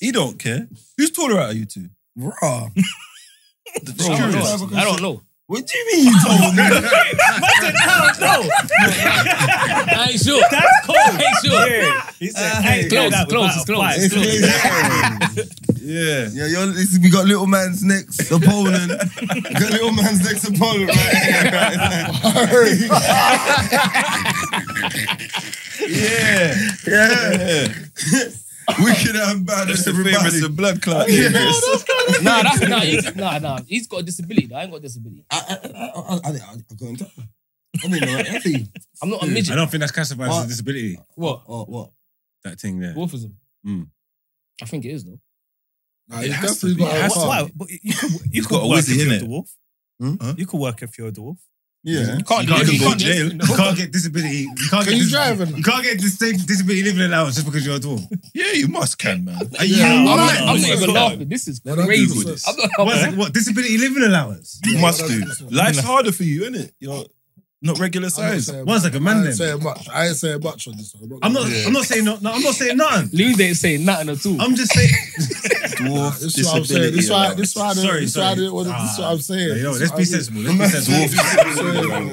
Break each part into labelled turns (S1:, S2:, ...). S1: he don't care. Who's taller out of you two?
S2: Bruh.
S1: Just
S3: I don't
S1: curious.
S3: know. I don't know.
S2: What do you mean you don't know?
S3: I ain't sure.
S4: That's cold.
S3: I ain't sure.
S4: He said, hey, Uh,
S3: Close,
S4: that
S3: close,
S4: without a
S3: close,
S4: fight.
S3: close.
S1: Yeah.
S2: Yeah, yo, this, we got little man's next opponent. we got little man's next opponent right here. Right
S1: Yeah.
S2: yeah.
S1: Yeah.
S2: Wicked and bad
S1: That's
S2: at
S1: the
S2: everybody.
S1: famous of blood clot.
S3: Nah, that's nah, he's, nah, nah. He's got a disability. I ain't got a disability.
S2: I, I, I, I, I, I got in touch. I didn't know that. Effie.
S3: I'm not a
S5: I
S3: Oh, midget.
S5: don't think that's classified as
S2: What?
S5: a disability.
S3: What?
S2: Oh, what?
S5: That thing there.
S3: Dwarfism.
S2: Hmm.
S5: Mm.
S3: I think it is though.
S2: Nah,
S1: It
S2: he's
S1: has to
S2: definitely
S1: be.
S2: got
S1: It has
S2: a
S4: That's
S1: to
S2: wild.
S4: why. But you could, you could
S1: got a
S4: work
S1: wizard,
S4: if you're a
S1: innit?
S4: dwarf.
S2: Hmm?
S1: Huh?
S4: You could work if you're a dwarf.
S2: Yeah.
S3: You can't,
S5: You can't
S3: you
S5: go
S3: can't
S1: to jail.
S5: You can't get disability. You can't
S6: Can
S5: get
S6: you
S5: dis-
S6: drive or not?
S5: You can't get dis- disability living allowance just because you're a dwarf.
S1: Yeah, you must can, man.
S2: Are you
S3: I'm
S2: mad?
S3: not, I'm not
S2: What's
S3: even
S2: that?
S3: laughing. This is
S6: Well, don't
S3: crazy.
S1: Google this.
S3: I'm not
S5: What's
S3: laughing.
S5: it- what disability living allowance?
S1: You must do.
S6: that's-
S1: Life's harder for you, isn't it? You're not regular size. Uh,
S5: One second,
S6: I
S5: man.
S6: ain't
S5: Then
S6: saying much. I ain't saying much on this. one.
S5: I'm not.
S6: Yeah.
S5: I'm not saying no, no. I'm not saying nothing.
S3: Loon ain't saying nothing at all.
S5: I'm just saying.
S1: Dwarf
S6: This is what I'm saying. This is why. This is why. I didn't-
S5: Sorry,
S6: This is why. I
S5: sorry.
S6: didn't want to- This is what I'm
S5: No,
S6: saying.
S5: yo,
S6: This
S5: let's
S6: is
S5: be
S6: what I
S5: sensible. Let's be sensible.
S1: disability.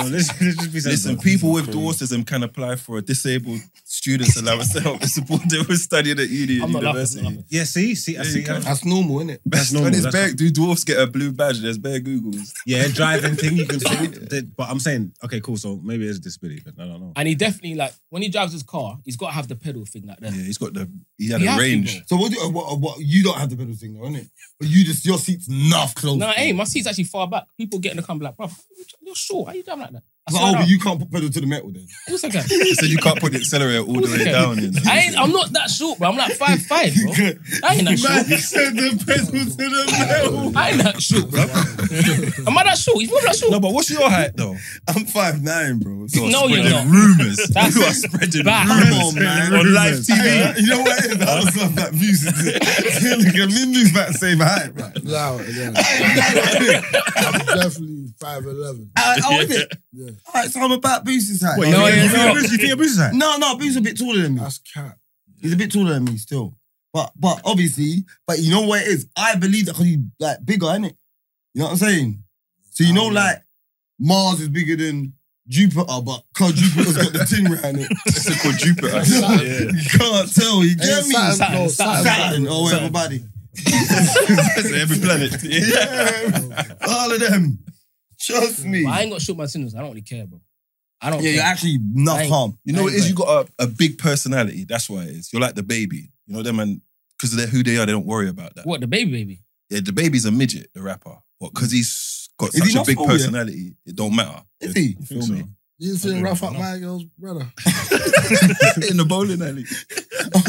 S5: No, let's, let's just be sensible.
S1: Listen, people with dwarfism can apply for a disabled students allowance to help support them with studying at uni and
S3: I'm not laughing,
S1: university.
S3: I'm not laughing.
S5: Yeah, see, see, I
S1: Yeah,
S5: see.
S1: you can't-
S2: That's normal, isn't it?
S5: That's
S1: And
S5: normal.
S1: it's
S5: That's
S1: bare, do dwarfs get a blue badge? There's bare Googles.
S5: yeah, driving thing you can. fit- but I'm saying, okay, cool. So maybe it's a disability, but I don't know.
S3: And he definitely like when he drives his car, he's got to have the pedal thing like
S1: Yeah,
S3: that.
S1: he's got the he had
S3: He
S1: a
S3: has to,
S1: range.
S2: So what? Do, uh, what, uh, what? You don't have the pedal thing though, innit? But you just your seat's enough close.
S3: No, hey, my seat's actually far back. People get in the car and be like, bro, you're short. How you driving like that? I
S2: So,
S3: said,
S2: oh,
S3: "No,
S2: but you can't put pedal to the metal then.
S3: what's that guy?
S1: so you can't put the accelerator all the way down. You know?
S3: I ain't, I'm not that short, bro. I'm like five five, bro. I ain't that short.
S5: said the pedal to the metal.
S3: I ain't that short, bro. Am I that short? You not that short?
S1: No, but what's your height though?
S2: I'm five nine, bro. So
S3: No, you're
S1: Spreading
S3: not.
S1: rumors.
S3: That's
S1: you are spreading
S3: bad.
S1: rumors
S2: Come on, man.
S1: on live TV.
S2: Hey, you know what? it is? I was love that music. Look at me, music about the same height, man.
S6: Loud, yeah. I'm definitely five eleven.
S2: Oh, is it?
S6: Yeah.
S2: All right, so I'm about Boosie's height. Oh,
S5: Wait,
S3: No,
S5: no, you
S3: yeah,
S5: think
S3: no.
S5: a Bruce- you think a Bruce is that?
S2: No, no, Boots a bit taller than me.
S6: That's cat.
S2: He's a bit taller than me still. But but obviously, but you know what it is? I believe that because he's like bigger, innit? You know what I'm saying? So you know, like Mars is bigger than Jupiter, but because Jupiter's got the thing around it.
S1: It's called Jupiter.
S6: Saturn.
S2: You can't tell, you get me?
S6: Saturn,
S3: Saturn,
S6: no,
S3: Saturn.
S2: Saturn or whatever body.
S1: That's every planet.
S2: Yeah, all of them. Trust me.
S3: But I ain't got short my signals. I don't really care, bro. I don't
S2: Yeah, you're
S3: care.
S2: actually not
S3: Ain't-
S2: harm.
S1: You know what it is?
S3: Right.
S1: You got a, a big personality. That's why it is. You're like the baby. You know them and because they're who they are, they don't worry about that.
S3: What, the baby baby?
S1: Yeah, the baby's a midget, the rapper. But because he's got
S2: Is he
S1: such a
S2: not
S1: big
S2: small, yeah?
S1: personality, it don't matter.
S2: Is he?
S1: You feel me?
S6: You seen
S5: don't
S6: rough up
S5: know.
S6: my girl's brother?
S1: In the bowling alley.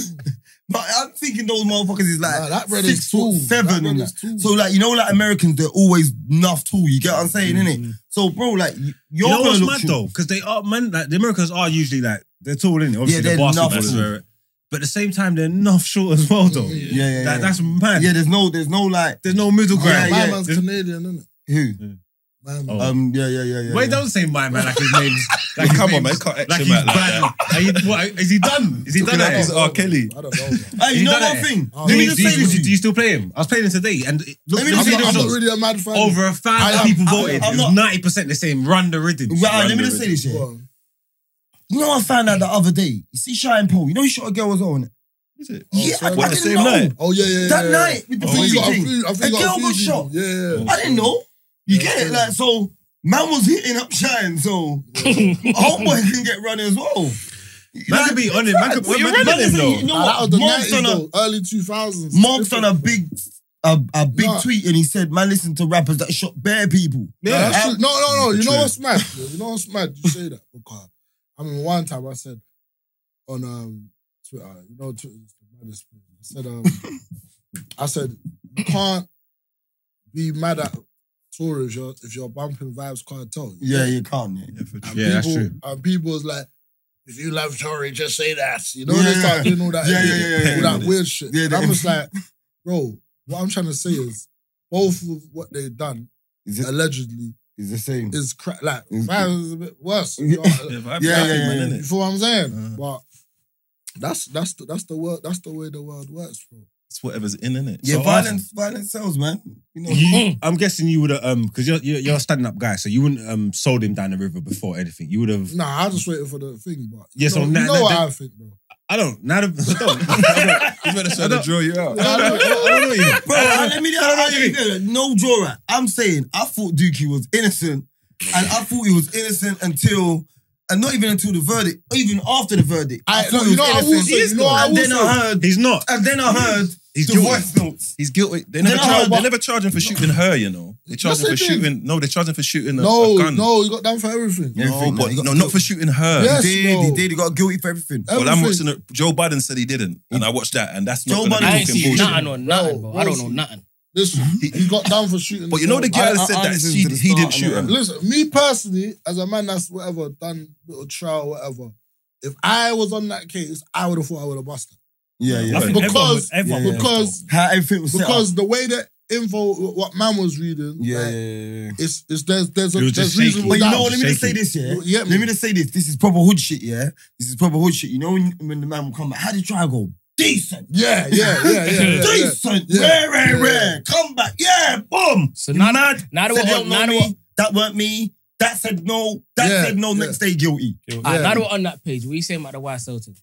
S2: But I'm thinking those motherfuckers is like
S6: Nah, that brother
S2: six
S6: is
S2: foot
S6: tall.
S2: seven.
S6: That
S2: and
S6: brother
S2: that.
S6: is tall.
S2: So like you know, like Americans, they're always enough tall. You get what I'm saying, innit? So bro, like y-
S5: you
S2: you're
S5: know
S2: gonna
S5: what's
S2: look
S5: Mm. mad
S2: short.
S5: though? Because they are man, like the Americans are usually like they're tall, in Obviously,
S2: they're
S5: the basketballers
S2: nuffle.
S5: are, but at the same time they're enough short as well, though.
S6: Yeah,
S2: Yeah, yeah, yeah.
S5: That, that's mad.
S2: yeah, there's no, there's no like
S5: There's no middle
S2: Yeah,
S5: ground.
S6: my
S2: yeah.
S6: man's
S5: There's-
S6: Canadian, isn't it?
S2: who.
S6: My man.
S5: Oh.
S2: Um, yeah, yeah, yeah, yeah.
S5: Wait,
S2: yeah.
S5: don't say my man like his name's like his
S1: Come on, man.
S5: name's-
S1: Can't
S5: Like
S1: like
S5: he's
S1: him out like
S5: bad.
S1: that.
S5: Are you- what, is he done? Is he done?
S1: Talking like
S5: at
S1: he's
S5: it?
S1: R. Kelly.
S6: I don't know. man.
S2: Hey, you
S5: He's
S2: know
S5: done
S2: one
S5: it.
S2: thing. Let
S6: Oh,
S2: me
S5: do,
S2: just
S5: you,
S2: say
S5: do,
S2: this
S5: you, do
S2: to you.
S5: you still play him? I was playing him today, and it- look,
S2: Let me
S5: let me
S2: just-
S5: see the
S6: I'm not, I'm not
S5: results.
S6: really a mad fan.
S5: Over a
S6: I
S5: thousand
S6: am-
S5: people
S6: I-
S5: voted. It
S2: I'm
S5: was
S2: not-
S5: Ninety percent the same. Run the rhythm.
S2: Right, let me just say this. Yeah.
S6: Well,
S2: You know, I found out the other day. You see, Shine Paul. You know, he shot a girl as well. innit?
S1: Is it?
S5: Oh,
S2: Yeah, I,
S6: Oh, sorry.
S2: I
S1: What, the
S2: didn't
S1: same
S2: know.
S1: night?
S6: Oh yeah, yeah. yeah,
S2: That
S6: yeah.
S2: night with the
S6: I think
S2: Fiji
S6: he got a
S2: thing.
S6: few- I think
S2: A
S6: he got
S2: girl
S6: few
S2: was
S6: people.
S2: shot.
S6: Yeah, yeah. yeah.
S2: I didn't know. You
S6: Yeah,
S2: get it?
S6: yeah.
S2: Like, so man was hitting up Shine, so homeboy can get run as well.
S5: Man could be on it. Man could
S1: Well,
S5: man-
S1: you're
S5: man-
S1: running
S5: man-
S1: him, though.
S2: You know
S6: Nah, that was
S2: what?
S6: the
S2: Mobs on a
S6: nineties, early two thousands.
S2: Mobs done a big a, a big
S6: Nah.
S2: tweet and he said, Man, listen to rappers that shot bare people.
S6: No, that's true. no, no, no. You know
S1: True.
S6: what's mad? bro? You know what's mad? You say that because I mean, one time I said on um, Twitter, you know, Twitter is the maddest thing. I said, um, I said, you can't be mad at Tory if you're if you're bumping vibes cartel.
S2: Yeah, you can't. Yeah.
S6: and
S5: Yeah, that's
S6: people,
S5: true.
S6: And people was like, if you love Tory, just say that. You know,
S2: Yeah,
S6: they
S2: yeah,
S6: start doing all that,
S2: Yeah, yeah, yeah, yeah,
S6: all that
S2: yeah.
S6: weird shit.
S2: Yeah,
S6: and I'm
S2: they-
S6: just like, bro, what I'm trying to say is both of what they done
S2: Is it
S6: allegedly
S2: is the same?
S6: is cra- like
S2: Mm.
S6: vibes is a bit worse.
S2: Yeah.
S6: You know,
S1: Yeah,
S6: yeah,
S1: yeah,
S6: you feel what I'm saying?
S1: Uh.
S6: But That's that's the, that's the world. That's the way the world works, bro.
S1: It's whatever's in, innit?
S2: Yeah,
S5: So
S2: violence, violence sells, man. You know,
S5: You, I'm guessing you would have, um, because you're, you're you're a standing up guy, so you wouldn't um sold him down the river before anything. You would have.
S6: Nah, I just waited for the thing, but you
S5: Yeah,
S6: know,
S5: so
S6: you
S5: now-
S6: know
S5: now
S6: what
S5: that-
S6: I think, bro.
S5: I don't. Now the, I don't. I
S1: You better try to draw you out.
S5: don't, I don't, I don't know you.
S2: Bro, let me, I don't know, no draw right. I'm saying I thought Dookie was innocent, and I thought he was innocent until, and not even until the verdict, even after the verdict. I,
S6: I-
S2: thought
S6: no,
S2: he
S6: you
S2: was
S6: know what I will
S2: innocent.
S6: say, you know what I
S2: and
S6: will
S2: then I
S6: say.
S2: heard,
S5: He's not.
S2: and then I heard
S5: He's
S2: the
S5: guilty.
S2: voice notes.
S1: He's guilty. They never
S2: Then I
S1: charge,
S6: heard-
S1: they never charge him for shooting her, you know. They charge
S6: Yes,
S1: him for
S6: they did.
S1: shooting. No, they charge him for shooting a,
S6: No,
S1: a gun.
S6: no, you got done for everything.
S1: No,
S2: Everything,
S1: but
S2: man. You
S1: no,
S2: got
S1: not for shooting her.
S6: Yes,
S2: he did, he
S6: bro.
S2: did. He got guilty for everything.
S1: Well, I'm watching
S6: Everything.
S1: it. Joe Biden said he didn't, and I watched that, and that's
S2: Joe
S1: not gonna
S2: Biden
S3: I
S1: be
S3: ain't
S1: talking
S3: seen
S1: bullshit.
S3: nothing on nothing,
S6: No,
S3: bro. I don't know
S6: honestly.
S3: nothing.
S6: Listen, he got done for shooting.
S1: But you know the
S6: himself.
S1: girl
S2: I- I
S1: said that
S2: listened
S1: she,
S2: to the
S1: he didn't
S2: start,
S1: shoot
S2: innit?
S1: her.
S6: Listen, me personally, as a man that's whatever done little trial, whatever. If I was on that case, I would have thought I would have busted
S2: Yeah, yeah.
S4: I think everyone would-
S6: because
S4: everyone would have
S6: because
S2: How everything was set up.
S6: because the way that info what man was reading,
S2: Yeah,
S6: like,
S2: yeah, yeah, yeah.
S6: it's it's there's there's a,
S5: It was
S6: there's
S5: just shaky.
S6: reasonable
S2: But you
S6: doubt.
S2: know what? Let me just say
S5: shaky.
S2: this, yeah.
S6: You get me?
S2: Let me just say this. This is proper hood shit, yeah. This is proper hood shit. You know when, when the man will come back, how did try go? Decent.
S6: Yeah, yeah, yeah, yeah. yeah, yeah.
S2: Decent.
S6: Yeah.
S2: Rare, rare,
S6: Yeah.
S2: rare. Come back. Yeah, boom.
S3: So
S2: You
S3: now-
S2: mad.
S3: Now that
S2: Said they
S3: we're
S2: don't
S3: on,
S2: know
S3: now that
S2: me.
S3: we're
S2: That weren't me. That said no. That
S6: Yeah.
S2: said no.
S6: Yeah.
S2: Next day guilty.
S3: Ah,
S6: Yeah.
S3: now that we're on that page, what are you saying about the white Celtic?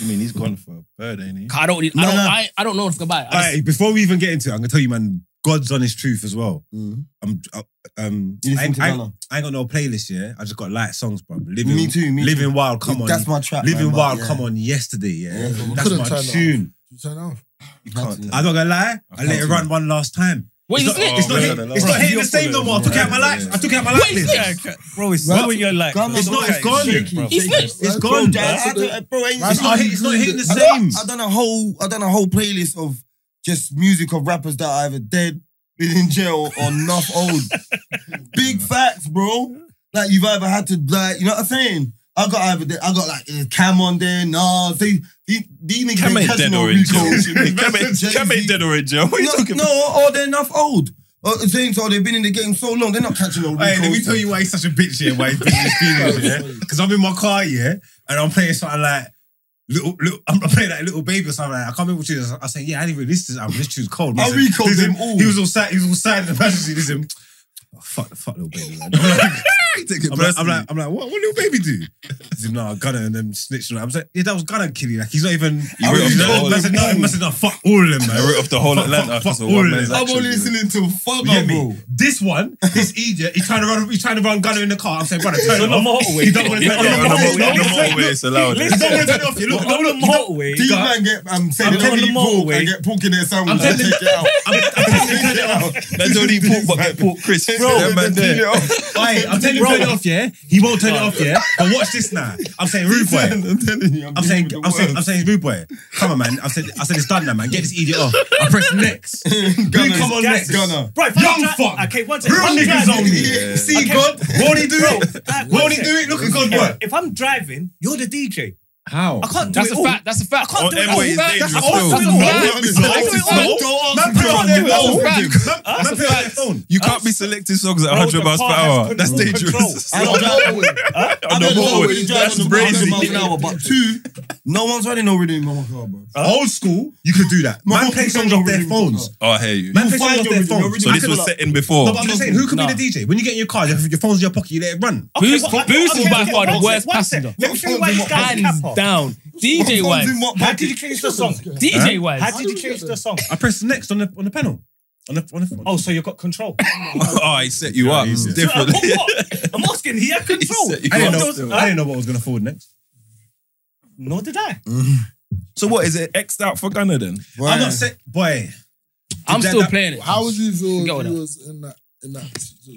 S1: You mean he's gone for a bird, ain't he?
S3: I don't, I don't,
S2: No, no.
S3: I, I don't know what's about it. I just,
S5: Alright, before we even get into it, I'm gonna tell you, man, God's honest truth as well. I'm, I, um,
S2: Mm-hmm. You
S5: I,
S2: listen
S5: ain't-
S2: to
S5: I,
S2: Gunna?
S5: ain't- I ain't got no playlist, yeah. I just got light songs, bro. Living,
S2: Me too. Me too.
S5: Living Wild, come on.
S2: That's my trap.
S5: Living
S2: man, but
S5: Wild,
S2: yeah.
S5: come on, yesterday, yeah.
S2: Yeah, but
S5: That's
S6: couldn't
S5: my
S6: turn it off.
S5: tune.
S6: You turn it off.
S2: you can't, yeah.
S5: I'm not gonna lie, I,
S1: can't
S5: let it
S1: do
S5: run one last time.
S3: what
S5: it's
S3: is
S5: not, it's
S3: this?
S5: not,
S1: man,
S5: hit-
S1: I love
S5: it's not
S1: it.
S5: hitting the same no more. I took it out my life. I took it out my life
S3: Wait,
S5: list.
S3: yeah.
S4: Bro, it's
S2: Right.
S4: not when you're like.
S2: Grandma,
S5: It's not,
S2: okay.
S5: it's gone.
S4: Shaky.
S5: Bro.
S3: It's lit.
S5: It's
S2: Bro,
S5: gone.
S2: Dad, I
S6: That's
S2: don't-
S6: the-
S2: bro, ain't-
S5: It's not, hit- it's not hitting the
S2: I done-
S5: same.
S2: I done a whole I done a whole playlist of just music of rappers that are either dead, been in jail, or not old. Big facts, bro. Like you've either had to like, you know what I'm saying? I got either I got like uh, Cam on there, Nas. They, they, these niggas
S1: Cam
S2: ain't
S1: ain't
S2: catching
S1: dead
S2: no
S1: or in jail.
S2: Rico.
S1: What you mean? Cam ain't-
S2: Jay-Z.
S1: Cam ain't dead or in jail. What are you
S2: No,
S1: talking about?
S2: no, or they're enough old. Uh, James, or they've been in the game so long, they're not catching no Rico.
S5: Hey, let me tell you why he's such a bitch here, why he's beating his feelings, yeah? Because I'm in my car, yeah, and I'm playing something like little, little I'm I'm playing like little baby or something. Like, that. I can't remember what tune. it is. I said, yeah, I didn't even listen to this album. This tune's cold.
S2: I
S5: Listen,
S2: recalled
S5: listen.
S2: them all.
S5: He was all sad. He was all sad in the passenger seat. Listen, oh, fuck, fuck little baby. Man. I'm like, I'm like, I'm like, I'm like, what? What little baby do? He's like, no, Gunner and them snitching. I was like, yeah, that was Gunner killing. Like, he's not even.
S1: I wrote
S5: he's
S1: off the
S5: not,
S1: whole-
S5: man said, no, he must have done fuck all of them, man.
S1: I wrote off the whole
S5: Fuck,
S1: Atlanta
S5: fuck,
S1: because of
S5: fuck all
S1: one
S5: of
S1: man's
S5: them.
S2: I'm
S1: action. you
S2: only
S1: know.
S2: listening to
S5: You
S2: Fugger,
S5: get
S2: bro.
S5: me? This one, this idiot, he's trying to run, he's trying to run Gunner in the car. I'm saying, brother, turn
S4: On
S5: it
S4: the
S5: off.
S4: motorway.
S5: You don't want to turn
S1: On the
S5: it off.
S1: motorway, on the
S5: You don't wanna-
S1: motorway, it's allowed.
S5: You don't want to turn it off. You look,
S4: On
S5: look,
S4: the
S5: you don't-
S4: motorway.
S2: These man get um say
S4: I'm
S2: they don't
S4: telling
S2: eat
S4: the
S2: pork
S4: motorway.
S2: and get pork in their
S5: I'm
S2: sandwich and
S5: telling
S2: take it out.
S5: I'm I'm telling you, turn it off.
S1: They don't eat pork but get pork crisps.
S5: Bro,
S1: That man there.
S5: Aye, I'm telling you, turn it off, yeah? He won't turn it off, yeah? But watch this now. I'm saying, rude boy.
S2: I'm telling you,
S5: I'm saying, I'm saying, I'm saying, rude boy. Come on, man. I said, I said, it's done now, man. Get this idiot off. I press next. Who come on next?
S2: Gunner.
S4: Bro, if I
S5: Young
S4: drive-
S5: fuck.
S4: Okay, one second.
S5: Real
S4: If I'm
S5: niggas
S4: driving-
S5: only.
S2: Yeah.
S5: See
S4: Okay.
S5: God? Won't he do
S4: Bro,
S5: it?
S4: like, one
S5: Won't he
S4: sec.
S5: do it? Look at God, bro.
S4: If I'm driving, you're the DJ.
S5: How?
S4: I can't do
S3: That's
S4: it
S3: a
S4: all.
S3: fact. That's a fact.
S4: I can't
S1: On
S4: do it all.
S1: M-Way is
S4: That's-
S1: dangerous.
S4: I
S5: Oh,
S1: still.
S3: that's
S5: no,
S3: a fact.
S5: no, it's not.
S3: That's
S5: It's
S3: a fact.
S5: not. Man, play on their
S4: That's a
S5: phone.
S3: fact.
S5: Man,
S4: That's
S5: play
S4: a
S5: on their
S4: fact.
S5: phone.
S1: You can't be selecting songs at
S4: Bro,
S1: 100
S4: the
S1: miles per
S4: car has
S1: hour. That's
S4: control.
S1: dangerous.
S2: I
S6: On
S2: don't
S6: the
S2: drive.
S6: motorway.
S1: On the
S2: I don't
S1: board.
S2: really drive on
S1: That's
S2: the road
S1: crazy.
S2: miles an hour, but two, no one's running no rhythm in my car, bro.
S5: Old school, you could do that. Man,
S2: Mum
S5: play
S2: can
S5: songs
S2: do
S5: off their
S2: rhythm.
S5: phones.
S1: Oh, I hear you.
S5: Man, play
S2: You'll
S5: songs off
S2: find your
S5: their
S2: rhythm, your
S5: phones.
S2: rhythm.
S1: So
S5: I
S1: this
S5: could
S1: was
S5: like-
S1: set in before.
S5: No, but I'm just saying, who could
S3: Nah.
S5: be the DJ? When you get in your car, your, your phone's in your pocket, you let it run.
S4: Okay,
S3: Boost-
S4: what-
S3: Boost
S4: okay,
S3: is by
S4: okay,
S3: far the
S4: one sec,
S3: worst
S4: one sec.
S3: passenger.
S4: Let me show you why this guy's a
S3: Hands
S4: capper.
S3: down. DJ
S2: What phones
S3: wise.
S2: in what
S4: How
S2: pocket?
S4: did you change the song?
S3: DJ wise.
S4: How did you change the song?
S5: I press next on the on the panel. On the on the phone.
S4: Oh, so you got control.
S1: Oh, he set you up.
S5: he's-
S1: It's
S4: So, uh,
S1: different.
S4: what- what? I'm asking, he had control.
S1: set you
S5: I
S1: up.
S5: didn't
S1: Yeah,
S5: know.
S1: still.
S5: I didn't know what was gonna forward next.
S4: Nor did I.
S1: So what is it? X'd out for Gunner then?
S5: I'm not set, boy.
S3: I'm
S5: That-
S3: still
S5: that-
S3: playing it.
S6: How would you feel
S3: Go
S6: if
S3: with
S6: you
S3: that.
S6: was in that in that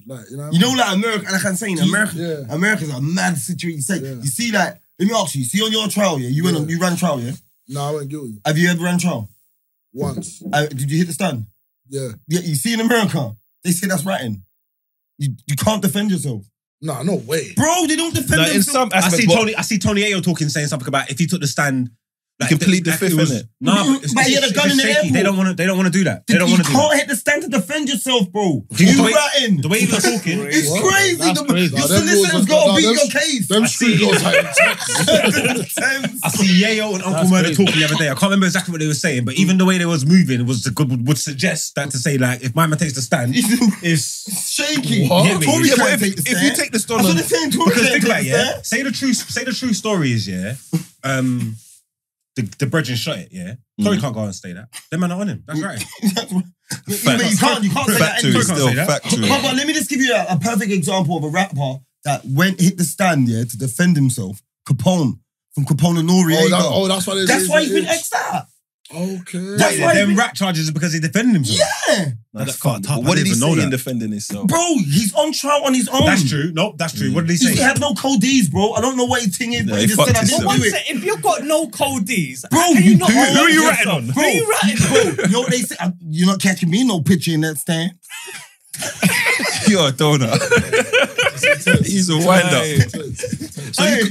S6: like you know? what
S2: You
S6: I mean?
S2: know, like America, and like I'm saying, America,
S6: Yeah.
S2: America's a mad situation. Say,
S6: Yeah.
S2: You see, like, let me ask you, you see on your trial, yeah, you went, on,
S6: Yeah.
S2: you ran trial, yeah.
S6: No, I went guilty
S2: Have you ever ran trial?
S6: once.
S2: Uh, did you hit the stand?
S6: Yeah.
S2: Yeah, you see in America, they say that's ratting. You, you can't defend yourself,
S6: No, no way.
S2: bro. They don't defend
S1: Now, in
S2: themselves.
S1: some
S5: I see
S1: aspects, but
S5: Tony. I see Tony Ayo talking, saying something about if he took the stand, Like,
S1: can plead the
S5: like,
S1: fifth,
S5: it was-
S1: innit?
S5: Nah, but it's,
S2: But
S5: it's,
S2: he had a
S5: it's
S2: gun in the
S5: shaky. They
S2: airport.
S5: don't want to. They don't want to do that. They
S2: You
S5: don't want to do
S2: can't
S5: that.
S2: hit the stand to defend yourself, bro.
S5: Do you-
S2: You
S5: the way-
S2: ratting.
S5: The way he was talking,
S2: It's
S6: What?
S2: crazy.
S3: That's
S2: the,
S3: crazy.
S6: Nah,
S2: Your
S6: them
S2: solicitor's
S6: rules are-
S2: got
S6: nah,
S2: to beat
S6: them-
S2: your case.
S6: Them street girls had
S5: I see Yayo and Uncle
S3: That's
S5: Murder
S3: crazy.
S5: talking the other day. I can't remember exactly what they were saying, but even the way they was moving was the good would suggest that to say like if my man takes the stand, it's
S2: Shaky.
S6: What?
S5: Yeah, but
S2: Tory
S5: you
S2: can't
S1: if,
S2: take
S1: if
S2: the
S1: you
S2: stand.
S1: take the stand
S2: That's what
S1: on,
S2: they're saying. Tory
S5: because
S2: can't
S5: think about it,
S2: take the
S5: yeah.
S2: stand.
S5: Say the true say the true story is yeah. Um, the the brethren shot it yeah.
S2: Mm.
S5: Tory can't go and say that. Them man are on him. That's right.
S2: Yeah, but You can't you can't say that
S1: factory
S2: anyway.
S5: Can't
S1: still
S5: say that.
S1: factory.
S2: But, but let me just give you a, a perfect example of a rapper that went hit the stand yeah to defend himself. Capone from Capone and Noriega.
S6: Oh, that, oh, that's why they
S2: That's
S6: they-
S2: why he's been
S6: they-
S2: exed out.
S6: Okay.
S2: That's why-
S5: Them rap charges is because he defended himself.
S2: Yeah,
S5: That's fucked up. I
S1: What did
S5: didn't
S1: he
S5: even know
S1: say in
S5: that.
S1: defending himself?
S2: bro, he's on trial on his own.
S5: That's true. Nope, that's true. What did he
S2: He
S5: say?
S2: had no codees, bro. I don't know what his thing is,
S1: Yeah,
S2: but
S1: he
S2: he just said I
S1: fucked
S2: didn't
S1: himself.
S2: do
S4: One
S2: it.
S4: sec, if you've got no cold D's,
S2: Bro,
S4: how can you not
S2: who-
S4: own
S2: who are you
S4: yourself?
S2: ratting on?
S4: Who are you ratting on?
S2: Bro, you know what they say? I- You're not catching me in no picture in that stand.
S1: You're a donut. He's a wind up.
S2: Hey,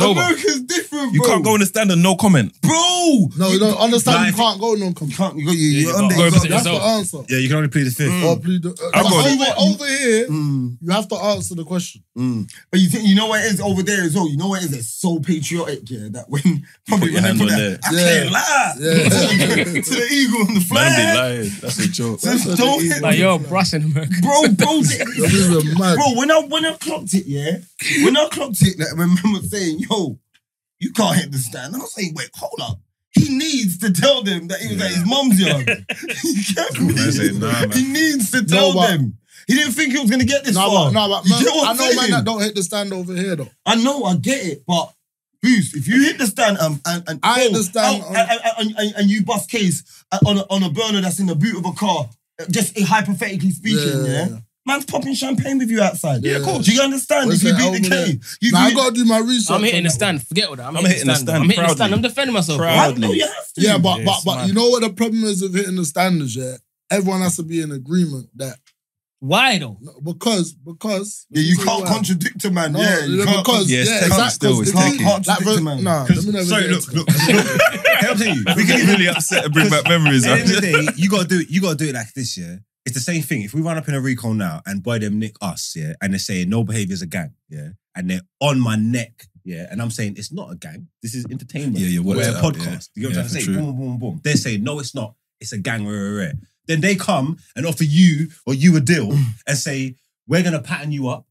S3: over.
S2: America's different,
S1: You
S2: bro.
S1: can't go in the stand and no comment.
S2: bro.
S6: No, you don't
S5: Nah,
S6: understand. You
S5: if-
S6: can't go non com
S2: You can't. You got you.
S3: Yeah,
S2: You're
S3: you
S2: on
S3: can't
S2: there.
S3: go
S2: You
S3: to
S2: got-
S3: It's
S6: That's the
S3: over.
S6: answer.
S5: Yeah, you can only plead the fifth.
S6: Or plead the- uh,
S1: I've got-
S6: over, over here,
S2: Mm,
S6: you have to answer the question.
S2: mm. But you think you know what it is over there as well. You know what it is? It's so patriotic, yeah. That when probably
S1: your
S2: when they
S1: hand
S2: put
S1: on
S2: that, I
S6: there.
S2: can't lie
S6: Yeah.
S2: to the eagle on the
S1: Man be
S2: flag.
S1: lying. That's a joke.
S2: Just don't hit
S3: Like, yo, brushing America.
S2: bro, bro, they-
S6: You're moving mad.
S2: bro. When I when I clocked it, yeah. When I clocked it, like, I remember saying, "Yo, you can't hit the stand." I was saying, "Wait, hold up." He needs to tell them that he was at his mum's yard. you get me?
S5: I say, nah, man.
S2: He needs to tell
S6: but-
S2: them. He didn't think he was gonna get this
S6: No,
S2: far.
S6: but, no, but
S2: You
S6: man,
S2: get what
S6: I
S2: I'm
S6: know man
S2: saying?
S6: that don't hit the stand over here though.
S2: I know, I get it, but who's if you hit the stand um, and and
S6: I
S2: oh,
S6: understand
S2: oh,
S6: on-
S2: and, and, and, and you bust case uh, on a, on a burner that's in the boot of a car, uh, just uh, hypothetically speaking,
S6: Yeah,
S2: yeah,
S6: yeah, yeah.
S2: man's popping champagne with you outside.
S6: Yeah, of course.
S2: Do you understand?
S6: What's
S2: if you
S6: that
S2: beat the
S6: over
S2: K, you
S6: Now I
S2: beat-
S6: gotta do my research.
S3: I'm hitting the
S6: on that one.
S3: stand. Forget all that. I'm,
S1: I'm
S3: hitting the stand. I'm hitting the stand.
S1: proudly.
S3: I'm defending myself.
S1: Proud.
S2: I know you have to.
S6: Yeah, but but
S3: Yes,
S6: but
S3: man.
S6: you know what the problem is of hitting the standards, yeah? Everyone has to be in agreement that
S3: Why though?
S6: no, because because
S2: yeah, you
S6: Say
S2: can't
S6: why.
S2: contradict a man.
S6: no,
S2: yeah, you can't
S6: because
S1: Yeah, it's
S6: yeah,
S1: taken
S6: exactly.
S1: still, it's
S6: If you-
S2: taken.
S6: like, for-
S2: Contradicted, man.
S6: Nah, let me never
S5: Sorry,
S6: get
S5: look,
S6: into
S5: look, look. Can I tell you? We can
S1: You're really upset and bring back memories.
S5: At the end of
S1: huh?
S5: the day, you gotta do it. You gotta do it like this, yeah. It's the same thing. If we run up in a recall now and boy them nick us, yeah, and they're saying no behavior's a gang, yeah, and they're on my neck, yeah, and I'm saying it's not a gang. This is entertainment.
S1: Yeah, yeah, what
S5: we're
S1: is
S5: a
S1: it?
S5: podcast. You know what
S1: Yeah,
S5: I'm
S1: for
S5: saying?
S1: true.
S5: Boom, boom, boom. They're saying no, it's not. It's a gang. Rah, rah, rah. Then they come and offer you or you a deal and say we're gonna pattern you up.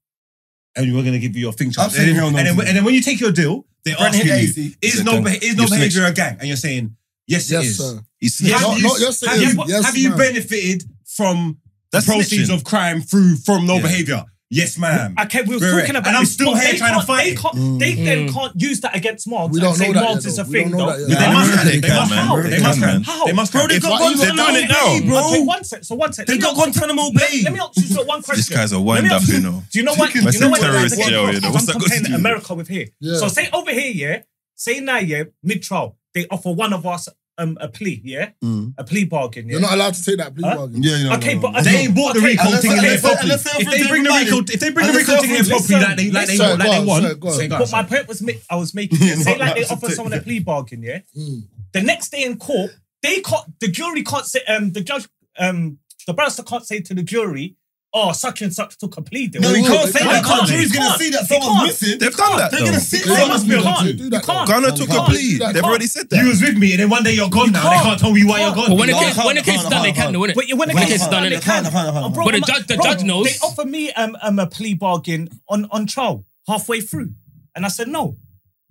S5: And we're gonna give you your thing
S2: I'm
S5: chance.
S2: saying
S5: And then,
S2: hell no
S5: and, then,
S2: to that.
S5: and then when you take your deal, they
S2: Brent
S5: ask you,
S2: hit
S5: is
S2: AC.
S1: It's a
S5: no
S1: gang.
S5: beha- is no
S1: You've snitched.
S5: behavior a gang? And you're saying, yes, it
S6: Yes,
S5: is.
S6: sir.
S1: He's
S5: Yeah,
S6: No,
S5: have you-
S6: no, yes, it
S5: have
S6: is.
S5: you,
S6: Yes,
S5: have you
S6: man.
S5: benefited from
S1: That's
S5: proceeds
S1: snitching.
S5: of crime through from no
S1: Yeah.
S5: behavior? Yes, ma'am.
S4: Okay, we were
S5: Right, right.
S4: talking about
S5: And I'm
S4: this,
S5: still
S4: but
S5: here
S4: they
S5: trying to
S4: can't-
S5: fight
S4: They,
S5: it.
S4: can't, they then
S3: Mm.
S4: can't use that against Mobs
S6: We
S4: and
S6: don't
S4: say
S6: know that
S4: Mobs
S6: yet,
S4: is a
S6: though. We
S4: thing.
S6: don't know
S4: though.
S6: that yet.
S5: They
S1: Nah, I
S5: must have.
S1: don't
S5: They
S1: think they
S5: must
S1: can,
S5: have.
S1: man.
S5: They
S1: They
S5: must
S1: can,
S5: have.
S1: man.
S4: How?
S5: They must
S2: Bro,
S5: have.
S2: they
S5: If
S2: got
S5: I-
S1: they're
S2: Guantanamo
S1: doing it
S2: Bay,
S1: now.
S2: bro.
S4: Okay, one sec. So one sec.
S2: They
S4: Let me
S2: got
S4: ask you-
S2: Guantanamo
S4: Let,
S2: Bay.
S4: let me ask you so one question.
S1: guy's a
S4: Let me
S1: wind
S4: ask
S1: up, you know.
S4: Do you know what?
S1: That's
S4: you know
S1: a
S4: what
S1: terrorist
S4: guys are
S1: jail,
S4: getting
S1: you know.
S4: from?
S1: What's
S4: I'm
S1: that got to
S4: complaining
S1: do with it?
S4: America with here.
S6: Yeah.
S4: So say over here, yeah. Say now, yeah, mid trial, they offer one of us um a plea, yeah,
S2: Mm.
S4: a plea bargain, yeah.
S6: You're not allowed to take that plea
S4: Huh?
S6: bargain.
S2: Yeah, yeah.
S4: okay,
S2: no,
S4: but
S2: no.
S4: uh,
S5: They ain't bought the
S4: okay,
S5: recall
S4: unless-
S5: thing in there
S4: unless-
S5: properly.
S2: unless they're
S5: If they bring the
S2: offering
S5: recall, if they bring the
S2: somebody.
S5: recall thing in there
S2: Unless
S5: properly,
S4: they're
S5: like they like they want,
S6: offering-
S5: like they
S6: Sorry, go on, sorry,
S5: want.
S6: go on.
S5: Say, go on,
S4: But my
S5: sorry.
S4: point was, ma- I was making. yeah, say
S2: Not
S4: like they
S2: that
S4: offer
S2: specific.
S4: someone a plea bargain, yeah.
S6: Mm.
S4: The next day in court, they can't. The jury can't say. Um, the judge, um, the barrister can't say to the jury, "Oh, such and such took a plea deal."
S2: No, you
S6: They
S2: can't
S6: can't,
S2: say
S6: they
S2: that.
S4: can't,
S2: The jury's
S4: they
S2: gonna
S4: can't,
S2: see that
S4: they
S2: someone's
S4: can't.
S2: missing.
S1: They've done that
S2: They're gonna
S1: though.
S2: see
S6: They
S4: They
S2: someone's
S4: must
S6: can't do
S4: be
S2: missing.
S6: that.
S4: hard.
S6: They do that.
S4: You can't.
S1: Ghana took a
S4: can't.
S1: plea.
S6: You can't.
S1: They've already said
S5: You
S1: that.
S5: was with me, and then one day you're gone now. They
S4: can't.
S5: can't tell me why
S4: You
S5: you're
S4: can't.
S5: gone.
S3: But when the
S2: No,
S3: case,
S2: hold
S3: when the
S2: on,
S3: case
S2: hold
S3: done,
S2: on,
S3: they
S2: hold
S3: can,
S2: on.
S3: though, innit?
S4: Wait, when the
S2: Hold
S4: case
S2: on,
S4: is done,
S2: hold
S4: they
S2: on,
S4: can.
S2: hold on, hold on, hold on.
S4: Bro,
S3: But the
S4: I'm
S3: judge- the
S4: bro,
S3: judge knows.
S4: They offered me um, um a plea bargain on on trial halfway through, and I said no.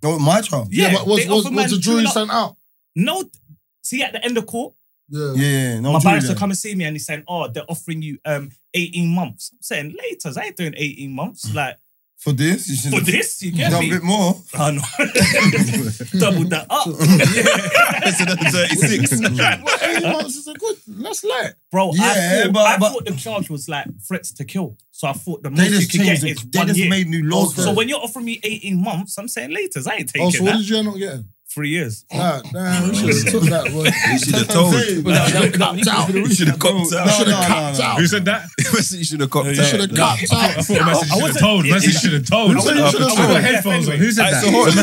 S2: No, my trial.
S6: Yeah,
S4: Yeah,
S6: but was,
S4: they
S6: was,
S4: offered
S6: was
S4: man
S6: the jury
S4: two lot-
S6: sent out?
S4: No. See, at the end of court,
S6: Yeah.
S2: Yeah, yeah, no.
S4: my
S2: jury
S4: barrister
S2: there.
S4: come and see me, and he's saying, "Oh, they're offering you um 18 months." I'm saying, "Later, I ain't doing 18
S2: Mm.
S4: months. Like
S2: for this. You should
S4: for
S2: have
S4: this, you get
S2: done a
S4: me?
S2: bit more.
S4: I know. Double that up,
S6: Well, eight months is a good. That's light.
S4: bro. I,
S2: Yeah,
S4: thought,
S2: but-
S4: I
S2: but-
S4: thought the charge was like threats to kill, so I thought the
S2: They
S4: most you
S2: just
S4: could get
S2: changed. it.
S4: is
S2: They
S4: one
S2: just
S4: year.
S2: made new laws.
S6: Okay.
S4: So when you're offering me 18 months, I'm saying later, I ain't taking
S6: Oh, so what
S4: that.
S6: did you end up getting?
S4: three years.
S6: Nah, nah, we should have took that one.
S1: You should have
S2: That's what I'm
S1: told.
S2: saying.
S3: Well, that- that- that-
S1: You should have copped
S2: No, no,
S1: out.
S2: no, no.
S5: Who said that?
S1: You should have copped out.
S6: You should have got out.
S5: Oh, I should have told. Man said you should have told.
S1: said you
S5: I
S1: should have
S5: got
S1: told?
S5: headphones on. Who said
S1: Alright,
S5: that?
S1: so hold on.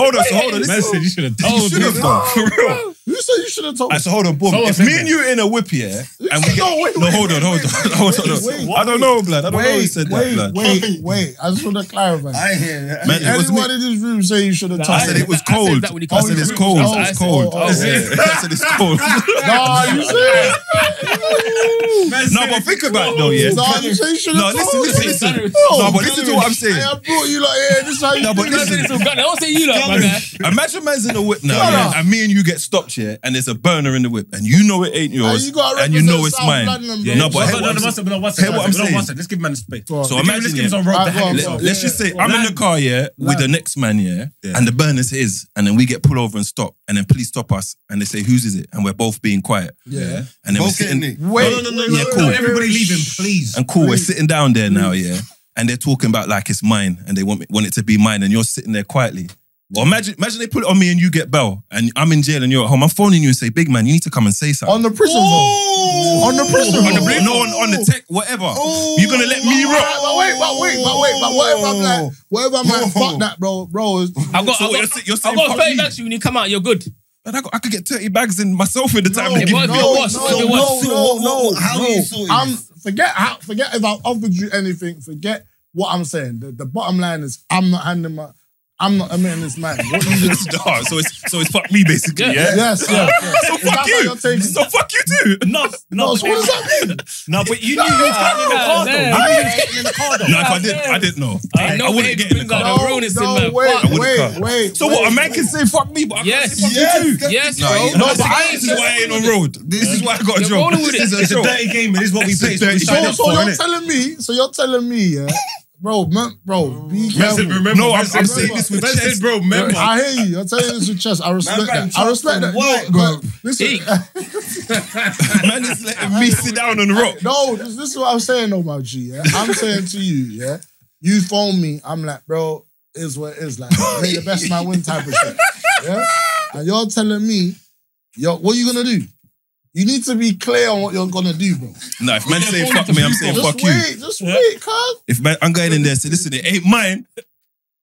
S1: Hold on, so hold on.
S5: Man
S1: This
S5: said you should have told.
S1: you should have done. For real.
S6: You said you should have told.
S1: Alright, so hold on, boom.
S5: Someone
S1: if
S5: said
S1: me and
S5: that.
S1: you in a whip here, and we get,
S6: No, wait,
S1: no,
S6: wait,
S1: hold on, hold on, hold on.
S6: wait,
S1: I don't know, blood. I don't know who
S6: Wait,
S1: said that,
S6: wait,
S1: blood.
S6: wait, wait. I just want to clarify.
S2: I ain't hear
S1: Man, it was me.
S6: Anyone in this room say you should have
S3: Nah,
S6: told.
S1: I said it was
S3: I said
S1: cold.
S3: that when he
S1: I
S3: comes
S1: said
S3: to
S1: it's
S3: the
S1: cold.
S6: room.
S1: It's
S6: Oh,
S1: cold.
S6: oh, oh,
S1: I said it's cold.
S6: Nah, you said.
S1: No, but think about it though, Oh, yeah.
S6: Nah, you said you should
S1: No,
S6: have
S1: listen,
S6: told.
S1: listen, listen.
S6: Bro,
S1: No, but listen to what I'm saying.
S6: Hey, I brought you like, yeah, this is how you
S1: No, but
S6: do
S1: listen,
S6: this.
S3: It's all gone. I don't say you lot, my guy.
S1: Imagine man's in a whip now,
S6: Shut
S1: yeah,
S6: up.
S1: and me and you get stopped here, and there's a burner in the whip, and you know it ain't
S6: Hey,
S1: yours,
S6: you gotta
S1: and you know
S6: represent
S1: it's
S6: South
S1: mine.
S6: London,
S1: Yeah,
S6: bro.
S1: No, but
S5: But
S1: hear
S5: no,
S1: what
S5: no, no,
S1: I'm-
S5: one second, no, one
S1: Hear
S5: second,
S1: what I'm
S5: one second, one
S1: saying.
S5: second. Let's give man a space.
S6: So
S1: So imagine,
S5: Let's give him
S1: yeah.
S5: some rope
S6: Right,
S5: to
S6: go on,
S5: handle
S1: Let,
S6: go on.
S5: himself.
S1: us just say I'm in the car, yeah, with the next man, yeah,
S5: Yeah.
S1: and the burner's his, and then we get pulled over and stop, and then police stop us, and they say whose is it, and we're both being quiet,
S6: Yeah.
S1: and then we're
S2: Both
S1: sitting,
S2: getting it.
S6: Wait,
S5: No, no, no,
S1: Yeah,
S5: no,
S1: cool.
S5: no. Everybody leave him, please.
S1: and cool, we're sitting down there now, yeah, and they're talking about like it's mine, and they want me, want it to be mine, and you're sitting there quietly. Or imagine, imagine they put it on me and you get bail, and I'm in jail and you're at home. I'm phoning you and say, "Big man, you need to come and say something."
S6: on the prison phone. On the prison
S1: on the
S6: phone.
S1: no, on, on the tech, whatever.
S6: Oh.
S1: You're gonna let me rock.
S6: But wait, but wait, but wait, but what if I'm like, what if I'm like, fuck that, bro, bro? It's,
S3: I've got,
S1: So
S3: I've
S1: what,
S3: got,
S1: you're, you're
S3: I've
S1: saying,
S3: got
S1: fuck
S3: 30
S1: me?
S3: bags to you when you come out, you're good.
S1: Man, I, got, I could get 30 bags in myself in the time. they
S3: it
S1: give me- no,
S3: was- it was-
S6: no,
S3: it was-
S6: no, no, no.
S2: How
S6: no.
S2: are you sorting
S6: I'm
S2: this?
S6: forget how forget if I offered you anything. Forget what I'm saying. The, the bottom line is I'm not handing my. I'm not admitting this man. What you just,
S1: it's dark, so it's so it's fuck me basically.
S3: Yeah.
S1: Yeah.
S6: yes, yes, yes.
S1: So
S6: Is
S1: fuck
S6: that how you're
S1: you.
S6: taking
S1: So
S6: it?
S1: fuck you too.
S4: No,
S6: No,
S4: no,
S6: so what does that mean?
S4: no, but you knew you were getting in the
S3: Yeah,
S4: car though.
S3: yeah.
S4: You knew you was getting in the car though.
S1: No, if I did, I didn't know.
S3: Ain't
S1: I
S3: no way
S1: wouldn't get in the
S3: bring out
S1: car.
S3: the realness in man.
S6: wait,
S3: Fuck.
S1: wouldn't
S6: wait,
S1: cut.
S6: wait.
S1: So
S6: wait,
S1: what? A man can say fuck me, but I can't
S3: Yes.
S1: say fuck you
S2: Yes,
S1: too.
S3: Yes,
S1: No,
S3: bro.
S1: you- no,
S3: That's
S1: but I,
S3: the game.
S1: this is why I ain't on road. This is why I got a
S3: You're
S1: job.
S3: rolling with
S1: This is
S3: it.
S1: a
S5: It's a
S1: job.
S5: dirty game, and it's what we
S1: It's a
S5: play. It's what
S1: dirty game.
S5: we signed
S6: So,
S5: up for,
S6: so you're
S5: innit?
S6: telling me, so you're telling me, yeah, bro, man, bro, be
S5: Man said,
S6: careful.
S5: remember.
S1: No,
S5: Man
S1: I'm-
S5: said,
S1: I'm saying this with
S5: man
S1: chest.
S5: said, bro, remember.
S6: I hear you. I'm telling you this with chest. I respect
S2: Man,
S6: that. I respect that.
S2: what,
S6: No,
S2: bro?
S6: but listen,
S3: Eek.
S1: Man is letting me sit down on the rock.
S6: no, this, this is what I'm saying, though, my G. Yeah? I'm saying to you, yeah, you phone me. I'm like, bro, is what it is. Like, may the best man win type of shit. Yeah, and you're telling me, yo, what are you gonna do? You need to be clear on what you're gonna do, bro.
S1: Nah, if man say fuck me, I'm saying
S6: Just
S1: fuck you.
S6: wait, just wait, cuz.
S1: If man, I'm going in there and say, listen, it ain't mine.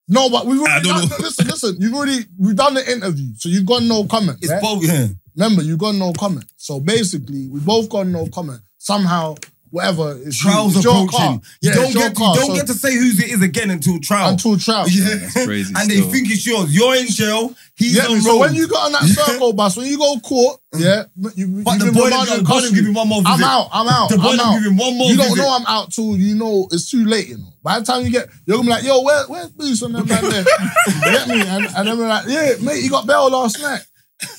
S6: No, but we've already
S1: I don't
S6: done,
S1: know.
S6: listen, listen, you've already we've done the interview, so you've got no comment.
S2: It's
S6: right?
S2: both. Yeah.
S6: Remember, you got no comment. So basically, we both got no comment. Somehow, whatever it's you,
S2: Trials
S6: it's your car.
S2: approaching. You
S6: Yeah,
S2: don't
S6: it's your
S2: get to,
S6: car,
S2: you don't
S6: so-
S2: get to say whose it is again until trial.
S6: until trial.
S2: yeah.
S1: that's crazy
S2: and
S1: still.
S2: they think it's yours. You're in jail. He's
S6: Yeah,
S2: on
S6: so
S2: road. Mm.
S6: when you got on that circle bus, when you go court, yeah, you, you've
S2: but the
S6: been
S2: boy
S6: remanded
S2: didn't
S6: in
S2: boy didn't give
S6: custody.
S2: him one more visit.
S6: I'm out. I'm out.
S2: The boy
S6: I'm
S2: didn't
S6: out.
S2: give him one more
S6: You don't
S2: visit.
S6: know I'm out till you know it's too late, you know. By the time you get, you're gonna be like, yo, where, where's Boots on that man there? get me. And, and then we're like, yeah, mate, you got bail last night.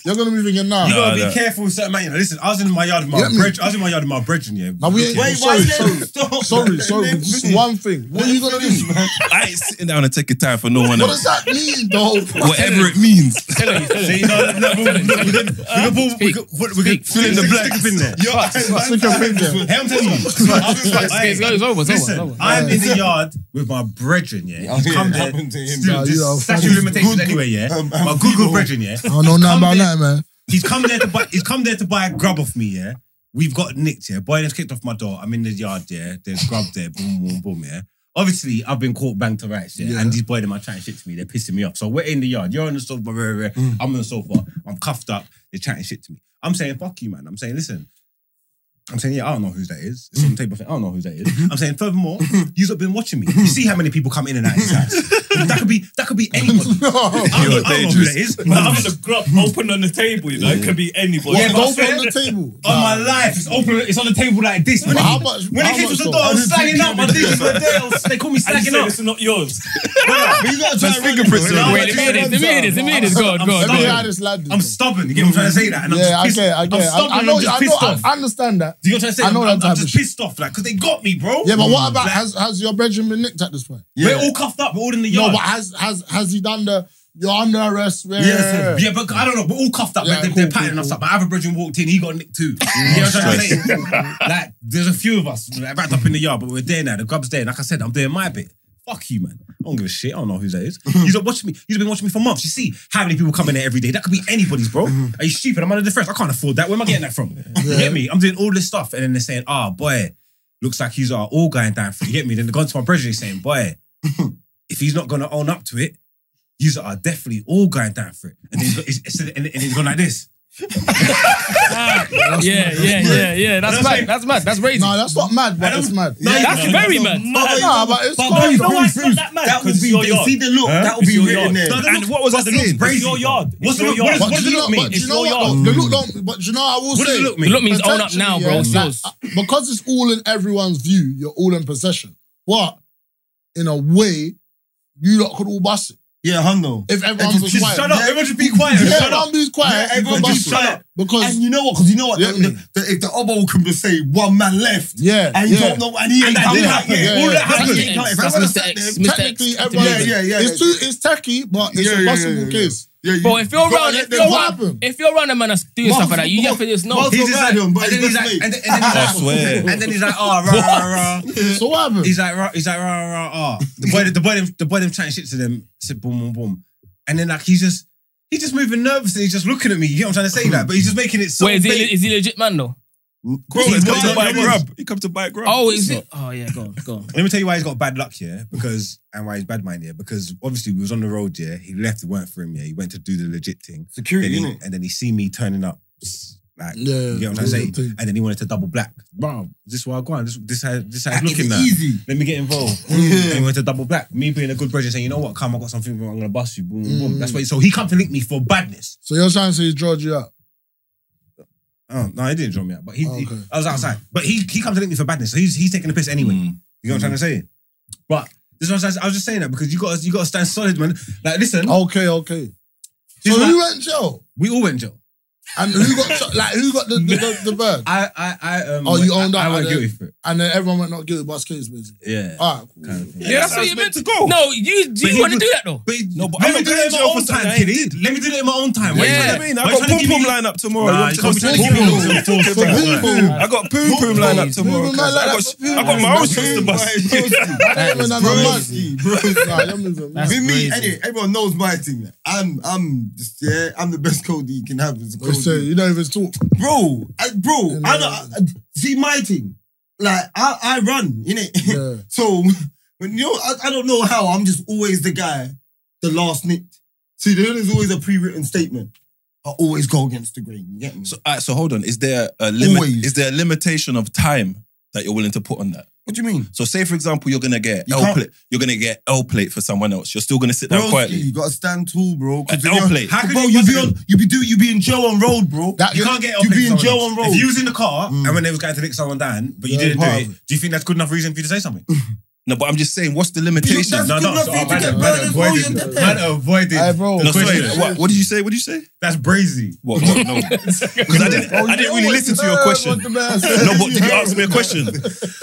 S6: You're gonna be thinking, nah.
S5: You gotta
S1: No,
S5: be
S1: no.
S5: careful with certain man. You know, listen, I was in my yard with my
S6: Get me.
S5: bridge. I was in my yard with my brethren, yeah.
S6: Now, we ain't,
S2: Wait, why
S6: sorry,
S2: is
S6: sorry,
S2: that- Stop.
S6: sorry, sorry.
S2: Let me
S6: Just
S2: finish.
S6: one thing. What are you gonna do?
S1: I ain't sitting down and taking time for no one
S6: What
S1: else.
S6: does that mean, though?
S1: Whatever it means.
S3: Tell him, tell
S5: See,
S3: him.
S5: no, no, no, we can- we can- we
S3: Speak.
S5: can pull- we can
S3: Speak.
S5: fill in the blanks in there.
S6: Stick your finger.
S5: Hey, I'm telling you.
S3: It's
S5: Hey,
S3: over, it's over, it's
S5: Listen,
S3: over.
S5: I'm in the yard with my brethren,
S2: Yeah,
S5: yeah.
S2: I hear
S5: Come
S2: it
S5: there.
S2: happened to him,
S5: still,
S6: bro.
S5: this
S6: You are
S5: statute
S6: funny.
S5: of limitations
S2: Good-
S5: anyway, yeah.
S2: um, um,
S5: My good, good
S2: people.
S5: brethren, yeah.
S6: I don't know Oh, nothing about
S5: Come
S6: that, man.
S5: He's come there to buy. He's come there to buy a grub off me. Yeah, we've got nicked. Yeah, boy has kicked off my door. I'm in the yard. Yeah, there's grub there. Boom, boom, boom. Yeah. Obviously, I've been caught bang to rights. Yeah,
S6: Yeah.
S5: and these boy them are chatting shit to me. They're pissing me off. So we're in the yard. You're on the sofa. rah, rah, rah. I'm on the sofa. I'm cuffed up. They're chatting shit to me. I'm saying fuck you, man. I'm saying listen. I'm saying, yeah, I don't know who that is. It's on the table. I don't know who that is. I'm saying, furthermore, you've been watching me. You see how many people come in and out of this house. That could be, that could be anybody. I don't,
S6: No.
S1: You're
S5: know- I don't know who that
S1: dangerous.
S5: is.
S4: Man, I'm in the grub open on the table, you know. It could be anybody.
S6: What,
S5: but I
S6: both
S5: said-
S6: on the table.
S5: on my life. It's open. It's on the table like this. When
S6: But
S5: they-
S6: how much-
S5: When
S6: how
S5: they came to
S6: much
S5: the
S6: though?
S5: door, I was
S6: How
S5: slagging out. My digits were there. I was- They call me
S4: And you
S5: slagging
S4: say
S5: out.
S4: this is not yours.
S1: There's fingerprints
S5: though.
S1: on
S5: Wait,
S1: it.
S3: Wait, the minute, the minute, the minute. Go on, go on,
S6: Let
S3: go
S6: me
S3: on.
S6: hear how this lad.
S5: I'm
S6: does,
S5: stubborn. You get what I'm trying to say? That, and
S6: bro.
S5: I'm
S6: Yeah,
S5: just
S6: I
S5: pissed.
S6: get, I
S5: I'm
S6: get. I,
S5: stubborn.
S6: I know,
S5: am just
S6: I
S5: pissed
S6: know, I,
S5: off.
S6: I understand that.
S5: Do you know what I'm saying?
S6: I know
S5: I'm,
S6: that
S5: I'm
S6: type of
S5: just
S6: shit.
S5: pissed off, like, because they got me, bro.
S6: Yeah, but what about has has your Benjamin been nicked at this point?
S5: We're all cuffed up. We're all in the
S6: No,
S5: yard.
S6: but has has has he done the you're under arrest? Yeah,
S5: yeah, yeah, but I don't know. We're all cuffed up.
S6: Yeah,
S5: like, they're,
S6: cool,
S5: they're
S6: cool,
S5: patting us
S6: cool. Mm.
S5: up. My other brethren walked in. He got nicked too. you know what I'm trying to say? like, there's a few of us like, wrapped up in the yard, but we're there now. The grub's there. Like I said, I'm doing my bit. Fuck you, man. I don't give a shit. I don't know who that is. You've been watching me. You've been watching me for months. You see how many people come in there every day. That could be anybody's, bro.
S6: Mm-hmm.
S5: Are you stupid? I'm under the first. I can't afford that. Where am I getting that from? You get me? I'm doing all this stuff, and then they're saying, "Ah, boy, looks like he's uh, all going down for." it." You get me? Then they're going to my president saying, "Boy, if he's not gonna own up to it, you are definitely all going down for it." And then he's, got- he's, and and he's gone like this.
S3: Ah, yeah, yeah, yeah, yeah. That's mad. That's mad. That's crazy.
S6: No, that's not mad, but it's mad.
S3: No, that's very mad.
S6: No, no, but it's
S4: But
S6: cold.
S4: you know why it's not that mad?
S2: That would
S4: Because
S2: be,
S4: it's your
S2: you
S4: yard.
S2: see the look, that would
S4: It's
S2: be
S4: your
S2: written
S4: yard.
S2: there.
S5: No, the
S1: And
S5: look-
S1: what was that? The looks
S4: It's
S1: crazy.
S4: your yard.
S5: What's
S4: It's
S5: the
S4: your
S5: look- what
S4: yard.
S5: is-
S6: But
S5: what does
S6: do you
S5: it
S6: know,
S5: look mean?
S6: but do
S5: It's
S6: you
S5: your
S6: know what?
S5: yard.
S6: though? The look don't. But do you know, I will
S5: What does
S6: say,
S5: it look
S3: The
S5: mean?
S3: look means own up now,
S6: potentially,
S3: bro.
S6: yeah,
S3: It's
S6: like,
S3: yours.
S6: uh, because it's all in everyone's view, you're all in possession. But in a way, you lot could all bust it.
S2: Yeah, hundo.
S6: If everyone was
S5: Just
S6: quiet.
S5: shut up.
S6: Yeah,
S5: Everyone just be quiet.
S6: yeah,
S5: Shut up.
S6: everyone be quiet.
S2: Yeah,
S6: you
S2: everyone
S6: could
S2: just
S6: bust
S2: shut
S6: it.
S2: up.
S6: Because,
S2: And you know what? Because you know what?
S6: Yeah,
S2: the,
S6: me.
S2: the, the, if the oboe can just say one man left,
S6: yeah,
S2: and you
S6: yeah.
S2: don't know, and he ain't
S5: And that
S2: come
S5: did
S2: back
S5: happen.
S2: yet.
S5: All that
S2: And
S5: happened.
S2: he ain't come- if
S3: That's
S2: everyone
S3: Mr.
S2: sat there-
S3: X. Mr. X.
S6: Technically, everyone.
S2: Yeah, yeah, yeah,
S6: It's,
S2: yeah.
S6: too, it's techie, but it's
S2: Yeah,
S6: a
S2: yeah,
S6: possible
S2: yeah, yeah.
S6: case.
S2: Yeah, you-
S3: Bro, if you're
S2: Bro,
S3: around,
S2: yeah,
S3: if you're
S6: what
S3: around,
S6: happened?
S3: if you're around a man that's doing
S2: Well,
S3: stuff like that, you
S2: well,
S3: have to just know.
S2: well,
S3: He-
S5: He's just like,
S2: Random,
S5: and
S2: but
S5: then
S2: it's
S5: he's like,
S2: me.
S5: and then, and then he's
S1: I
S5: like,
S1: swear.
S5: and then he's like, oh, rah, rah, rah.
S6: So what happened?
S5: He's like, rah, he's like, rah, rah, rah. The boy, the boy, them, the boy, them chatting shit to them, said boom, boom, boom, and then like he's just, he's just moving nervous and he's just looking at me. You get what I'm trying to say, like, but he's just making it so.
S3: Wait, is he,
S5: fake.
S3: is he legit man though?
S1: Bro,
S5: He's
S1: he's come
S5: wild,
S1: to buy
S5: he is.
S1: grub. He come to buy grub.
S3: Oh, is it? Oh yeah, go on, go on.
S5: Let me tell you why he's got bad luck here, because and why he's bad mind here, because obviously we was on the road, yeah. He left, it weren't for him, yeah. He went to do the legit thing, then
S2: Security,
S5: he-
S2: innit?
S5: and then he see me turning up, like
S6: yeah,
S5: You get what I'm saying? And then he wanted to double black. Bro, this is where I go on. This this how this how it's looking now.
S2: easy.
S5: Let me get involved.
S2: Yeah.
S5: And he wanted to double black. Me being a good brother saying, you know what, come, I got something, I'm gonna bust you. Boom, boom, boom. That's why. So he come to link me for badness.
S6: So you're trying to say he drawed you out?
S5: Oh, no, he didn't draw me out, but he, he-
S6: Okay.
S5: I was outside. But he he comes to link me for badness. So he's he's taking the piss anyway.
S1: Mm.
S5: You know what I'm trying to say? But this is what I'm saying. I was just saying that because you got to you got to stand solid, man. Like, listen,
S2: Oh.
S6: Okay, okay.
S5: this
S6: So
S5: is
S6: who
S5: why-
S6: went jail?
S5: we all went jail.
S6: And who got shot? Like who got the the, the, the bird?
S5: I I I um.
S6: Oh, you
S5: I-
S6: owned
S5: I,
S6: up,
S5: went
S6: I
S5: guilty
S6: did.
S5: for it.
S6: And then everyone went not guilty, but it's case basically.
S5: Yeah.
S6: All right, cool.
S5: Kind of thing.
S1: Yeah, that's
S3: that's
S1: how
S3: what
S1: it's
S3: you
S1: meant
S3: meant
S1: to go.
S3: No, you
S5: But
S3: you
S5: he
S3: want to
S5: was-
S3: do that though.
S5: But,
S1: No, but
S5: let
S1: I'm
S5: me
S1: not
S5: do
S1: going
S5: it in
S1: to
S5: my
S1: jail
S5: own
S1: for something I
S5: time,
S1: ain't
S5: kiddy. Let me do it in my own time. Why you
S3: Yeah.
S1: I
S5: trying to-
S1: mean,
S5: why
S1: I
S5: you
S1: got
S5: trying to
S1: pom
S5: give
S1: pom
S5: me-
S1: line up tomorrow.
S5: Nah,
S1: You
S5: you
S1: want
S5: can't
S1: to
S5: be trying
S1: go
S5: to give me
S1: pom-pom?
S5: all the full
S6: So
S5: things,
S6: boom,
S5: like-
S6: boom.
S1: I got poo poo line up tomorrow.
S6: Poo-poo
S1: cuz.
S6: line
S1: I got,
S6: up for poo-poo.
S1: I got my own shit to bust.
S6: I
S3: That
S6: didn't even
S3: is
S6: know
S2: crazy.
S6: that. Nah, you're moving.
S3: That's
S2: With me,
S3: crazy.
S2: anyway, everyone knows my thing. I'm, I'm, just, yeah, I'm the best Cody you can have. As a
S6: So
S2: Cody.
S6: you don't even talk.
S2: bro, I, bro,
S6: And,
S2: I,
S6: uh,
S2: don't- I, I- see my thing. Like I, I run in it.
S6: Yeah.
S2: So when you, know, I, I don't know how I'm just always the guy, the last nicked. See, there's always a pre-written statement. I always go against the grain. You get me?
S1: So, alright, so hold on. Is there a limit?
S2: Always.
S1: Is there a limitation of time that you're willing to put on that?
S2: what do you mean?
S1: So, say for example, you're gonna get
S2: You
S1: L
S2: can't-
S1: plate. You're gonna get L plate for someone else. You're still gonna sit down
S2: Bro,
S1: quietly.
S2: you gotta stand tall, bro.
S1: An
S2: 'cause then
S1: L
S2: you're-
S1: plate.
S5: How can
S2: bro,
S5: you-
S2: you
S5: one
S2: be on,
S5: second.
S2: you be do, you be in jail on road, bro.
S6: That-
S5: You can't get
S2: You
S5: up
S2: be in
S5: someone
S2: jail
S5: else.
S2: on road.
S5: If you was in the car
S2: Mm.
S5: and when they was going to lick someone down, but you
S6: Yeah,
S5: didn't do it,
S6: pardon.
S5: do you think that's good enough reason for you to say something?
S1: No, but I'm just saying, what's the
S2: You-
S1: limitation?
S2: that's
S5: No,
S2: good
S5: no,
S2: enough
S5: so
S2: for
S5: I
S2: you to get
S5: might-
S2: burned as well. You're
S5: avoided-
S2: dead.
S5: man avoided.
S6: Hey, bro.
S5: the
S1: No, sorry,
S5: question.
S1: what, what did you say? What did you say?
S5: That's brazy.
S1: What? what no, because I didn't. I didn't really listen to your question. No, but did you ask me a question?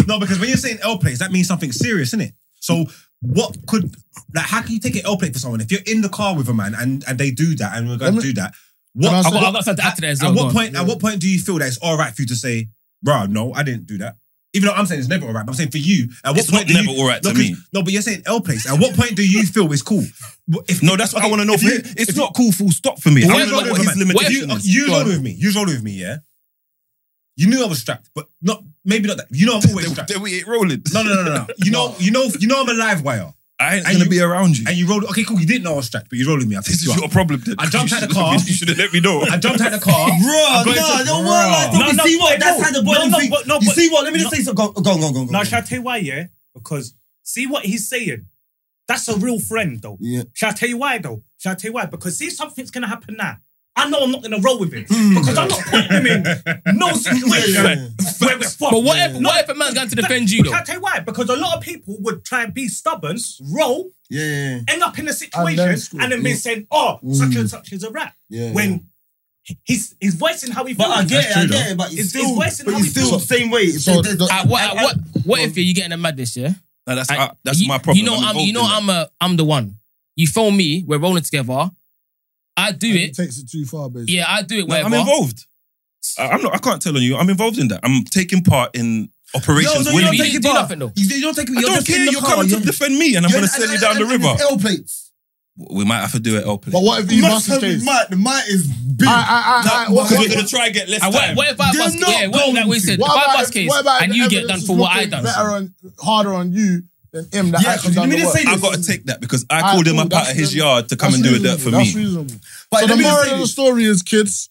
S5: No, because when you're saying L plates, that means something serious, isn't it? So what could like how can you take an L plate for someone if you're in the car with a man and, and they do that and we're gonna
S6: Let me-
S5: do that? What
S6: Can I
S3: I
S6: say-
S3: got I got something to add to that as well.
S5: at
S3: go
S5: what
S3: on.
S5: point? At what point do you feel that it's all right for you to say, "Bro, no, I didn't do that"? Even though I'm saying it's never all right, but I'm saying for you, at what
S1: It's
S5: point
S1: not
S5: do you-
S1: never all right
S5: no,
S1: to
S5: 'cause-
S1: me.
S5: No, but you're saying L place. At what point do you feel it's cool? Well, If
S1: No, that's what I want to know.
S5: if
S1: For
S5: you-
S1: him.
S5: if
S1: It's
S5: you-
S1: not cool. Full stop for me. I want to
S5: Well, where's
S1: know
S5: your
S1: what his
S5: limit? If you-
S1: limitation
S5: okay,
S1: is.
S5: You rolled with me. You rolled with me. Yeah. You knew I was strapped, but not maybe not that. You know I'm always
S1: Then-
S5: strapped.
S1: Then we ain't rolling.
S5: No, no, no, no, no. You know, you know, you know I'm a live wire,
S1: I ain't
S5: And
S1: gonna
S5: you-
S1: be around you.
S5: and you rolled. Okay, cool. You didn't know I was strapped, but you rolled with me. I
S1: This
S5: picked
S1: is
S5: you
S1: your
S5: up.
S1: problem. Then
S5: I jumped out the
S1: You
S5: car.
S1: should've- You should have let me know.
S5: I jumped out of the car.
S2: Bruh,
S5: Bro,
S2: nah,
S5: it's-
S2: don't worry like that.
S4: No,
S2: you
S4: no,
S2: see what?
S4: wait,
S2: That's
S4: no.
S2: how the boy
S4: No, no,
S2: think.
S4: but- no,
S2: you
S4: but-
S2: see what? Let me just
S4: no.
S2: say something. Go, go, on, go, on, go, on, go.
S4: Now,
S2: on.
S4: shall I tell you why, yeah? Because see what he's saying? That's a real friend, though.
S2: Yeah.
S4: Shall I tell you why, though? Shall I tell you why? Because see, something's going to happen now. I know I'm not going to roll with him because I'm not putting him in no situation where it's fucked.
S3: But what if what if a man's going to defend you
S4: Shall
S3: though?
S4: I tell you why? Because a lot of people would try and be stubborn, roll,
S2: Yeah, yeah, yeah.
S4: end up
S6: And
S4: in a
S6: then
S4: situation,
S6: screw.
S4: and then be
S2: Yeah.
S4: saying, oh, such and such is a rap.
S2: Yeah,
S4: When he's, he's voicing how he
S2: But I
S4: feels.
S2: get it, I
S5: true,
S2: get it, but
S4: It's-
S2: it's
S4: it's
S2: still,
S4: wasting
S2: but
S4: how
S2: it's
S4: we feel.
S2: still the same way. It's
S6: So
S2: the- the-
S6: the-
S3: At what, at
S2: I- I-
S3: what, what if you're getting a madness, yeah?
S1: No, that's
S3: I-
S1: uh, that's
S3: you,
S1: my problem.
S3: You know, I'm,
S1: involved
S3: you know,
S1: in that.
S3: I'm a, I'm the one. You phone me, we're rolling together. I do
S6: It
S3: it.
S6: takes it too far, basically.
S3: Yeah, I do it.
S1: No,
S3: Whatever.
S1: I'm involved. I, I'm not. I can't tell on you. I'm involved in that. I'm taking part in operations
S5: no,
S1: winning.
S5: you're
S3: You
S5: taking
S3: didn't do
S5: part.
S3: nothing though.
S5: You you don't take me.
S1: I
S5: You're
S1: don't
S5: just in
S1: care.
S5: the
S1: You're
S5: car,
S1: coming to
S5: you're-
S1: defend me, and I'm going to send you down the river.
S2: L plates.
S1: We might have to do it L
S6: But
S1: play.
S6: what if the
S2: Must
S6: Ibaka
S2: have been
S6: stays?
S2: might. The might is big.
S6: I, I, I, I, what,
S1: Because
S6: what,
S1: we're going to try and get left
S3: And what,
S1: time.
S3: what if I
S2: They're
S3: bust?
S2: not
S3: Yeah, what,
S2: going
S3: like we said, if
S6: what
S3: I
S6: about
S3: bust
S6: if-
S3: case,
S6: what about
S3: and
S6: if
S3: you get
S6: evidence
S3: done
S6: is
S3: for what I
S6: looking
S3: done.
S6: Better on, harder on you than him. That
S2: Yeah,
S6: actually
S2: 'cause let
S6: done
S2: me
S6: the
S2: just
S6: work.
S2: say
S1: I got to take that because I
S6: Alright,
S1: called him
S6: cool,
S1: up out
S6: that's
S1: of his
S6: good.
S1: yard to come
S6: That's
S1: and do it dirt
S6: reasonable,
S1: for
S6: that's
S1: me.
S6: reasonable.
S2: But
S6: So
S2: let
S6: the
S2: me just
S6: moral
S2: say
S6: of the
S2: this.
S6: story is, kids,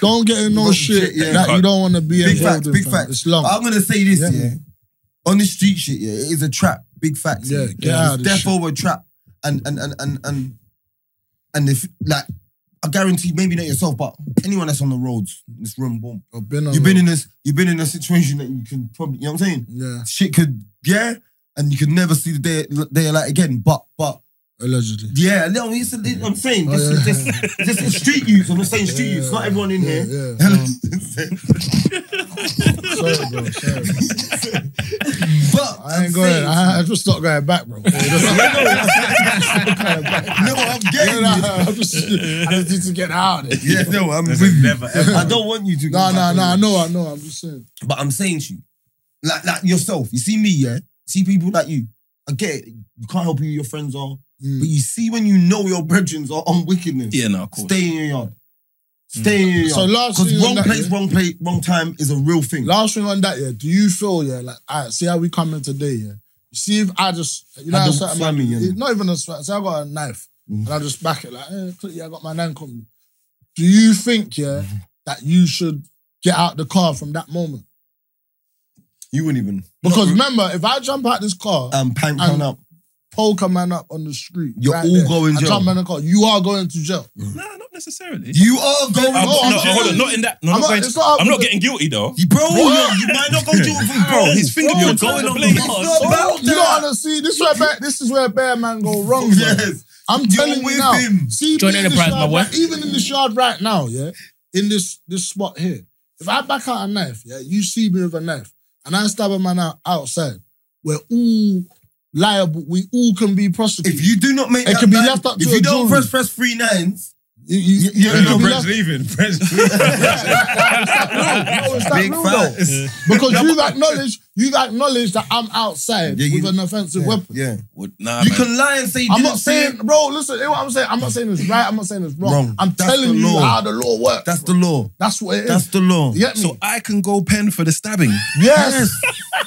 S6: don't get in no
S2: Don't
S6: shit
S2: shit, yeah.
S6: that you don't want to be
S2: Big
S6: involved
S2: facts,
S6: in.
S2: big
S6: fam.
S2: facts.
S6: It's long.
S2: I'm gonna say this,
S6: Yeah.
S2: yeah. On the street shit, yeah, it is a trap. Big facts.
S6: Yeah, get
S2: It's
S6: out of this
S2: death
S6: shit.
S2: over a trap. And and and and and and if like I guarantee, maybe not yourself, but anyone that's on the roads, this room, boom.
S6: I've been on
S2: You've been
S6: it.
S2: in this, you've been in a situation that you can probably, you know what I'm saying?
S6: Yeah,
S2: Shit could, yeah, and you could never see the day, day like again. But but
S6: allegedly.
S2: yeah, no, it's a, I'm saying
S6: Oh,
S2: this,
S6: yeah.
S2: is this, this is street use. I'm not saying street use. Not everyone in
S6: yeah,
S2: here.
S6: Yeah. Um, Sorry, bro. Sorry. bro.
S2: but
S6: I
S2: I'm
S6: ain't going.
S2: saying-
S6: I, I just not going back, bro.
S2: No, I'm getting
S6: Yeah,
S2: you.
S6: nah, I'm just, I just need to get out of it.
S2: Yeah, no, I'm
S5: There's
S2: with you.
S5: never, ever.
S2: I don't want you to. go
S6: No, no,
S2: back
S6: no. I
S2: on it.
S6: know, I know. I'm just saying.
S2: But I'm saying to you, like, like yourself. You see me, yeah. See people like you. I get it. You can't help who your friends are, but
S6: Mm.
S2: you see when you know your brethren are on wickedness.
S1: Yeah, no, of course.
S2: Stay in your yard. Stay in your yard.
S6: Mm. So last
S2: because
S6: thing on
S2: wrong
S6: that,
S2: place,
S6: yeah.
S2: wrong place, wrong time is a real thing.
S6: Last thing on that, yeah. Do you feel, yeah, like, all right, see how we coming today, yeah? You see if I just, you know,
S2: I
S6: how
S2: don't
S6: certain
S2: swing
S6: man-
S2: me, yeah.
S6: not even a sweat. Say I got a knife
S2: Mm.
S6: and I just back it, like, eh, click, yeah, I got my knife coming. Do you think, yeah,
S2: Mm-hmm.
S6: that you should get out the car from that moment?
S2: You wouldn't even
S6: Because remember, if I jump out this car,
S2: um prank
S6: And-
S2: count up.
S6: poke a man up on the street,
S2: You're
S6: right
S2: all
S6: there,
S2: going
S6: and
S2: jail.
S6: Jump in the car, you are going to jail.
S1: No, not necessarily.
S2: You are going.
S1: I'm-
S6: no, I'm
S1: no,
S6: saying-
S1: hold on. Not in that. No,
S6: I'm
S1: I'm
S6: not-
S1: not, going
S6: it's
S1: to,
S6: not up
S1: I'm
S6: to
S1: not
S6: the-
S1: getting guilty though.
S2: Bro,
S6: Bro.
S2: you, you might not go to jail for
S1: Bro, his finger
S4: Bro,
S1: you're
S4: it's
S1: going on
S4: not the blade.
S1: blade.
S2: It's not about
S6: You don't
S2: that.
S6: understand. This is where bear, this is where bear man go wrong. bro.
S2: Yes.
S6: I'm
S2: You're
S6: telling
S2: with
S6: you now.
S2: him.
S6: See,
S3: Join
S6: me in this
S3: enterprise,
S6: yard
S3: my
S6: right-
S3: boy.
S6: even in this yard right now, yeah, in this this spot here. If I back out a knife, yeah, you see me with a knife, and I stab a man out outside, we're all liable. We all can be prosecuted.
S2: If you do not make
S6: It
S2: that
S6: can be
S2: nine-
S6: left up to
S2: if
S6: a
S2: you don't
S6: jury.
S2: press press three nines,
S6: you, you,
S2: you-
S6: it
S2: you're
S6: could be
S5: Brent's
S6: left-
S5: leaving. Brent's leaving.
S6: no, it's that
S2: big
S6: real though.
S2: facts.
S6: Because you've acknowledged, you've acknowledged that I'm outside
S2: Yeah, you-
S6: with an offensive weapon.
S2: Yeah,
S1: Well, Nah,
S2: you
S1: man.
S2: can lie and say you
S6: I'm
S2: didn't
S6: not
S2: see
S6: saying,
S2: it.
S6: bro. Listen, hear what I'm saying. I'm not saying it's right. I'm not saying it's wrong.
S2: Wrong.
S6: I'm
S2: That's
S6: telling
S2: the
S6: you
S2: law.
S6: how the law works.
S2: That's the law.
S6: That's what it is.
S2: That's the law.
S6: you get me?
S1: So I can go pen for the stabbing,
S6: yes.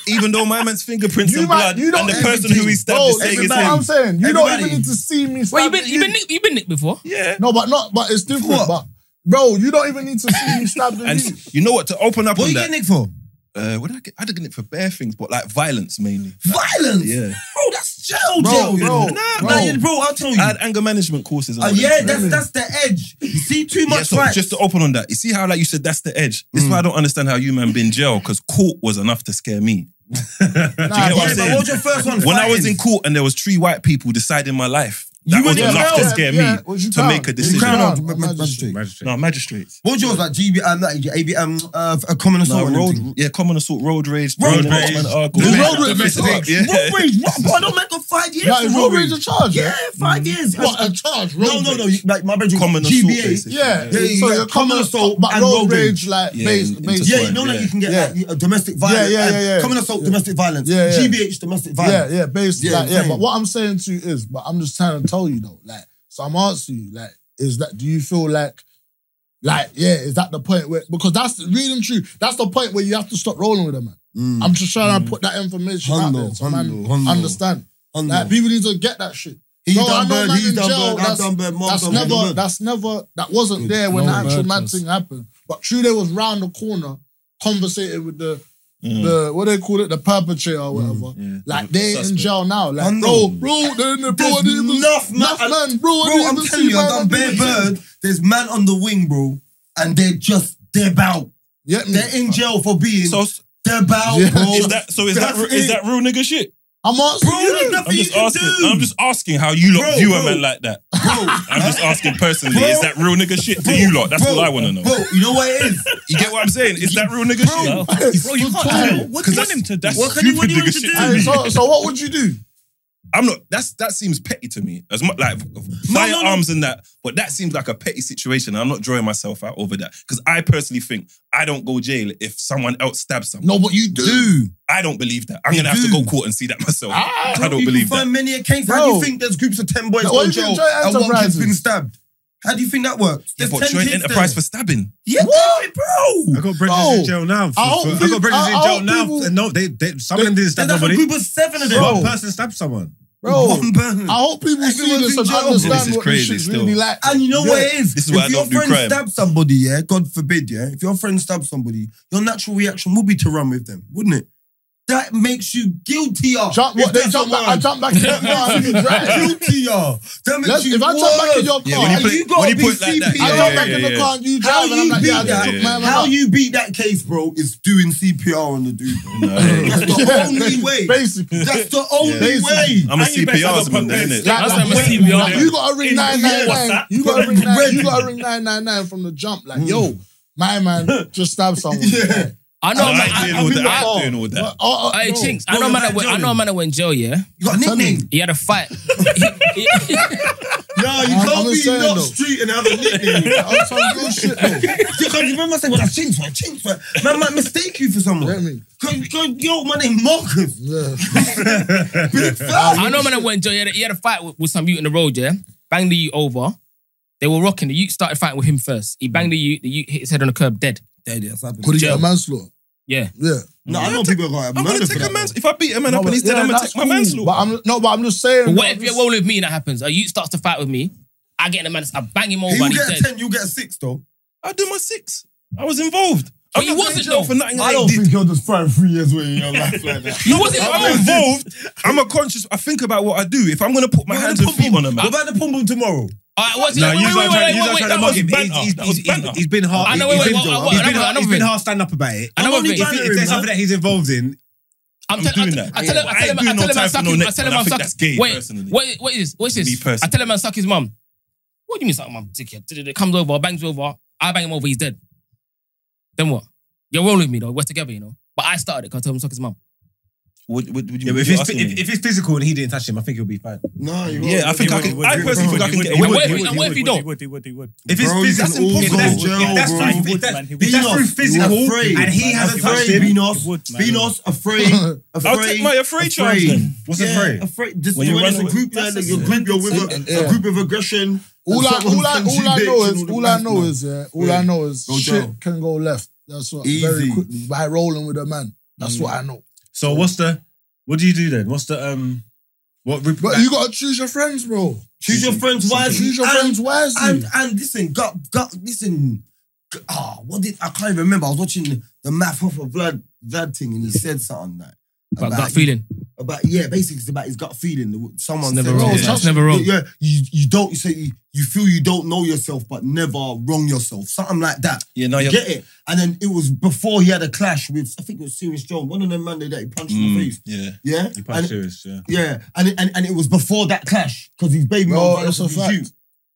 S1: even though my man's fingerprints
S6: You
S1: and
S6: might-
S1: blood,
S6: you don't
S1: and the person who he stabbed
S6: Bro,
S1: is saying
S6: you
S1: it's
S6: know what I'm
S1: him.
S6: saying you don't
S2: Everybody.
S6: even need to see me.
S3: Well, you've
S6: stab
S3: been
S6: at
S3: you've been nicked, you've been nicked before.
S1: Yeah.
S6: No, but not. But it's different.
S2: what?
S6: But bro, you don't even need to see me stabbed.
S1: And
S6: you.
S1: you know what? To open up
S2: What are
S1: on
S2: you
S1: that,
S2: getting it for?
S1: uh, what did I get? I did get it for bare things, but like violence mainly.
S2: Violence.
S1: Yeah.
S2: Bro, that's jail,
S6: Bro,
S2: jail.
S6: bro,
S2: nah,
S6: bro.
S2: nah, yeah, bro, I'll tell you.
S1: I had anger management courses. And
S2: Uh,
S1: all that.
S2: yeah, that's that's the edge. You see too
S1: Yeah,
S2: much
S1: so
S2: right. Mm.
S1: just to open on that, you see how like you said that's the edge. This is why I don't understand how you man been jail because court was enough to scare me.
S6: Nah,
S1: you get what
S2: yeah,
S1: I'm
S2: but
S1: saying?
S2: what was your first one?
S1: When I was
S2: Fighting.
S1: in court and there was three white people deciding my life, that
S2: You were
S1: was
S2: in
S1: enough
S2: jail,
S1: to scare me.
S6: was you
S1: to
S6: down?
S1: make a
S6: Was you
S1: decision.
S6: down?
S2: Crown
S6: I'm
S2: or
S6: not just-
S2: magistrate?
S5: Magistrate.
S1: No, magistrates.
S2: What was yours like? GB, um, not GB, AB, um, uh, a common
S1: No,
S2: assault.
S1: road, yeah, common assault, road rage,
S2: Road
S1: domestic
S5: rage.
S1: and alcohol.
S2: The
S6: road rage
S1: Domestic,
S6: is
S1: yeah.
S2: Road rage. Road, bro, I don't make a five years.
S6: Nah,
S2: for
S6: is
S2: road
S6: road rage a charge?
S2: Yeah, five years.
S6: What a charge?
S2: No,
S6: road
S2: no, no.
S6: rage?
S2: you- Like my bedroom.
S1: Common assault,
S2: GBA.
S1: basically.
S6: Yeah,
S1: Yeah,
S6: so
S2: you
S6: you're
S2: got
S6: common,
S2: common assault
S6: but
S2: and
S6: road
S2: road
S6: rage, like
S1: Yeah,
S6: based,
S1: in-
S6: based
S2: Yeah,
S1: intertwined.
S2: you know, like
S1: Yeah.
S2: you can get
S6: Yeah.
S2: like, uh, domestic violence.
S6: yeah, yeah,
S2: and
S6: yeah.
S2: Common assault,
S6: Yeah.
S2: domestic violence.
S6: Yeah, yeah.
S2: GBH, domestic
S6: yeah,
S2: violence.
S6: yeah, based,
S2: Yeah,
S6: like, yeah.
S2: same.
S6: But what I'm saying to you is, but I'm just trying to tell you though, like, so I'm asking you, like, is that do you feel like, like, yeah, is that the point where because that's real and true, that's the point where you have to stop rolling with them, man.
S2: Mm.
S6: I'm just trying to put that information out
S2: Hundo,
S6: there, so man,
S2: hundo, hundo.
S6: understand.
S2: On
S6: Like,
S2: that.
S6: people need to get that shit.
S2: He
S6: No, I
S2: done
S6: know
S2: bird,
S6: man
S2: he
S6: in
S2: done
S6: jail,
S2: bird, I
S6: that's-
S2: done bird, mom
S6: That's
S2: done bird,
S6: never,
S2: bird.
S6: that's never, that wasn't there when no
S2: No
S6: the actual mad purpose. thing happened. But true, they was round the corner, conversating with the
S1: Mm.
S6: the what they call it, the perpetrator or whatever.
S2: Mm,
S1: yeah.
S6: Like they in
S1: Suspect.
S6: jail now. Like
S2: I
S6: bro,
S2: know.
S6: bro, they in the bro, I
S2: There's
S6: didn't even
S2: enough, man.
S6: enough, man, bro.
S2: Bro,
S6: I didn't
S2: I'm
S6: even
S2: telling
S6: see
S2: you, I've
S6: man, I
S2: done bare
S6: didn't even see-
S2: bird. There's man on the wing, bro, and they're just they're out.
S6: Yeah,
S2: They're
S6: me.
S2: in jail for being
S1: So
S2: they're out,
S6: Yeah.
S2: bro.
S1: is that so? Is that
S2: That's
S1: is
S2: it.
S1: that real nigga shit?
S6: I'm asking
S2: Bro,
S6: you.
S2: there's nothing
S1: I'm
S2: you
S1: just
S2: can
S1: asking.
S2: do.
S1: I'm just asking how you lot
S2: Bro,
S1: view a
S2: bro.
S1: man like that.
S2: bro,
S1: I'm just asking personally.
S2: Bro.
S1: Is that real nigga shit to you lot? That's
S2: bro,
S1: all I want to know.
S2: Bro, you know what it is?
S1: You get what I'm saying? Is that real nigga
S3: Bro,
S1: shit?
S3: bro you can't.
S6: tall.
S3: tell. What do you want him to do?
S1: That's
S2: What can you-
S1: stupid
S2: what do you
S1: nigga
S2: want to
S1: shit
S2: do?
S1: to
S6: Hey,
S1: me.
S6: so, so what would you do?
S1: I'm not. That's that seems petty to me. As much like firearms and that, but that seems like a petty situation. I'm not drawing myself out over that because I personally think I don't go jail if someone else stabs someone.
S2: No, but you do.
S1: I don't believe that. I'm gonna have to go court and see that myself. I, don't
S2: Ah, you
S1: believe
S2: can
S1: that.
S2: find many a case. How
S6: Bro.
S2: do you think there's groups of ten boys
S6: No,
S2: on
S6: even
S2: jail
S6: joint
S2: and one kid's
S6: enterprises.
S2: been stabbed? How do you think that works?
S1: Yeah,
S2: There's
S1: but
S2: 10
S1: joint
S2: kids
S1: enterprise for
S2: there.
S1: stabbing.
S2: yeah, why, bro.
S5: I got brothers
S6: Bro,
S5: in jail now. For,
S6: I hope
S5: for- I
S6: people-
S5: got brothers
S6: I-
S5: in
S6: I
S5: jail
S6: hope
S5: now.
S6: people-
S5: and no, they, they some of them didn't stab
S2: There's like a
S5: nobody.
S2: group of seven of them.
S5: One person stabbed someone.
S6: Bro,
S2: One person.
S6: I hope people see
S2: Everyone's
S6: this
S2: in
S6: and
S2: jail.
S1: This
S6: understand
S1: is
S6: what
S1: crazy
S6: this shit's
S1: still.
S6: really like.
S2: And you know
S6: Yeah.
S2: what it is?
S1: This is
S2: if
S1: why I
S2: your
S1: don't do
S2: friend
S1: crime.
S2: stabs somebody, yeah, God forbid, yeah, if your friend stabs somebody, your natural reaction would be to run with them, wouldn't it? That makes you guiltier.
S6: Jump,
S2: if
S6: what, they
S2: that's
S6: jump
S2: a
S6: back,
S2: word.
S6: I jump back in that car and you drive.
S2: guiltier. That makes
S6: Let's-
S2: you
S6: If I jump back in your
S1: Yeah, when you
S6: car,
S2: and
S1: put-
S2: you
S1: when
S2: gotta
S1: you
S2: be
S1: put it like that,
S2: CPR.
S1: yeah,
S6: I
S1: yeah,
S6: jump back in
S1: yeah,
S6: the
S1: yeah.
S6: car and you
S2: How
S6: drive, and I'm
S2: you
S6: like,
S2: beat
S6: yeah, I
S2: that?
S6: took my
S2: How
S6: man
S2: you beat that case, bro, is doing CPR on the dude.
S1: No, yeah.
S2: That's the only way.
S6: Basically,
S2: That's the only
S1: Yeah.
S2: way.
S1: I'm a
S4: And you
S1: CPR's
S4: best have a
S1: man,
S4: purpose.
S1: isn't it?
S6: Like,
S3: That's
S6: like,
S3: why I'm a
S6: wait,
S3: CPR.
S6: like, you gotta ring
S4: In-
S6: nine nine nine.
S4: WhatsApp.
S6: You gotta ring
S2: Red.
S6: nine. You gotta ring nine nine nine from the jump. Like, yo,
S1: Mm.
S6: my man just stabbed someone.
S2: Yeah.
S3: I know,
S1: No,
S3: a man.
S1: I ain't doing all that. I ain't doing all
S6: Uh,
S1: that.
S6: uh,
S3: Hey,
S6: no.
S3: Chinks, I know, a man that went, I know a man that went in jail, yeah?
S2: You got a
S6: Tell
S2: nickname.
S3: He had a fight.
S2: No, you
S6: I'm-
S2: can't
S6: I'm
S2: be
S6: just saying,
S2: not
S6: though.
S2: street and have a nickname.
S6: I'm oh, some real shit though. You
S2: Because you remember saying, well, that's Chinks, man, Chinks, man. Man might mistake you for
S6: know what I
S2: someone.
S6: mean?
S2: Cause, cause, yo, my name Marcus.
S6: Yeah.
S2: Big
S3: I
S2: fat.
S3: know a man that went in jail, he had a, he had a fight with, with some youth in the road, yeah? Banged the youth over. They were rocking. The youth started fighting with him first. He banged the youth, the youth hit his head on the curb, dead.
S2: Dead, yes, I've been-
S6: Could he get
S3: Jail.
S6: a manslaughter?
S3: Yeah.
S6: Yeah.
S2: No, I know people got
S1: I'm gonna
S2: murdered
S1: take
S2: for
S1: a
S2: that,
S1: man. If I beat a man up
S6: No,
S1: and he's
S6: but-
S1: dead,
S6: yeah,
S1: I'm gonna
S6: that's
S1: take my
S6: cool. But
S1: manslaughter.
S6: I'm no, but I'm just saying.
S3: But what
S6: no,
S3: if
S6: this-
S3: you're rolling with me and that happens? A youth starts to fight with me. I get in the man, I bang him over
S2: He will
S3: and he's
S2: get
S3: dead.
S2: a 10, you get a 6, though.
S1: I do my six. I was involved. I'm
S3: he
S1: not going
S3: wasn't,
S1: to jail
S3: though.
S1: for nothing.
S2: I
S1: I
S2: don't
S1: did.
S2: think you'll just find three years away in your life like that.
S3: He wasn't
S1: I'm
S3: involved.
S1: involved. I'm a conscious. I think about what I do. If I'm gonna put my hands and feet on a
S2: What
S1: man,
S2: about the pom pom tomorrow?
S3: All right, what's
S5: No,
S3: wait,
S5: you
S3: wait,
S5: was
S3: wait,
S5: trying-
S3: wait,
S5: you
S3: wait,
S5: was trying
S3: wait,
S5: to
S3: that
S5: mug
S3: was-
S5: him.
S1: banter.
S5: He's- he's-
S1: That was
S5: he's been-
S1: banter.
S5: He's been hard.
S3: I know,
S5: he's
S3: wait,
S5: been-
S3: wait, what- what-
S5: he's been-
S3: another- another
S5: He's been
S3: thing.
S5: half stand up about it.
S3: Another
S5: If-
S3: thing.
S5: If there's something that he's involved in,
S3: I'm telling,
S1: doing
S3: I,
S1: that.
S3: I
S1: Yeah.
S3: tell him, I tell him,
S1: I ain't
S3: I
S1: doing
S3: tell him,
S1: no time for
S3: I'm
S1: no
S3: sucking, I
S1: next
S3: tell him,
S1: one. I
S3: I'm
S1: think
S3: sucking.
S1: that's gay,
S3: wait,
S1: personally.
S3: wait, what is, what's
S1: Me
S3: this? I
S1: personally.
S3: tell him, I'm suck his mum. What do you mean, suck my dickhead? Comes over, bangs me over, I bang him over, he's dead. Then what? You're rolling with me though. We're together, you know. But I started it. 'cause I told him, suck his mum.
S1: would, would, would
S5: yeah,
S1: you?
S5: but if,
S1: you're
S5: it's,
S1: asking
S5: if,
S1: me?
S5: if it's physical and he didn't touch him, I think he'll be fine.
S2: No, you
S1: yeah, I think I can. I personally think I can get
S3: would,
S1: away.
S3: he
S1: with
S3: would,
S1: it.
S3: he would, he would,
S4: Would, he would, he would.
S5: If it's
S2: Bro, you
S5: physical,
S2: can all
S5: if
S2: go
S5: that's,
S2: to
S5: if that's
S2: jail,
S5: through,
S2: bro.
S5: if that's,
S4: He would,
S5: if that's
S2: man, he
S5: through
S2: would.
S5: physical
S2: Afraid.
S5: and he hasn't touched
S2: afraid.
S5: him,
S2: Benos,
S4: He would, man.
S2: Benos, afraid, afraid.
S1: I'll take my afraid charge then.
S5: what's
S2: Yeah,
S5: afraid?
S2: afraid. This
S1: When
S2: is
S1: you
S2: when
S1: run
S2: it's a
S1: away-
S2: group, yeah,
S1: that's
S2: like
S1: a
S2: your group, you're with
S1: sentence,
S2: a,
S6: yeah.
S2: a group of aggression.
S6: All I,
S2: someone's
S6: all I,
S2: done
S6: all I
S2: two
S6: know
S2: dates
S6: is,
S2: and
S6: all I
S2: that,
S6: know
S2: man.
S6: is, yeah, all
S2: Yeah.
S6: I know is,
S2: Go
S6: shit
S2: jail.
S6: can go left. That's what very
S2: Easy.
S6: quickly by rolling with a man. That's what I know.
S5: So what's the? What do you do then? What's the um? What? Rep-
S6: But you gotta choose your friends, bro.
S2: Choose your friends wisely.
S6: Choose your
S2: and,
S6: friends wisely.
S2: And and listen, gut, gut, listen. gu- Ah, what did I can't even remember? I was watching the math of a Vlad Vlad thing, and he said something like
S3: But that feeling.
S2: about yeah, basically it's about his gut feeling. The- Someone
S3: It's never
S2: said to
S3: wrong.
S2: him,
S6: Yeah.
S3: It's never wrong.
S2: Yeah, you you don't say you, you feel you don't know yourself, but never wrong yourself. Something like that.
S1: Yeah, no,
S2: You
S1: you're
S2: get it? And then it was before he had a clash with I think it was Serious John, one of them man that he punched in the
S1: Mm,
S2: face.
S1: yeah.
S2: Yeah,
S5: You're probably
S2: and,
S5: serious, yeah.
S2: yeah, and, and and it was before that clash because his baby
S6: Bro,
S2: mum
S6: it's a
S2: was
S6: fact.
S2: you.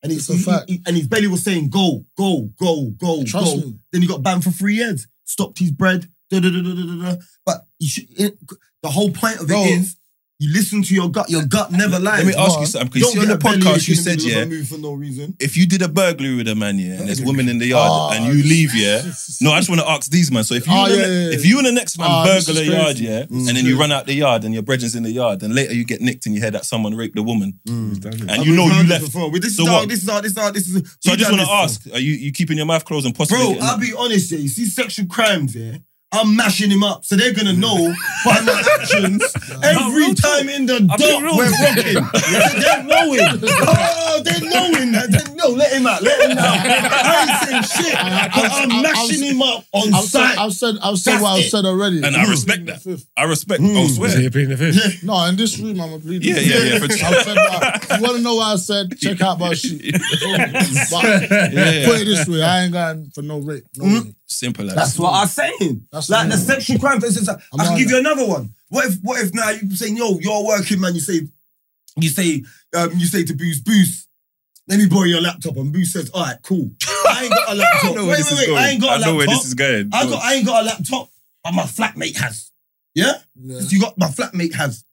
S2: And
S6: It's
S2: it's
S6: a fact.
S2: and his belly was saying go, go, go, go,
S6: Trust
S2: go.
S6: me.
S2: Then he got banned for three years. Stopped his bread. Da, da, da, da, da, da, da. But you should, it, the whole point of
S6: Bro.
S2: it is you listen to your gut. Your gut never lies.
S1: Let me ask
S6: Come
S1: you
S6: on.
S1: something. Because on the podcast, you said yeah,
S2: Move for no reason.
S1: if you did a burglary with a man, yeah, and there's women in the yard,
S6: Oh,
S1: and you leave, yeah. No, I just want to ask these man. So if you
S6: Oh,
S1: and the
S6: yeah,
S1: ne-
S6: yeah, yeah.
S1: if you and the next man
S6: Oh, this
S1: burgle a
S6: is
S1: yard,
S6: crazy.
S1: yeah,
S2: Mm.
S1: and then you run out the yard and your brethren's in the yard, and later you get nicked and you hear that someone raped a woman, and you know you left.
S2: This is
S1: So
S2: how.
S1: what?
S2: This is how. This is how. This is.
S1: So I
S2: we
S1: just
S2: done
S1: want to
S2: this thing.
S1: ask: Are you you keeping your mouth closed and possibly?
S2: Bro,
S1: getting-
S2: I'll be honest, yeah. You see sexual crimes, yeah. I'm mashing him up, so they're gonna know by my actions every
S1: real talk.
S2: time in the
S1: be
S2: dock
S1: real
S2: we're
S1: talk.
S2: rocking. So they're knowing. Oh, they're knowing that. They know. Let him out. Let him out. I ain't saying shit.
S6: I- I-
S2: but I'm
S6: I- I-
S2: mashing him up on
S6: I've said,
S2: sight.
S6: I've said, I've said
S2: That's
S6: what I've
S2: it.
S6: said already.
S1: And I respect that. I respect.
S2: Mm.
S1: I swear.
S5: the fifth.
S6: No, in this room, I'm a pleader.
S1: Yeah, yeah, yeah, for sure.
S6: I've said what, if you want to know what I said, check out my sheet. But
S1: Yeah,
S6: put
S1: yeah.
S6: it this way, I ain't going for no rape. No
S2: Mm.
S6: rape.
S1: Simple as.
S2: That's what I'm saying.
S6: That's
S2: like
S6: what
S2: the
S6: I'm-
S2: sexual crime, for instance. I,
S6: I'm
S2: I can
S6: on
S2: give
S6: that.
S2: you another one. What if what if now you saying, yo, you're a working man, you say, you say, um, you say to Booze, Booze, let me borrow your laptop. And Booze says, all right, cool. I ain't got a
S1: I
S2: laptop.
S1: know
S2: wait,
S1: where
S2: wait,
S1: this is
S2: wait,
S1: going.
S2: I ain't got a
S1: I know where
S2: laptop.
S1: this is going.
S2: I got I ain't got a laptop, but my flatmate has. Yeah?
S6: Yeah.
S2: So you got my flatmate has.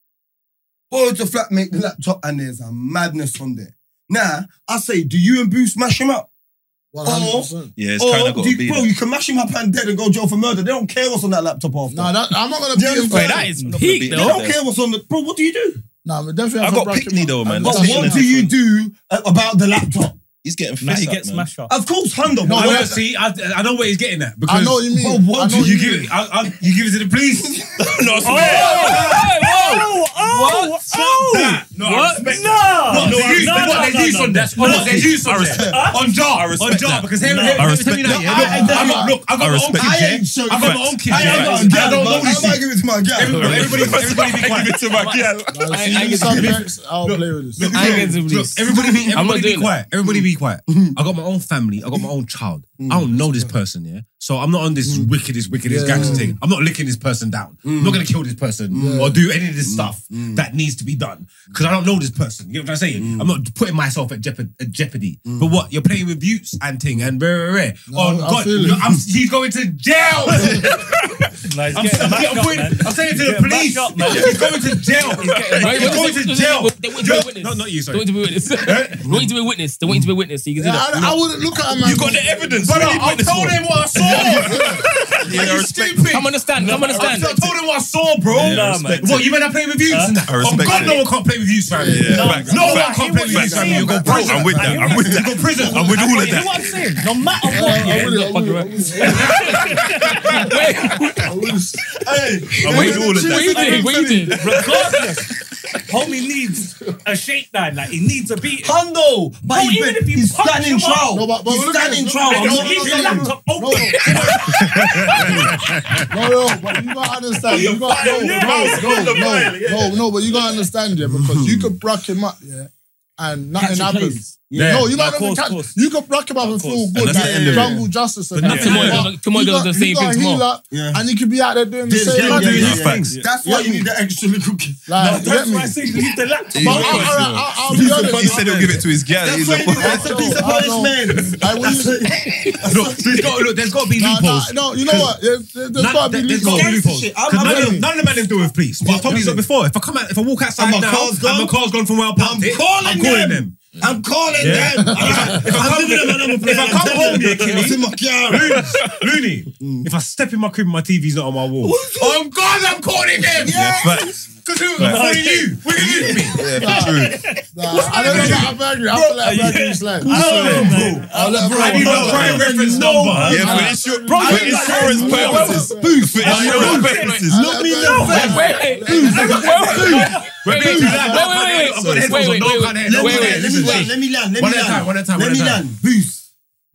S2: borrowed the flatmate the laptop and there's a madness on there. Now, I say, do you and Boo smash him up?
S6: 100%.
S1: Yeah, it's kind
S2: Or,
S1: of got
S2: do
S1: to
S2: you,
S1: be.
S2: Oh, bro,
S1: that.
S2: you can mash him up and dead and go jail for murder. They don't care what's on that laptop after.
S6: Nah, that, I'm not gonna
S2: Yeah,
S6: beat him.
S3: Wait,
S6: for
S3: that
S6: it.
S3: is
S1: I'm not
S3: peak
S1: gonna be-
S2: They
S3: though.
S2: don't care what's on the. Bro, what do you do?
S6: Nah, but definitely.
S1: I
S6: have to
S1: got
S6: brush
S1: Pickney
S6: him up.
S1: though, man.
S2: But
S1: That's definitely
S2: what do you do uh, about the laptop?
S1: He's getting
S4: Nah,
S1: fist
S4: he
S1: up,
S4: gets
S1: man.
S4: smashed up.
S2: Of course, Hundo.
S6: No,
S5: I
S6: but
S5: know,
S6: that's-
S5: see, I, I know where he's getting at. Because
S6: I know what you mean.
S2: Bro, what
S6: I know
S2: do
S6: what
S5: you
S6: mean.
S5: give it, I, I, you give it to the police.
S1: no, I swear.
S3: Oh,
S4: Oh, oh,
S3: What?
S4: oh.
S5: Nah, no, I respect that.
S4: No,
S5: No, they use-
S4: no,
S5: what
S4: no,
S5: they
S4: no,
S5: use
S4: no,
S5: on
S4: no.
S5: that. What they use on that. On jar.
S1: respect
S5: On jar.
S1: that.
S5: Because here,
S4: No,
S5: here,
S4: I
S5: here,
S1: respect
S5: tell me that.
S1: that.
S5: yeah.
S1: No,
S5: I- I- I'm not- Look, I've got
S1: I
S5: my own
S1: respect
S5: kid.
S1: that.
S5: yeah. I've got my own kid.
S2: I
S5: yeah.
S2: ain't got a
S5: And I
S2: gal,
S5: don't
S2: man.
S5: know
S2: I
S5: this
S2: might
S5: shit.
S2: give it to my gal.
S5: Everybody, everybody, everybody be quiet.
S1: to my girl.
S6: Nah,
S3: I-
S6: see,
S3: I-
S6: these subjects, I'll play with this.
S3: I ain't getting to
S5: Look,
S3: police.
S5: everybody, everybody
S3: I'm not
S5: be
S3: doing that.
S5: quiet. Everybody be quiet. I got my own family. I got my own child. I don't know this person, yeah. So I'm not on this wickedest, wickedest
S6: Yeah.
S5: gangster thing. I'm not licking this person down. I'm not gonna kill this person or do any of this stuff that needs to be done because I don't know this person. You know what I'm saying? I'm not putting myself at, jeopard- at jeopardy. But what you're playing with views and thing and rare, rare, rare.
S6: No,
S5: oh
S6: I
S5: God,
S6: feel it.
S5: I'm, he's going to jail.
S4: Nice.
S5: I'm, saying- I'm, putting- I'm saying it to the
S4: Get back
S5: police.
S4: up, man.
S5: He's going to jail. He's going to jail.
S3: They want you to be a witness.
S5: No, not you,
S3: They
S5: sorry.
S3: want you to be a witness. They want you to be a witness. They want you to be a witness. So you can do
S6: Yeah,
S3: that.
S6: I, I wouldn't look at him. You got the evidence.
S5: Brother, I told him what I saw.
S1: Yeah, I
S5: Are you
S1: respect
S5: stupid?
S3: Come understand. Come
S5: I
S3: understand.
S5: told him what I saw, bro.
S1: Yeah, I Nah, respect man.
S5: What, you meant I play with views? and that?
S1: I
S5: oh,
S1: respect
S5: God,
S1: it.
S5: no one can't play with views, fam.
S1: Yeah,
S5: No,
S1: facts,
S5: no one
S1: facts,
S5: can't play with
S1: facts.
S5: views, fam. You'll go
S1: Bro,
S5: prison.
S1: I'm with that. I'm with
S5: You'll
S1: that.
S5: go prison.
S1: I'm with all of
S4: You know
S1: that.
S4: what I'm saying? No matter what,
S6: I
S4: yeah.
S6: wouldn't- I
S3: fucking
S6: wouldn't- I wouldn't-
S1: I'm with all of
S3: What
S1: that.
S3: you doing? What you doing?
S4: regardless, homie needs a shakedown. Like he needs a beat.
S2: Hundo, but
S4: Bro,
S2: he's,
S4: even
S2: been,
S4: if he
S2: he's
S4: punch
S2: standing
S4: him up-
S2: trial.
S6: No, but- but
S2: he's
S6: look at
S2: standing
S6: this,
S2: trial.
S6: look
S4: And
S6: at
S2: I'm
S6: this.
S2: not
S6: no,
S4: don't leave
S6: no,
S4: your
S2: kidding.
S6: no,
S4: laptop open.
S6: No, no, no, but you gotta understand. You got no, no, no, no, no, no, but you gotta understand, yeah, because you could block him up, yeah, and nothing
S4: Catch a
S6: happens.
S4: case.
S5: Yeah.
S6: No, you
S4: No,
S6: might
S4: of
S6: not even
S4: course,
S6: catch.
S4: of course.
S6: You could block him up and feel good,
S1: And that's
S6: like
S1: the end of it.
S6: jungle justice. and
S1: But
S6: that,
S1: nothing
S6: yeah,
S1: more.
S6: but
S3: Tomorrow
S6: you
S3: does the
S6: got-
S3: same
S6: you
S3: thing
S6: got a
S3: tomorrow.
S6: healer,
S2: Yeah.
S6: And he could be out there doing the
S2: This- yeah,
S6: same
S2: yeah,
S6: thing. yeah.
S2: yeah.
S1: Facts.
S2: That's why you need that extra little kid.
S6: Like, you get
S4: That's
S6: me?
S4: why I say leave the
S1: Yeah.
S6: But
S4: laptop.
S6: I- all right, I- I'll be honest.
S1: He said he'll give it to his girl.
S2: That's
S1: He's
S2: why
S1: a
S2: you need that extra piece of
S6: I know.
S2: punishment.
S6: Like, when you say-
S5: Look, there's got, look, there's got to be
S6: Nah, nah,
S5: loopholes.
S6: No, you know what? There- there- There's
S5: None-
S6: gotta be
S5: there's gotta be
S6: loopholes.
S5: loopholes.
S2: Shit, I'm-
S5: 'Cause
S2: I'm
S5: none,
S2: telling
S5: of, none of them do with police. But I told you this before. If I come out, if I walk outside
S2: And my
S5: now,
S2: car's
S5: and
S2: gone?
S5: my car's gone from where I parked it, I'm calling them.
S2: I'm calling
S5: Yeah.
S2: them. I'm giving them a number plate.
S5: If I come home, yeah, Kenny.
S2: It's in my car.
S5: Looney, if I step in my crib, my TV's not on my wall. Oh God, I'm calling him.
S1: Yeah, facts.
S5: Because who? What are you? What are you to me?
S1: Yeah, true.
S6: Nah, I don't know that I'm angry. I feel like I'm angry. It's like, I'll let
S5: I
S6: everyone
S5: need
S6: know.
S5: a crime reference number.
S1: Yeah, for insu- for insurance purposes. For insurance purposes.
S6: Let me know.
S3: Wait, wait, wait, wait, wait, wait, wait, wait, wait, wait, wait,
S5: Let me-
S3: wait,
S5: let
S3: wait,
S5: me-
S3: wait, wait.
S2: Let me land. Let me land. Let
S5: One
S2: me
S5: at a time,
S2: land.
S5: one at a time,
S2: Let
S5: one at a
S2: me
S5: time.
S2: land. Boost.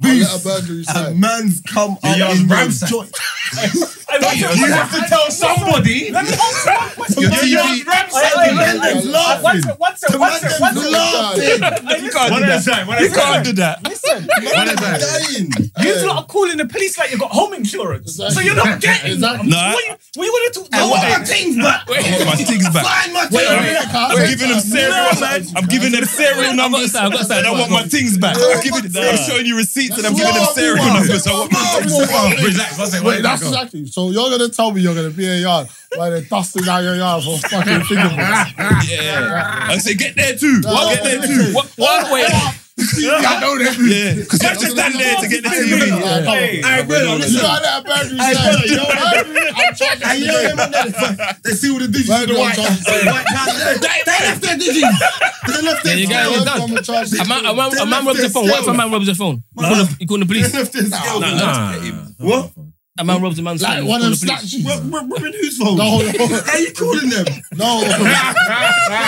S6: I'll let a
S2: Boost.
S6: burglary
S2: A
S6: side.
S2: man's come up
S5: Yeah,
S2: in your
S5: ransack.
S2: joint.
S5: You have to tell somebody.
S4: Let me answer that question.
S1: Your
S4: Wait,
S1: TV
S2: The
S4: wait, wait,
S2: man
S4: wait,
S2: is
S4: wait.
S2: laughing.
S4: One sec, one sec,
S2: The
S4: one
S2: man
S4: sec,
S2: is
S4: one sec.
S2: laughing.
S4: Hey, listen,
S5: One at a time. One at a time.
S1: do that.
S4: Listen,
S5: One at a time.
S2: Dying.
S4: you lot are calling the police like you got home insurance. So
S6: Exactly.
S4: you're not getting them.
S6: Exactly.
S1: Nah.
S4: What you- what you want to talk
S2: I want
S4: about?
S2: my things back.
S1: I want my things back.
S2: Find my things back.
S1: I'm giving them serial.
S6: No, man.
S1: I'm giving them serial
S3: I've got
S1: numbers.
S3: that, I've got that.
S1: And I want my things back. I'm giving. I'm showing you receipts and I'm giving them serial numbers. I want my things back.
S5: Relax. One second.
S6: Wait, that's exactly. So you're gonna tell me you're gonna be a yard while they're dusting down your yard for fucking fingerprints.
S1: Yeah. I say get there too. I'll get there too.
S3: What- what- wait.
S5: I know that.
S1: Yeah. Because you have to stand there to get the TV.
S6: Yeah, come on.
S5: I will.
S6: You know that burglary side. You know what? I'm trying to
S2: And you know them on there, They see all the digits.
S6: Right,
S2: in the white
S6: John.
S2: house. They left their digits. They left their
S3: Yeah, you
S2: digits.
S3: guys are done. A man, a man, a man robs your phone. What if a man robs your phone? You call the, you call the
S2: They
S3: police.
S2: left their scales.
S5: What?
S3: A man robs a man's phone.
S6: Like
S3: you
S6: one
S3: call
S6: of
S3: the
S6: them
S3: police.
S6: statues.
S2: We're- we're ripping whose phone?
S6: No,
S2: How you calling them?
S6: no,
S3: Go. Change your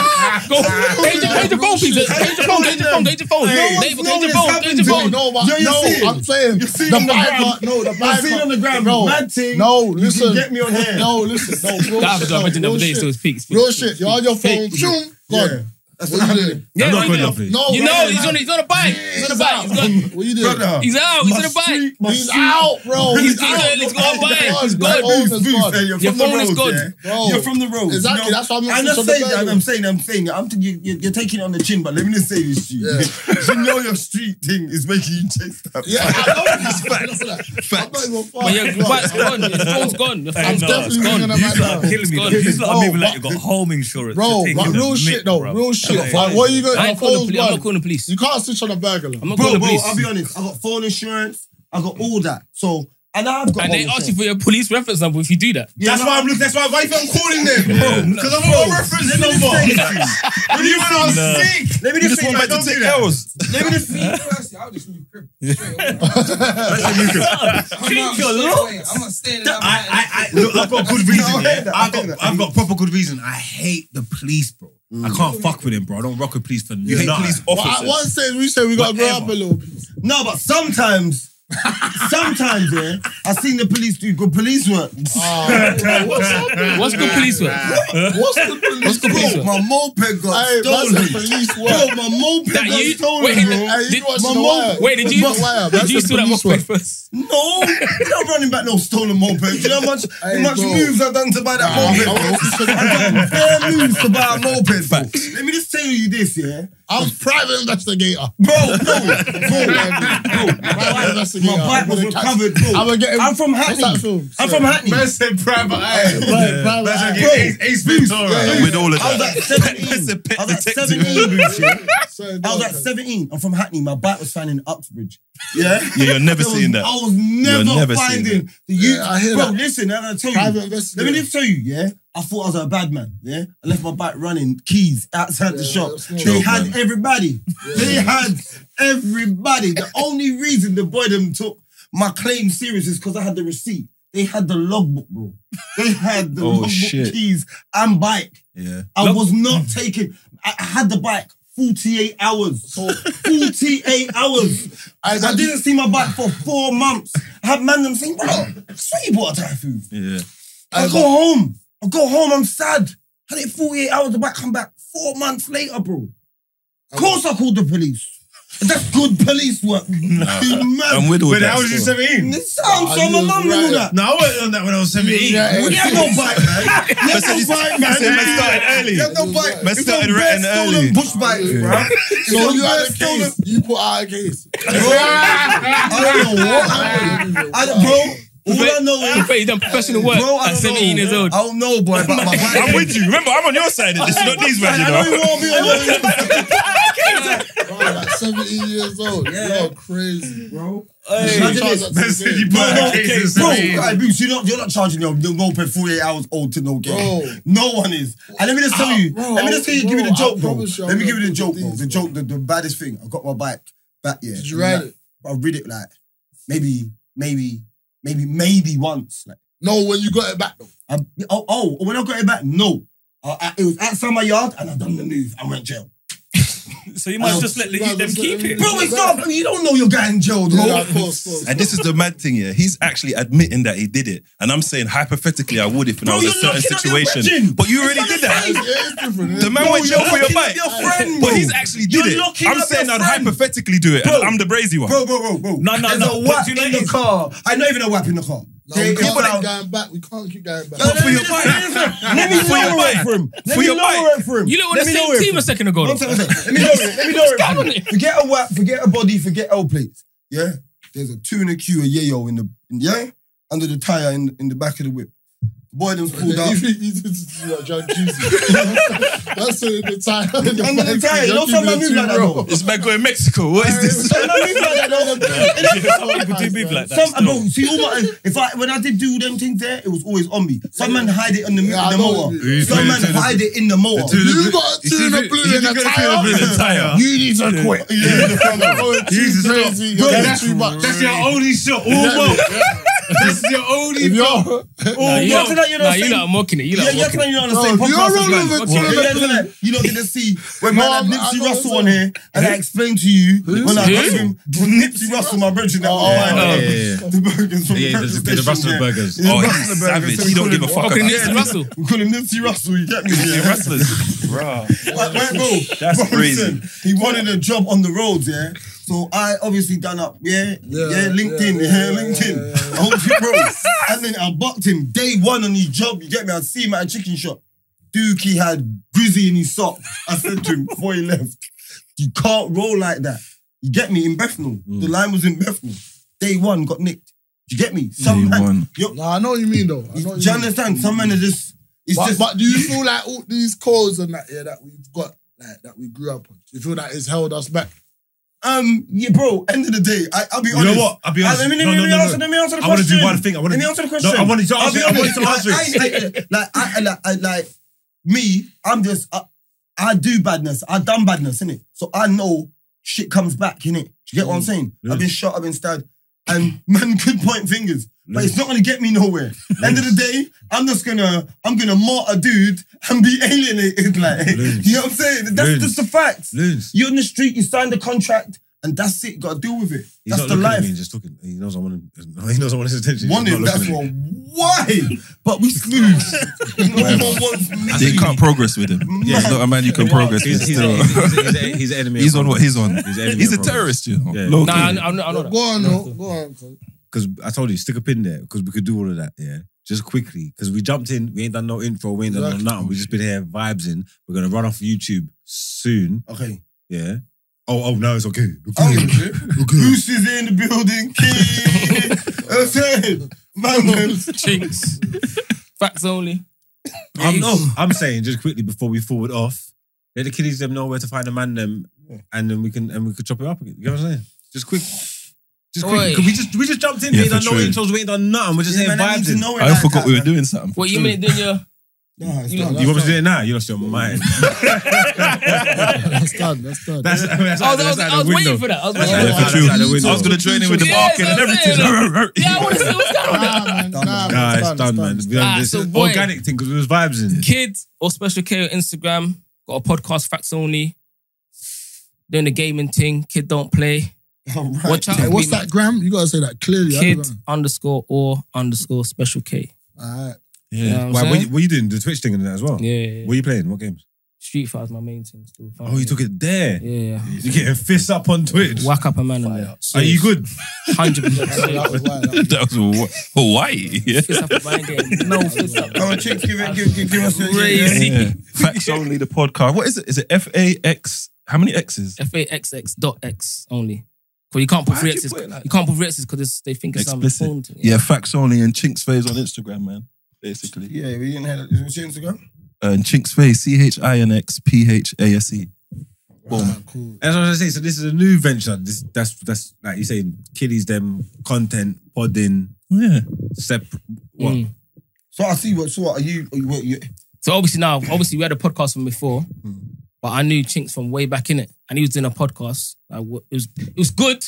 S3: change your phone, please. Change your phone. Change your phone. Change your phone.
S2: Hey,
S3: Dave,
S2: no
S3: Change your
S2: one's
S3: phone.
S2: happened
S3: Change your
S2: to
S6: no,
S3: phone.
S6: no, but
S2: Yeah, you're
S6: no.
S2: seeing.
S6: I'm saying
S2: You're seeing
S6: the
S2: on the
S6: bike
S2: ground.
S6: part- No, the
S2: I
S6: bike
S2: seen
S6: part-
S2: on the ground.
S6: No,
S2: Mad thing.
S6: no,
S2: You can
S6: listen.
S2: get me on here.
S6: No, listen. No, real
S3: That happened
S6: shit.
S3: to
S6: No,
S3: Imagine the
S6: real
S3: other day,
S6: shit.
S3: so it's peaks.
S6: Real shit. You're on your phone. Shoom.
S2: Yeah.
S6: Gone. That's what you did.
S3: Yeah,
S2: I'm not
S3: right
S2: going
S3: now.
S2: lovely.
S6: No,
S3: You
S6: way,
S3: know, he's
S6: man.
S3: on, he's on a bike. He's on a bike. He's, got,
S6: What you did?
S2: Brother.
S3: he's out. He's on a bike.
S6: He's out,
S2: Oh,
S6: bro.
S3: He's out. He's got a bike. He's
S6: My
S3: got
S6: phone is
S2: Booth,
S6: gone.
S2: yeah, you're
S3: Your
S2: from the
S3: phone is
S2: road,
S3: gone.
S2: yeah.
S6: Bro.
S2: You're from the road. you
S6: Exactly.
S2: know?
S6: That's what I'm
S2: And
S6: saying.
S2: I'm
S6: So
S2: saying,
S6: the
S2: that,
S6: guy-
S2: I'm saying, I'm saying, I'm thinking you, you- you're taking it on the chin, but let me just say this to you. you know your street thing is making you chase that.
S6: Yeah, I know this fact. I'm not even far.
S3: But yeah, your bike's gone. Your phone's gone. Your phone's
S6: no,
S3: gone. It's
S6: definitely
S3: gone.
S6: gonna
S3: It's
S6: matter.
S3: gone.
S6: Killing
S3: It's gone.
S5: He's not moving
S6: Bro,
S5: like you got home insurance.
S6: Bro,
S5: You're
S6: but
S5: taking
S6: real
S5: the
S6: shit
S5: mick,
S6: though,
S5: bro.
S6: real shit.
S5: Yeah.
S6: Like, what are you going?
S3: I
S6: to
S3: ain't calling the police. I'm not calling the police.
S6: You can't switch on a burglar.
S3: I'm not
S2: Bro,
S3: calling the
S2: bro, I'll
S3: police.
S2: be honest. I got phone insurance. I got all that. So, and I've got.
S3: And they ask you for your police reference number if you do that.
S2: that's why I'm looking. That's why. Why you think I'm calling them, bro? Because I'm on reference number. When you when I was
S5: Nah.
S2: sick, let me
S1: You just want back to take L's.
S2: Let me just see.
S7: I'll just leave crib. Straight away. I'm not
S4: Think you're
S7: straight
S4: low.
S7: away. I'm not staying in
S2: I,
S7: that night.
S2: I, I, look, I've got good reason. No, I yeah. hate that. I I've hate got, that.
S8: I've
S2: I've got proper good reason. I hate the police, bro. I can't fuck with them, bro. I don't rock with Mm. police for
S1: You hate police
S6: Well, at
S1: officers.
S6: one stage, we said we got to grow up a
S2: Whatever.
S6: little bit.
S2: No, but sometimes, sometimes, yeah, I seen the police do good police work.
S3: Oh, What's good police work?
S6: What's the police?
S3: What's good police work?
S2: My moped got
S6: Hey, that's
S2: stolen.
S6: the police
S2: Bro,
S6: work.
S2: my moped
S3: That
S2: got
S3: you-
S2: stolen,
S3: wait,
S2: bro.
S6: Hey,
S3: Did-
S6: you watch
S2: my
S6: the
S2: mom-
S6: wire?
S3: Wait, did you
S6: That's wire.
S3: did
S6: That's
S3: you
S6: the
S3: steal that
S6: police
S3: moped
S6: work.
S3: first?
S2: No, we're not running back no stolen moped. Do you know how much, how
S6: Hey,
S2: much
S6: bro.
S2: moves I've done to buy that
S6: Nah,
S2: moped?
S6: I
S2: bro?
S6: want to say-
S2: I've done fair moves to buy a moped. bro. Let me just tell you this, yeah,
S6: I'm private investigator.
S2: bro. No, my
S6: Bro, private
S2: bike-
S6: investigator.
S2: my bike was
S6: I'm gonna catch-
S2: recovered, bro.
S6: I'm gonna get him.
S2: I'm from
S6: What's that
S2: Hackney.
S6: film?
S2: I'm from Hackney.
S5: said private eye.
S6: Right, private eye.
S2: Bro,
S6: Yeah,
S1: With all of
S2: I was
S1: that.
S2: like 17.
S1: pet
S2: I was like
S1: detective.
S2: 17,
S6: E.
S2: Bruce, yeah?
S6: Sorry,
S2: I was like
S6: no,
S2: 17. I'm from Hackney. My bike was found in Uxbridge. Yeah?
S1: Yeah, you're never
S2: There was-
S1: seeing that.
S2: I was never,
S1: never seeing
S2: finding the youth.
S6: Yeah, I hear
S2: Bro,
S6: that.
S2: listen, I'm gonna tell you.
S6: Private
S2: Let me
S6: investigator.
S2: just tell you, yeah? I thought I was a bad man, yeah? I left my bike running, keys outside the
S6: Yeah,
S2: shop.
S6: that's
S2: They
S6: not-
S2: had
S1: man.
S2: everybody. They had everybody. The only reason the boy them took my claim serious is because I had the receipt. They had the logbook, bro. They had the
S1: Oh,
S2: logbook,
S1: shit.
S2: keys, and bike.
S1: Yeah.
S2: I was not taking. I I had the bike 48 hours. So 48 hours. I, I didn't see my bike for four months. I had man them saying, bro, swear you bought a typhoon.
S1: Yeah.
S2: I go home. I go home. I'm sad. Had it 48 hours. The bike come back four months later, bro. Of course, I called the police. That's good police work. You mad?
S1: I'm with all
S5: But
S1: that.
S5: how was you 17?
S2: This sounds
S6: Nah,
S2: so my
S6: you
S2: mum and all
S6: right.
S2: that.
S5: No, I wasn't on that when I was 17.
S6: Yeah,
S2: We have no bike, man. We have no bike, man.
S1: said man started early.
S2: We have no bike.
S1: Man
S2: It's
S1: started
S2: no
S1: ratting
S2: bare stolen
S1: early.
S2: Bush bikes, bro.
S6: So you had a
S2: Stolen-
S6: case. You put out a case.
S2: I don't know what happened. I don't, bro. All I know
S3: You
S2: is,
S3: bet you done professional work
S2: bro, I
S3: at
S2: don't
S3: 17
S2: know.
S3: years old.
S2: I don't know, boy, about my bike.
S1: I'm with you. Remember, I'm on your side of this, not these man, you
S2: I don't
S1: know.
S2: even want to be on the
S6: Bro, like 17 years old. You're crazy, bro.
S2: Imagine this.
S6: Charge that to
S5: Man said you
S6: the
S5: bought
S2: No,
S5: a case
S2: okay,
S5: of
S2: bro,
S5: 17.
S2: right, Bruce, you're not, you're not charging your no moped 48 hours old to no game.
S6: Bro. Ah,
S2: No one is. And let me just tell you,
S6: bro,
S2: let me just tell you,
S6: bro,
S2: give you the
S6: I
S2: joke, bro.
S6: promise you,
S2: let
S6: I'm
S2: me give you the
S6: not
S2: joke,
S6: doing
S2: bro. The
S6: these,
S2: joke, the, the baddest thing. I got my bike back, yeah.
S6: Did you
S2: and
S6: ride
S2: like,
S6: it?
S2: I read it like maybe, maybe, maybe, maybe once. Like,
S6: No, when you got it back, though.
S2: I, oh, oh, when I got it back, no. Uh, I- it was outside my yard and I done the move. I went jail.
S5: So you might
S2: Oh,
S5: just let the
S6: you
S5: youth
S6: might
S5: them
S6: just let
S5: keep
S6: them
S5: it.
S2: Bro, it's not, you don't know you're getting jailed, bro.
S6: Yeah, of course, of course.
S1: And this is the mad thing, yeah. He's actually admitting that he did it. And I'm saying hypothetically I would if I
S2: Bro,
S1: was in a
S2: you're
S1: certain
S2: knocking on your
S1: situation.
S2: virgin.
S1: But you already
S2: not
S1: did
S2: the
S1: that.
S6: Yeah, it's different. isn't
S1: The
S6: it?
S1: man
S2: Bro,
S1: went
S2: you're
S1: jail for your
S2: locking up
S1: bike.
S2: your friend,
S1: but
S2: bro.
S1: he's actually did
S2: You're
S1: it.
S2: locking
S1: I'm
S2: up
S1: saying
S2: your
S1: I'd
S2: friend.
S1: hypothetically do it.
S2: Bro.
S1: I'm the brazy one.
S2: Bro, bro, bro, bro.
S5: No, no,
S2: There's
S5: no,
S2: A
S5: but
S2: whack
S5: do you know
S2: in
S5: it
S2: the
S5: is-
S2: car. I know even a whack in the car.
S6: No,
S2: They-
S6: we
S2: it's
S6: can't
S2: not-
S6: keep going back. We can't keep going back.
S2: No, no,
S1: for
S2: no,
S1: your
S2: no,
S1: bike.
S2: no, no, no. Let me
S1: For your
S2: lower it
S1: bike.
S2: for him. Let
S1: For
S2: me
S1: your
S2: lower
S1: bike.
S2: it for him.
S3: You look on the
S2: Let me lower
S3: same
S2: it
S3: team a
S2: for him.
S3: second ago.
S2: One
S3: though.
S2: second, one second. Let me lower it. Let me lower it.
S3: Stand
S2: for
S3: on
S2: him.
S3: it.
S2: Forget a whack. Forget a body. Forget L plates. Yeah. There's a two and a Q, a yayo in the in- yeah under the tire in in the back of the whip. Boy, them pulled out.
S6: You think you just do like John Cusack? That's it in the tire.
S2: Under the tire. You know some man move like that. though.
S1: This man going Mexico. What is this? Oh,
S2: Some man move like that. though.
S5: Some people do move like that.
S2: Some, uh,
S5: still.
S2: bro, see, all my, if I when I did do them things there, it was always on me. Some man hide it in the,
S6: Yeah,
S2: in
S6: I
S2: the
S6: know
S2: motor.
S6: what you
S5: mean.
S2: Some man hide it in the motor.
S6: You got a two in the blue in the tire.
S5: tire.
S6: You need to quit. You need to quit. You're going too crazy. You're
S5: Bro,
S6: going too much.
S5: That's your only shot. All
S6: Exactly.
S5: well.
S9: This is your only.
S6: If you're,
S3: Nah, you
S2: you
S3: lot-
S2: acting like you're
S3: nah,
S2: not
S3: you
S2: saying-
S3: lot are mocking it. You lot are
S2: Yeah, you're
S3: mocking it.
S2: acting like you're on the
S6: Bro,
S2: same
S6: you're
S2: podcast.
S6: all
S2: as
S6: over
S2: mine.
S6: the
S2: You're acting
S6: place.
S2: like You don't get to see when man had
S6: No, I'm-
S2: Nipsey
S6: I'm
S2: Russell
S6: not
S2: on here, and I explained to you when I
S3: Who?
S2: asked him Nipsey Russell, my brethren, that
S6: Oh,
S2: was mine.
S3: yeah,
S5: yeah, yeah.
S2: The burgers from
S5: Yeah,
S2: the
S5: the, the, the Russell
S2: yeah.
S5: burgers.
S1: Oh,
S2: Yeah,
S1: he's
S2: Russell
S1: savage.
S2: Burgers.
S1: He don't give a fuck
S3: Okay,
S1: about
S3: Nipsey Russell.
S2: We call him Nipsey Russell. You get me?
S1: These
S2: Yeah.
S1: wrestlers. Bro.
S2: Like, where, bro,
S1: That's
S2: bro,
S1: crazy.
S2: listen, He wanted a job on the roads, yeah. So I obviously done up, yeah, yeah,
S6: Yeah,
S2: LinkedIn, yeah,
S6: yeah, yeah,
S2: LinkedIn.
S6: yeah, yeah, yeah.
S2: I hope you, bro. and then I bucked him day one on his job. You get me? I see him at a chicken shop. Dookie had Grizzy in his sock. I said to him before he left, "You can't roll like that." You get me? In Bethnal,
S5: Mm.
S2: the line was in Bethnal. Day one got nicked. You get me? Some man- Yo,
S6: nah, I know what you mean though. I know
S2: do
S6: what
S2: you
S6: you mean.
S2: understand? Some men are just. It's
S6: But,
S2: just.
S6: but do you feel like all these calls and that yeah that we've got like that we grew up on? Do you feel that it's held us back?
S2: Um, yeah, bro. End of the day, I, I'll be
S5: You
S2: honest.
S5: know what? I'll be
S2: Ah,
S5: honest.
S2: let me, let
S5: No,
S2: me
S5: no, no,
S2: answer.
S5: no.
S2: Let me answer the
S5: I want to
S2: question.
S5: do one thing. I want
S2: Let
S5: to.
S2: me answer the question.
S5: No, I wanted to
S2: I'll
S5: answer.
S2: be
S5: it. I wanted
S2: honest.
S5: to answer it.
S2: I, I, I, like, I, I- like, I, like me. I'm just. I, I do badness. I done badness, innit? So I know shit comes back, innit? Do you get what I'm
S5: Mm.
S2: saying? I've been shot. I've been stabbed, and man could point fingers. But it's not gonna get me nowhere. End of the day, I'm just gonna I'm gonna martyr a dude and be alienated. Like, you know what I'm saying? That's
S5: Loons.
S2: just the facts.
S5: Loons.
S2: You're in the street, you sign the contract, and that's it. Got to deal with it.
S5: He's
S2: that's
S5: not
S2: the
S5: looking at me
S2: life.
S5: and just talking. He knows I want him. He knows I want his attention. He's
S2: One
S5: not
S2: is
S5: looking
S2: that's
S5: at me.
S2: one. Why? But we smooth. no one wants
S1: They
S2: me.
S1: can't progress with him.
S2: Yeah.
S1: He's not a man you can progress with.
S5: He's, he's,
S1: still.
S5: he's, he's, he's, he's, he's enemy.
S1: He's on what he's on.
S5: He's enemy
S1: He's a
S5: of progress.
S1: terrorist, you know.
S5: Yeah.
S1: Local.
S3: Nah, I, I, know- I know that.
S6: Go on, no, go on. cuz.
S5: Because I told you, stick a pin there because we could do all of that. Yeah, just quickly because we jumped in. We ain't done no intro. We ain't done
S6: Exactly.
S5: no nothing. We just been here vibes in. We're gonna run off YouTube soon.
S2: Okay.
S5: Yeah. Oh, oh no, it's okay.
S2: I don't give a shit. Goose is in the building. King. I'm saying, man, them-
S3: Chinks. Facts only.
S5: I'm, I'm saying just quickly before we forward off, let the kiddies them know where to find the man them, and then we can and we could chop it up again. You know what I'm saying? Just quick. Just quick.
S3: Oi.
S5: We just we just jumped in.
S1: Yeah,
S5: we ain't
S1: for
S5: done no
S1: sure.
S5: intros. We ain't done nothing. We're just
S2: Yeah,
S5: here
S2: man, I need
S5: vibes
S2: to
S5: in.
S2: know it
S1: I
S2: like
S1: forgot
S2: that,
S1: we were
S2: man.
S1: doing something.
S3: What you mean? Then you
S2: Nah, it's
S3: You-
S2: done.
S5: You want me to do it now? You lost your
S2: Mm.
S5: mind.
S6: That's done. That's done.
S5: That's, that's,
S3: I
S5: out-
S3: was, I was,
S5: that's
S3: I
S5: out
S3: was
S5: the
S3: waiting
S5: window.
S3: for that. I was
S5: That's
S3: waiting for
S5: out the-
S1: Yeah,
S3: that.
S1: for true.
S5: that's out the window.
S1: I was gonna train him with the
S3: Yeah,
S1: barking and
S3: that's
S1: everything.
S3: what I'm Yeah, I want to see what's going on there.
S6: nah, man. Nah,
S2: Done,
S6: man.
S5: Nah, it's done, man.
S6: it's
S5: We done
S3: Ah,
S5: this
S3: so
S5: It's
S3: boy.
S5: organic thing because we was vibes in.
S3: Kid or Special K on Instagram. Got a podcast, Facts Only. Doing the gaming thing. Kid don't play.
S2: Alright.
S3: Watch out.
S6: Hey,
S3: for
S6: what's
S3: me,
S6: that, Graham? You gotta say that clearly.
S3: man.
S6: I
S3: Kid
S6: don't know.
S3: underscore or underscore Special K.
S6: Alright.
S3: You know
S1: Yeah.
S3: what I'm
S5: Why, what,
S3: saying?
S5: you, what you doing? The Twitch thing and that as well?
S3: Yeah, yeah,
S5: What
S3: yeah.
S5: are you playing? What games?
S3: Street Fighter's my main thing. Still.
S5: Oh, you took it there.
S3: Yeah.
S5: You're getting fists up on Twitch.
S3: Whack up a man on there.
S5: Are you good?
S3: Hundred
S6: So that was
S3: percent.
S6: why. That
S1: That was Hawaii. Yeah.
S3: Fist up a man game. No fist up.
S2: Come on, chicks, Oh, give it, give, give, give us your
S3: Crazy.
S1: Yeah. Facts only the podcast. What is it? Is it F A X? How many X's?
S3: F A X X dot X only. Because you can't put
S1: Why'd
S3: three
S1: you
S3: X's.
S1: put it
S3: You,
S1: like
S3: can't put three X's because they think it's
S1: Explicit.
S3: some phone thing.
S1: Yeah, facts only and Chinks Face on Instagram, man. Basically. Uh,
S2: Yeah, we didn't have that. Is it Instagram?
S1: And Chinks Face, C H I N X P H A S E.
S6: was cool.
S5: As I was saying, so this is a new venture. This that's that's like you saying, kiddies them content podding
S1: Yeah.
S5: separate. What?
S3: Mm.
S2: So I see what. So what are you? Are you, what, you
S3: So obviously now, obviously we had a podcast from before, but I knew Chinks from way back in it, and he was doing a podcast. Like, wha- it was it was good.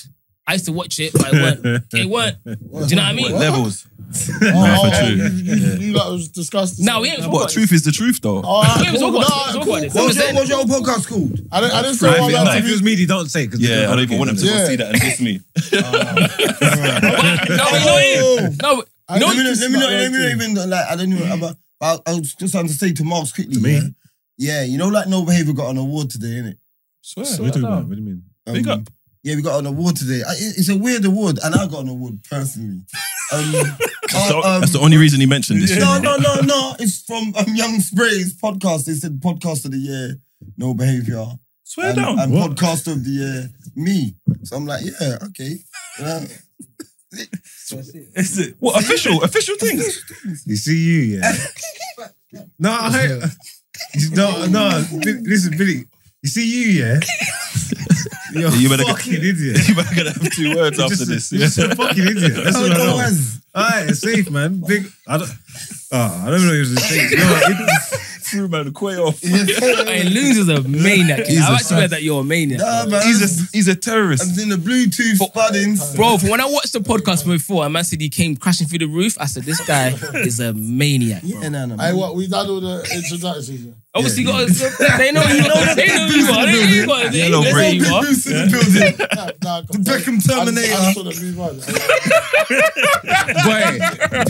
S3: I used to watch it, but it weren't. it weren't. Do you know what I mean?
S6: What?
S1: Levels.
S6: Oh,
S1: for
S6: oh, oh,
S1: true.
S6: you, you, you lot was discussing.
S3: No, we ain't talking
S1: But truth is the truth though.
S6: All
S3: We
S6: right,
S3: ain't
S6: cool.
S3: talking about
S6: Nah,
S3: it. We ain't talking
S6: cool.
S3: about it.
S2: what was your, what was your old podcast called?
S6: I didn't, I didn't say
S1: Right,
S6: what I
S1: yeah,
S6: was
S1: like-
S5: If it
S6: to
S5: was media, don't say. 'cause
S1: Yeah,
S5: they-
S1: I don't even want them to go
S6: Yeah.
S1: see that and diss me.
S3: No, you know what it
S2: Oh,
S3: is? no,
S6: I-
S3: No,
S2: let me
S6: this
S2: not,
S6: is
S2: let me
S6: my
S2: not, let
S6: own
S2: me not
S6: thing.
S2: even like I don't know about. I, I was just trying to say to Marks quickly.
S5: me?
S2: Yeah? yeah, you know, like no behavior got an award today, innit?
S5: What are you talking about? What do you mean?
S2: Um,
S1: Big up.
S2: Yeah, we got an award today. I, it- it's a weird award, and I got an award personally. Um,
S1: That's the-
S2: uh, um,
S1: that's the only reason he mentioned this.
S2: no, no, no, no. It's from um, Young Spray's podcast. They said podcast of the year, no behavior,
S1: Swear
S2: and,
S1: down.
S2: and
S1: What?
S2: podcast of the year, me. So I'm like, yeah, okay. Yeah.
S1: Is it? What official? Official things?
S5: You see you, yeah. no, I heard, no, no. Bi- Listen, Billy. You see you, yeah. You're
S1: You
S5: a
S1: better go-
S5: fucking idiot.
S1: You're gonna have two words
S5: You're
S1: after
S5: just a-
S1: this.
S5: you're just a fucking idiot. That's what I know.
S2: Otherwise,
S5: Ah, All right, it's safe, man. Big. I don't. Oh, I don't know. If it was a safe. No, it,
S1: through, man. Quay off.
S3: Hey, Loons is a maniac.
S1: He's
S3: I've
S1: a
S3: actually heard that you're a maniac.
S2: Nah, man.
S1: He's a he's a terrorist.
S2: I'm in the Bluetooth buddings.
S3: Bro, from when I watched the podcast before and Man said he came crashing through the roof, I said, this guy is a maniac. Bro.
S2: Yeah, no, no.
S6: Hey,
S2: man.
S6: what we done all the introductions. yeah?
S3: Obviously, you got they know you are. They know you are. They know you are. They know
S1: Yellow
S3: who you are.
S2: Boots in the building.
S6: Nah, nah,
S2: The Beckham
S6: I, I just
S2: Terminator.
S6: want to move on.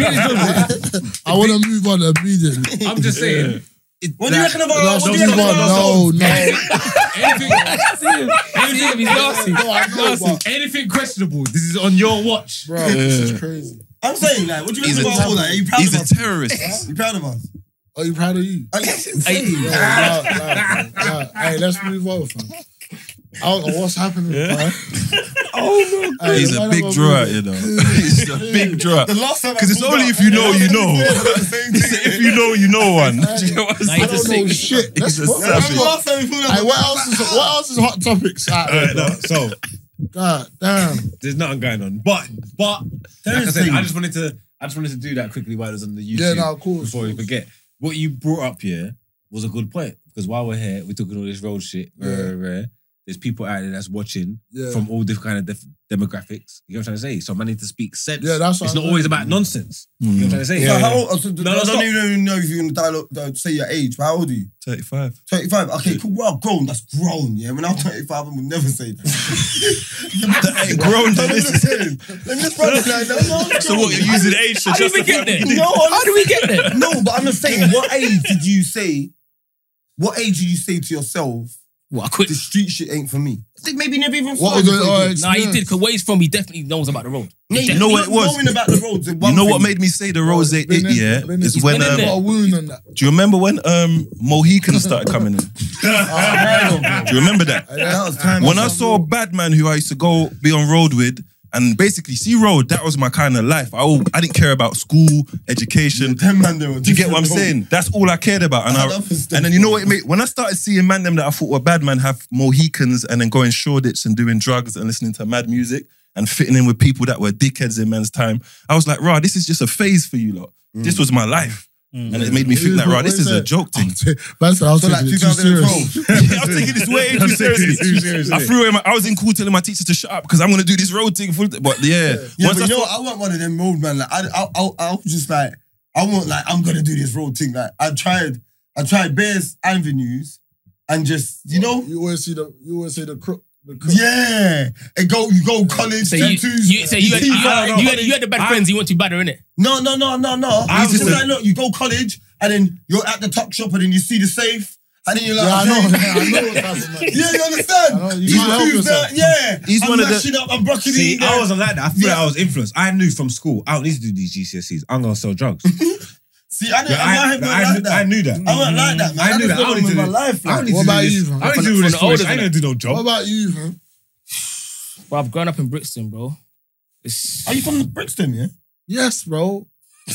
S6: I want to move on immediately.
S5: I'm just saying. It,
S4: What do you reckon about?
S6: No,
S4: what do you reckon about?
S6: no, no, no.
S5: anything,
S3: That's him, he's nasty.
S6: No, I know, but,
S5: anything questionable? This is on your watch.
S6: bro, this is crazy.
S2: I'm saying, like, what do you
S1: He's
S2: think
S1: a
S2: about all that? Are you proud
S1: He's
S2: of
S1: a
S2: us?
S1: terrorist.
S2: You proud of us?
S6: Are you proud of you?
S2: Are you-
S6: Yo, nah, nah, nah. Hey, let's move on, fam. I don't know what's happening, man. Oh my
S1: He's a big drawer, you know. He's a big drawer.
S2: The last time I
S1: Because it's
S2: pulled
S1: only
S2: up-
S1: if you know, you know.
S2: The same
S1: He
S2: thing.
S1: said, if you know, you know one. Do you know what I'm
S3: Nah, he's
S1: saying?
S6: I don't know shit.
S1: He's
S6: That's
S1: a
S6: what,
S2: Remember
S1: savage.
S2: last time we pulled up-
S6: hey, what else is what else is hot topics? out there, bro?
S5: so
S6: God damn.
S5: there's nothing going on. But but like I said, I just wanted to I just wanted to do that quickly while it was on the YouTube.
S6: Yeah, no, of course,
S5: Before
S6: of
S5: we
S6: course.
S5: forget, what you brought up here was a good point because while we're here, we're talking all this road shit. rah,
S6: Yeah.
S5: rah, rah. There's people out there that's watching
S6: Yeah.
S5: from all different kind of def- demographics. You know what I'm trying to say? So I need to speak sense.
S6: Yeah, that's what
S5: it's
S6: I'm
S5: not always about nonsense. You know
S1: Hmm.
S5: what I'm trying to say?
S2: So how old? So,
S5: No,
S2: I
S5: no,
S2: don't
S5: stop.
S2: even know if you're gonna dialogue, uh, say your age. But how old are you?
S1: 35.
S2: 25. Okay, cool. Well, grown. That's grown. Yeah. When I'm 25, I would never say that.
S1: That ain't grown,
S2: Let me just
S1: this.
S2: say this. Let me just run this line down. No, I'm
S1: So
S2: grown.
S1: what, you're using age to
S3: How did we get
S1: justify
S3: there?
S2: No, I'm
S3: How do we get there?
S2: No, but I'm just saying, what age did you say? What age did you say to yourself,
S3: Well, I quit.
S2: the street shit ain't for me? I think maybe never even thought
S6: What was
S2: of
S6: it? Oh,
S2: it.
S6: it's
S3: Nah, he
S6: nice.
S3: did, because where he's from, he definitely knows about the road.
S2: Yeah,
S1: You know what it was?
S2: Knowing about the roads.
S1: You know what made me say the Rose
S6: Been
S1: 8
S6: in-
S1: yeah?
S6: been in-
S1: Is
S6: He's
S1: when,
S3: been
S1: um,
S3: in
S6: Got a wound on that.
S1: do you remember when um, Mohicans started coming in? Do you remember that?
S2: Uh, That was time.
S1: When I saw Badman, who I used to go be on road with, and basically see road, that was my kind of life. I, al- I didn't care about school, education.
S2: Them man, they were
S1: Do you get what I'm
S2: different.
S1: saying? That's all I cared about. And,
S2: I
S1: I,
S2: love his stuff,
S1: and then you know what it made? When I started seeing man them that I thought were bad man have Mohicans and then going Shoreditch and doing drugs and listening to mad music and fitting in with people that were dickheads in man's time, I was like, rah, this is just a phase for you lot. This was my life. And it made me think like, rah, this is a joke thing.
S6: That's what I was
S2: So like
S6: taking it too serious.
S2: 2012.
S1: Yeah, I'm taking this way too seriously. I threw him. I was in cool telling my teacher to shut up because I'm gonna do this road thing. For, but yeah,
S2: Yeah,
S1: once I
S2: but you
S1: thought,
S2: know, what? I want one of them road man. Like I, I, I, I was just like, I want like I'm gonna do this road thing. Like I tried, I tried various avenues, and just you know,
S6: You always see the you always see the crook. The crook.
S2: yeah, and go, you go college,
S3: So you,
S2: tattoos.
S3: you, so you, had, you, had, you, had, you had the bad
S5: I-
S3: friends, you want to be better, innit?
S2: no, no, no, no, no.
S1: I
S2: It's
S1: was
S2: just
S1: just-
S2: like, look, you go college, and then you're at the tuck shop, and then you see the safe, and then you're like,
S6: Yeah, I know.
S2: okay.
S6: yeah, I know what that's like.
S2: Yeah, you understand?
S6: I know, you
S2: You
S6: can't help
S2: choose
S6: yourself.
S2: that, yeah.
S1: He's
S2: I'm
S1: one of the-
S2: mashing up, I'm broccoli.
S5: See, I wasn't like that. I feel
S2: Yeah.
S5: like I was influenced. I knew from school, I don't need to do these GCSEs. I'm gonna sell drugs.
S2: See, I didn't,
S5: Like,
S2: I,
S5: I,
S2: wasn't
S5: I
S2: like
S5: knew- I
S2: that.
S5: knew that.
S2: I wasn't like that, man.
S5: I knew
S2: just
S5: that. I
S2: don't
S5: only
S2: remember
S5: did
S2: my
S5: it.
S2: life.
S5: I
S2: like.
S5: don't need
S6: What
S5: to do
S6: about
S5: this.
S6: you,
S5: I
S6: fam?
S5: don't need to
S3: From
S5: do
S3: the
S5: this. for
S3: older
S5: this. I ain't gonna do no
S6: What
S5: job.
S6: about you, man?
S3: Bro, I've grown up in Brixton, bro. It's,
S2: Are you from Brixton, yeah?
S6: Yes, bro.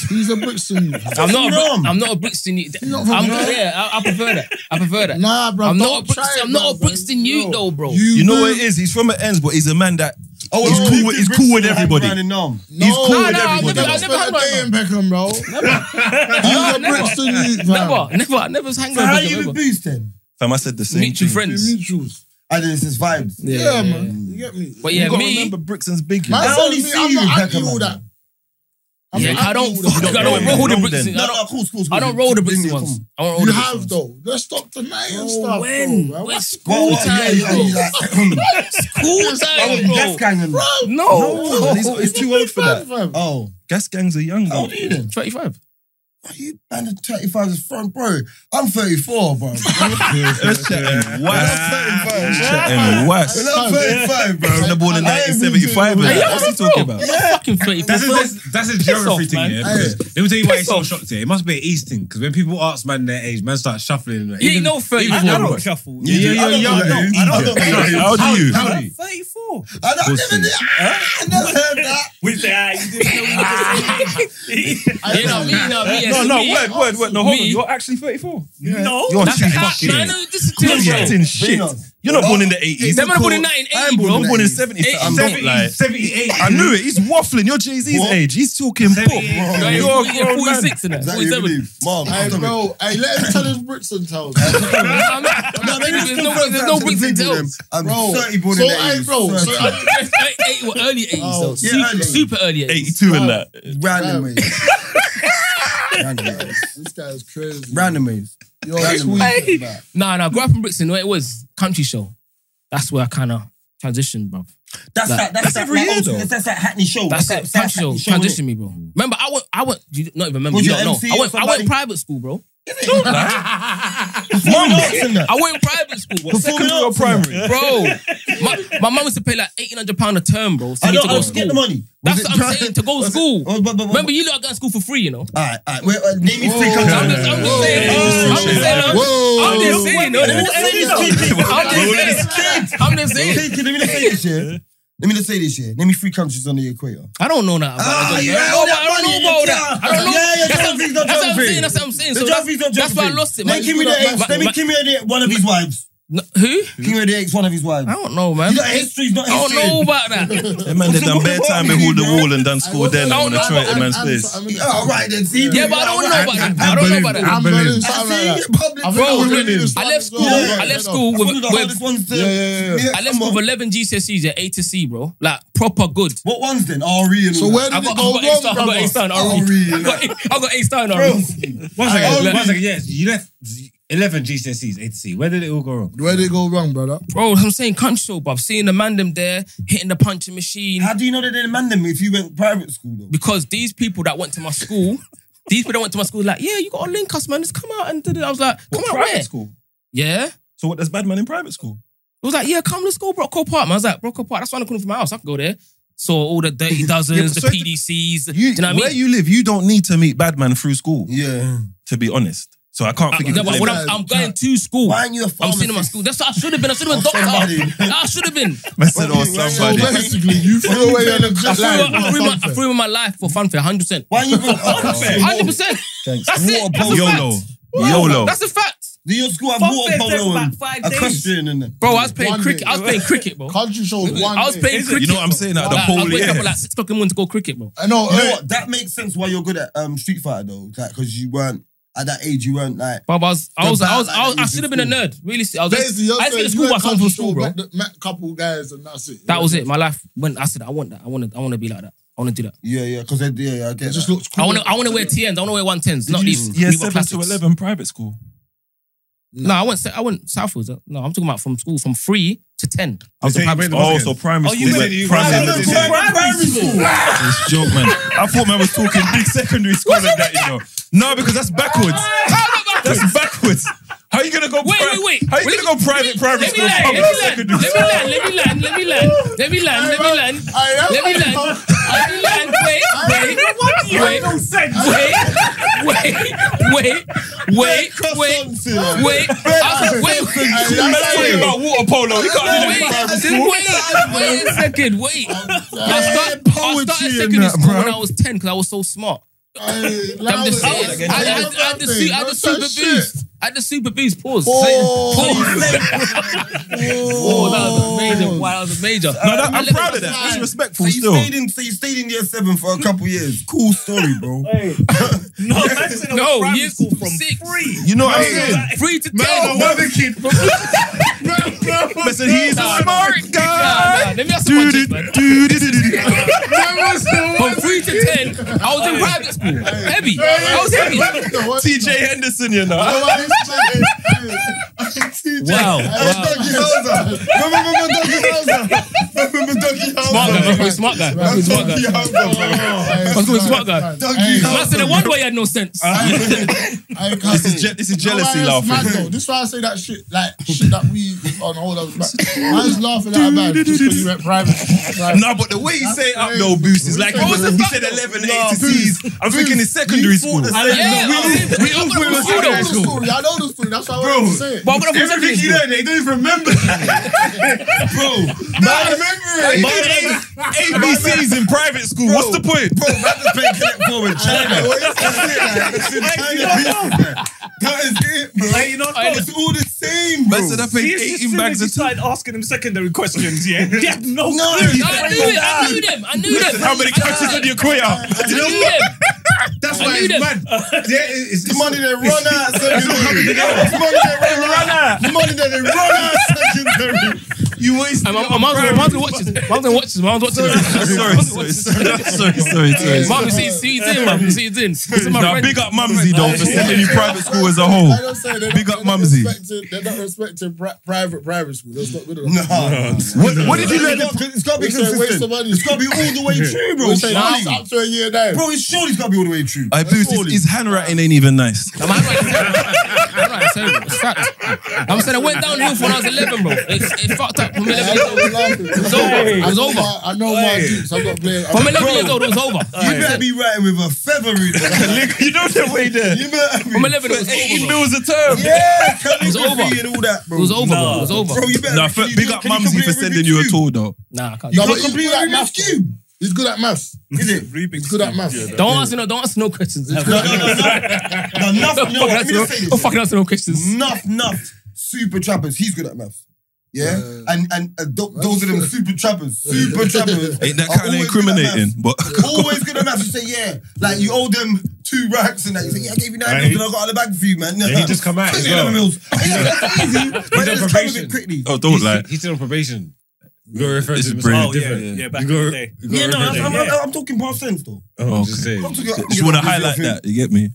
S6: He's a Brixton.
S3: I'm not. A,
S2: Wrong.
S3: Bri- I'm not a Brixton. youth.
S6: not from
S3: I'm
S6: Brom.
S3: yeah. I, I prefer that. I prefer that.
S6: Nah, bro.
S3: I'm
S6: don't
S3: not. A Brixton,
S6: try it,
S3: I'm not a
S6: bro.
S3: Brixton youth though, bro.
S1: you know what it is. He's from the ends, but he's a man that
S2: Oh,
S1: He's
S2: oh,
S1: cool
S2: you
S1: with-
S2: did
S1: he's cool with
S2: Brixton
S1: everybody.
S2: hand running arm.
S1: he's cool
S3: No,
S1: with
S3: no, I've
S1: everybody.
S3: never-
S6: Never
S3: I've never
S6: spent
S3: had
S6: a day in
S3: one.
S6: Beckham, bro. He's a
S3: never.
S6: Brixton youth, man.
S3: Never, never, I never hang
S2: So how
S3: out
S2: you
S3: with
S2: with
S3: them.
S2: Boost then?
S1: Fam, I said the same.
S3: Meet your
S1: thing.
S3: friends.
S6: Mutuals.
S2: I did this is vibes.
S6: Yeah,
S3: Yeah,
S6: man. You get me?
S3: But
S1: You
S3: yeah,
S1: gotta
S3: me.
S1: remember Brixton's big. you
S6: Man,
S1: know.
S2: I
S6: so
S2: only
S6: me,
S2: see
S6: I'm
S2: you
S6: not
S2: with
S6: anti
S2: Beckham,
S6: all that.
S2: man.
S6: I'm
S3: Yeah,
S6: not
S3: I don't.
S6: anti all that.
S1: You don't
S3: I don't
S1: know
S3: roll with the
S1: them.
S3: Brixton.
S2: No,
S3: I
S2: no,
S3: don't.
S2: cool, cool, cool.
S3: I don't roll with the Brixton
S2: Bring it,
S3: ones.
S2: come.
S3: I don't roll
S6: You
S3: with the
S6: have
S3: Brixton ones.
S6: though. Let's stop denying
S3: Bro,
S6: stuff.
S3: when?
S6: Bro,
S3: When
S6: What's
S2: Well,
S3: school
S2: well, yeah,
S3: time,
S2: yeah,
S3: bro?
S2: yeah, like-
S3: School
S2: I was
S3: time, bro.
S2: Death Gang and-
S3: No.
S1: No, he's, he's too old for that.
S6: fam?
S2: Oh,
S1: Gas gangs are young.
S2: how
S1: Though.
S2: old are you then?
S3: 35.
S2: Are you man of 35 is front, bro? I'm 34, bro.
S1: Let's chat and
S2: I'm
S1: wax.
S2: 35.
S1: Let's chat and wax.
S2: When I'm 35, bro.
S1: Man, they're born in
S2: I ain't been
S1: 1975.
S2: doing
S1: man.
S2: that.
S1: What's he talking about?
S3: Fucking 35.
S5: That's a, that's, that's a geography
S3: off,
S5: thing,
S3: man.
S5: yeah. Because let me tell you why
S3: Piss
S5: it's so
S3: off.
S5: shocked here. It must be an East thing. Because when people ask man their age, man start shuffling. Like,
S3: You ain't no 34,
S5: even-
S4: I
S3: bro.
S4: don't shuffle.
S5: Yeah, yeah, yeah,
S2: I don't
S5: yeah,
S2: know
S5: I
S2: that
S5: don't-
S2: age.
S5: I don't
S2: I don't
S5: know
S2: know
S5: that
S2: that
S5: age.
S2: age.
S1: How do you?
S5: How
S4: I'm
S5: do you?
S4: 34.
S2: I don't
S1: Pussy.
S2: even I never heard that.
S4: We say, ah, you didn't know what to say.
S3: You know me, you know me.
S1: No,
S3: yes,
S1: no,
S3: me.
S1: word, word, word. No, hold on.
S3: Me.
S1: You're actually 34.
S4: No.
S1: You're
S3: That's
S1: too
S3: how-
S1: fucking.
S3: No, I know this is too,
S1: You're
S3: bro.
S1: chatting shit.
S2: Venus.
S1: You're not born in the 80s.
S3: Them man are born in 1980, bro.
S1: I'm born in 70s. so I'm not like.
S5: 78.
S1: I knew it. He's waffling. You're Jay Z's
S5: What?
S1: age. He's talking book.
S3: No,
S1: You're a
S3: you're, you're
S1: grown man.
S3: 46 in it.
S2: Is that what you
S3: 47.
S2: believe? Mom,
S6: Hey,
S2: stop it.
S6: bro. Hey, let him tell his bricks and tells.
S3: I'm not- I'm not- There's no- there's no bricks and tails.
S2: I'm
S6: Bro,
S2: 30 born
S6: so
S2: in the
S6: hey,
S2: 80s.
S6: bro, so
S2: 30.
S6: I-
S3: Eight- eight- well, early 80s,
S6: Oh,
S3: though.
S6: yeah,
S3: super,
S2: early.
S3: super early 80s.
S1: 82 in that.
S2: Random ways. Random ways.
S6: this guy is crazy.
S2: Random ways.
S6: You're
S2: That's
S6: tweaking, man.
S3: Nah, nah, grew up in Brixton where it was country show. That's where I kind of transitioned, bro.
S9: That's
S3: Like-
S9: that. That's, that
S5: every
S9: that
S5: year,
S9: old-
S5: though.
S9: That's, that's that Hackney show.
S3: That's
S9: that,
S3: it.
S9: that
S3: Country show
S9: Hackney show, innit?
S3: transitioned me, bro. Remember, I went, I went, you not even remember.
S2: Was
S3: you
S2: you
S3: don't know.
S2: MC
S3: I
S2: or
S3: went, I
S2: somebody?
S3: went private school, bro.
S2: Mom,
S3: I went private school. What, secondary or primary? Bro, my, my mum used to pay like £1,800 a term, bro. So
S9: I
S3: you
S9: know. I
S3: to go to
S9: was getting the
S3: school.
S9: money.
S3: That's what I'm saying, to go to school. Remember, you lot got to school for free, you know?
S2: Alright, alright. Wait, uh, Name me three
S6: Whoa.
S3: I'm
S2: countries.
S3: just, I'm just saying,
S1: Hey,
S3: I'm just saying, I'm-
S6: Whoa.
S3: I'm just saying, no,
S9: Who
S3: I'm
S9: is
S3: just
S9: this kid?
S3: saying, I'm just saying.
S2: Let me just say this, yeah. Let me just say this, yeah. Name me three countries on the equator.
S3: I don't know that.
S2: Ah,
S3: I
S2: yeah, all
S3: don't know
S2: that
S3: I don't
S2: money,
S3: know about all that. I don't know.
S2: Yeah, yeah,
S3: That's what-
S2: geography's not
S3: that's what I'm
S2: geography.
S3: saying. That's what I'm saying. So
S2: The
S3: that's,
S2: geography's not
S3: that's why I
S2: geography.
S3: lost it,
S2: Let
S3: man.
S2: me give me the
S3: My-
S2: ex. Let me
S3: my-
S2: give me the one of his wives.
S3: No, who?
S2: King of the X, one of his wives.
S3: I don't know, man.
S2: You know, history's not
S3: I don't
S2: history.
S3: know about that.
S1: That man, they done bare time behold the wall and done school
S6: wasn't-
S1: then and
S3: I
S1: want to
S3: don't
S1: try
S3: know,
S1: it at man's
S6: I'm-
S1: place.
S6: I'm- I'm-
S3: Oh,
S2: All right, then. See,
S3: Yeah, but I don't know about that. I don't know about that.
S6: I'm learning something like
S2: I
S6: that.
S2: see public.
S6: I think
S3: Bro,
S6: I was
S3: I
S6: reading this
S3: left
S6: one
S3: school.
S6: as well.
S2: yeah,
S3: I
S6: Yeah,
S3: left school
S2: One
S3: with,
S2: of the
S3: with
S2: hardest ones to.
S6: Yeah, yeah, yeah.
S3: I left school with 11 GCSEs at A to C, bro. Like proper good.
S2: What ones then? Oh, real.
S6: So where
S3: I
S6: did
S3: got, I
S6: it
S3: got
S6: go
S3: A
S6: wrong,
S3: star. I got A star in
S2: Oh,
S3: RE.
S2: really?
S3: I got A- I got A star in E. RE.
S5: One
S6: I
S5: second,
S6: only-
S5: one second, yes. You left 11 GCSEs, A to C. Where did it all go wrong?
S6: Where did it go wrong, brother?
S3: Bro, I'm saying country show, bruv. Seeing the man them there hitting the punching machine.
S2: How do you know that they demand them if you went private school though?
S3: because these people that went to my school, these people that went to my school, was like, yeah, you got to link us, man. Just come out and do it. I was like, come out where?
S1: Private school.
S3: Yeah. It
S1: So what, there's bad man in private school?
S3: was like, yeah, come to school, Brockco Park. Man. I was like, Brockco Park. That's why I couldn't from my house. I could go there. Saw all the dirty dozens,
S1: Yeah, but
S3: the
S1: so-
S3: PDCs.
S1: You,
S3: do you know what I
S1: where
S3: mean?
S1: you live, you don't need to meet bad man through school,
S2: Yeah.
S1: to be honest. So I can't
S3: I-
S1: figure
S3: Uh, no, but when
S1: out.
S3: I'm, I'm going to school.
S2: Why aren't you a
S3: I'm
S2: pharmacist?
S3: sitting in my school. That's what I should have been. I should have been
S2: Or somebody.
S3: doctor. I should have been.
S1: I said, oh,
S6: So
S1: somebody.
S6: basically, you threw away your
S3: I
S6: legit
S3: threw,
S6: life.
S3: I, threw my, I threw my life for funfair, 100%.
S2: Why are you going? Oh,
S3: 100%.
S2: Thanks.
S3: That's it. That's a fact.
S1: YOLO. YOLO.
S3: That's a fact.
S2: Do your school have
S4: Fuck
S2: water
S4: this,
S2: polo
S4: that's
S2: and
S4: about five
S2: a
S4: days.
S2: question in them?
S3: Bro, I was playing
S6: One
S3: cricket.
S6: day.
S3: I was playing cricket, bro.
S6: Country show was one
S3: I was
S6: day.
S3: playing cricket.
S1: You know what I'm saying? At the
S3: Like, I
S1: whole
S3: wake up
S1: year.
S3: at like six o'clock in the morning to go cricket, bro.
S6: I know.
S2: You know
S6: hey,
S2: what? That makes sense why you're good at um, Street Fighter though, because you weren't at that age. You weren't like
S3: But I was, I
S2: The
S3: was, I
S2: bad
S3: was,
S2: man
S3: I, was,
S2: that
S3: I
S2: used
S3: should have
S2: to
S3: been a
S2: school.
S3: nerd. Realistically, I was.
S6: basically, you're
S3: I used to
S6: saying
S3: get school, but I
S6: you went
S3: come
S6: country
S3: from
S6: show,
S3: school, bro.
S6: Met, the- met a couple guys and that's it.
S3: That was it. My life went. I said, I want that. I want to. I want to be like that. I want to do that.
S2: yeah, yeah, because yeah, yeah, I get
S6: It just
S2: that.
S6: looks cool.
S3: I want to. I want to wear TNs. I want to wear one tens. Not these.
S1: Yeah,
S3: Reebok
S1: 7
S3: classics.
S1: to 11 private school.
S3: No, I went. se- I went southwards. No, I'm talking about from school from three to ten. I was a
S5: They say you
S3: private
S5: bring
S3: school.
S5: the-
S1: Oh,
S5: Okay.
S1: so primary
S5: Oh,
S1: school.
S5: you
S1: is
S5: meant-
S1: like
S5: you-
S1: primary
S5: I
S1: school.
S5: was
S1: It's
S5: primary
S1: a joke, man. I thought man was talking big secondary school like that, you know. No, because that's backwards. That's backwards. How are you gonna go?
S3: Wait,
S1: pri-
S3: wait, wait.
S1: How are you
S3: Wait,
S1: gonna go private primary
S3: Let me
S1: school?
S3: land.
S1: public
S3: Let me
S1: secondary
S3: land.
S1: school?
S3: Let me land. Let me land. Let me land. Let me land. Let me land. Let me land. Wait, wait, wait, wait, wait, wait, wait, wait, wait. I was- Wait, wait.
S1: Man, that's talking about water polo. You can't do that in private
S3: Wait,
S1: school.
S3: wait, wait a second, wait. I started, I started
S1: poetry in
S3: secondary
S1: that,
S3: school
S1: bro.
S3: when I was 10 because I was so smart. I'm just saying. I I had I had the su- I had the super boost. I had the super boost. Pause. Pause. Oh, that was a major. Wow, that was a major.
S1: No, that, I'm proud of that. It's respectful
S2: So you
S1: still.
S2: stayed in, so you stayed in year seven for a couple years. Cool story, bro.
S4: No, man said I
S3: No,
S4: was primary
S3: year
S4: school from
S3: six.
S4: three.
S1: You know what I'm saying?
S3: Free to tell.
S5: kid.
S1: Listen, he's a
S3: Nah, nah,
S1: smart
S3: nah, nah,
S1: guy.
S3: Let me ask you
S1: Do,
S3: one
S1: do,
S3: thing, man.
S1: do, do, do, do.
S3: From three to ten, I was in private school. Heavy. I was heavy.
S1: TJ Henderson, you know.
S3: Wow.
S2: Remember Doggy Hauser? Remember Doggy
S3: Smart guy. Remember smart guy.
S2: Hauser?
S3: Remember smart guy.
S6: I'm
S3: going smart guy.
S2: Doggy
S3: That's the one way I had no sense.
S1: This is, je- this is jealousy laughing.
S6: This is why I say that shit, like shit that we on hold up. Man's laughing at a man just because he went private. Like,
S1: No, but the way he say up though, Boost, is like,
S6: What was the
S1: he
S6: fuck
S1: said 11
S6: though? Nah,
S1: 8 to C's. I'm thinking it's secondary school.
S3: Yeah, I was- we all got from
S6: I
S3: school
S6: know the
S3: though.
S6: story. I know the story. That's why I wanted to say it.
S3: But I got from secondary school.
S5: They don't even remember.
S1: Like, you did A- ABCs in private school. What's the point?
S2: Bro, man just played Connect Four with China. That is it, bro.
S4: Like, you know,
S2: Bro, it's all the same, bro.
S1: Man said I paid
S4: As soon
S1: 18
S4: as
S1: bags
S4: he
S1: of time.
S4: started asking him secondary questions, yeah. Yeah, no,
S2: No,
S4: clue.
S2: no,
S3: I knew it. I knew them. I knew them.
S1: How many
S3: I knew
S1: countries
S3: them.
S1: in your career?
S3: I knew them.
S5: That's
S3: I
S5: why
S3: knew
S5: it's
S3: them.
S5: mad. Yeah, it's,
S2: It's
S5: it's
S2: money that run out secondary. It's money that run out. It's money that they run out secondary.
S1: You wasted.
S3: I'm, I'm, I'm, I'm, I'm watching. I'm watching. I'm watching.
S1: sorry, sorry, sorry, sorry, sorry, sorry.
S3: Mum, you see, see you in, mum. You see you in. This is my
S1: Now,
S3: friend.
S1: big up Mumsy though for sending you private school as a whole.
S6: I don't say they're
S1: Big
S6: not,
S1: up
S6: they're not
S1: Mumsy.
S6: respecting- They're not respecting pri- private private school. That's not good enough.
S2: No.
S1: What, what did you
S2: It's
S1: learn?
S2: gotta be- It's got to be
S6: We're saying waste of
S2: consistent.
S6: money.
S2: It's got to be all the way true, bro.
S6: We're saying
S2: Surely.
S6: it's up to a year now.
S2: Bro, it's surely got to be all the way true.
S1: I boost his, his handwriting ain't even nice.
S3: I'm not saying it's fact. I'm saying I went downhill when I was 11, bro. It, it fucked up from 11 years old.
S6: It's
S3: over. It was over.
S6: I know my dudes. I'm not playing. I'm
S3: From
S6: not-
S3: 11 years old, it was over.
S2: You better be writing with a feather in it.
S1: you know the way there.
S2: You better
S3: From
S2: be.
S3: 11, it was over. Bro.
S1: bills a term.
S2: Yeah,
S3: was over.
S2: calligraphy and all that, bro.
S3: It was over. Bro. It was over.
S2: Bro, you better.
S1: Nah, f-
S2: can you
S1: big
S2: do-
S1: up
S2: can you
S1: Mumsy for
S2: complete
S1: sending
S2: Rubik's
S1: you a
S2: Cube?
S1: tour though.
S3: Nah, I can't.
S2: You
S6: No, but
S2: can
S6: he's
S2: complete
S6: good at
S2: that math
S6: maths.
S2: cube.
S6: He's good at maths.
S2: Is it?
S6: He's good at maths.
S3: Don't ask me no. Don't ask no questions. Don't
S2: No, no, no, no. No, nuff, you know
S3: fucking
S2: what? Let
S3: ask no-
S2: me just say
S3: don't
S2: this.
S3: fucking ask no questions.
S2: Nuff, nuff, super trappers. He's good at math. Yeah,
S6: Yeah.
S2: and and uh, th- those are them super trappers. Super trappers.
S1: Ain't that
S2: are
S1: kind of
S2: always good at
S1: incriminating?
S2: maths.
S1: But
S2: Always good at math. You say yeah, like you owe them two racks and that. You say yeah, I gave you nine
S5: Right.
S2: mils and I got out of the bag for you, man.
S5: he just come out as well.
S2: Nine mils. Yeah, that's easy. But
S5: on
S2: just come with
S5: probation.
S2: it quickly.
S1: oh, don't lie.
S5: He's still on probation. You gotta refer
S1: This is
S5: to him as
S1: brilliant.
S5: something
S4: yeah,
S5: different.
S4: yeah,
S5: You
S4: back
S5: gotta-
S4: in the day.
S5: you gotta
S2: Yeah, no,
S5: refer
S2: I'm,
S5: to him.
S2: I'm,
S4: Yeah.
S2: I'm, I'm talking past sense though.
S5: Oh, I'm just
S1: Okay.
S5: saying.
S2: I'm talking, I'm
S1: Just want to highlight that. You get me?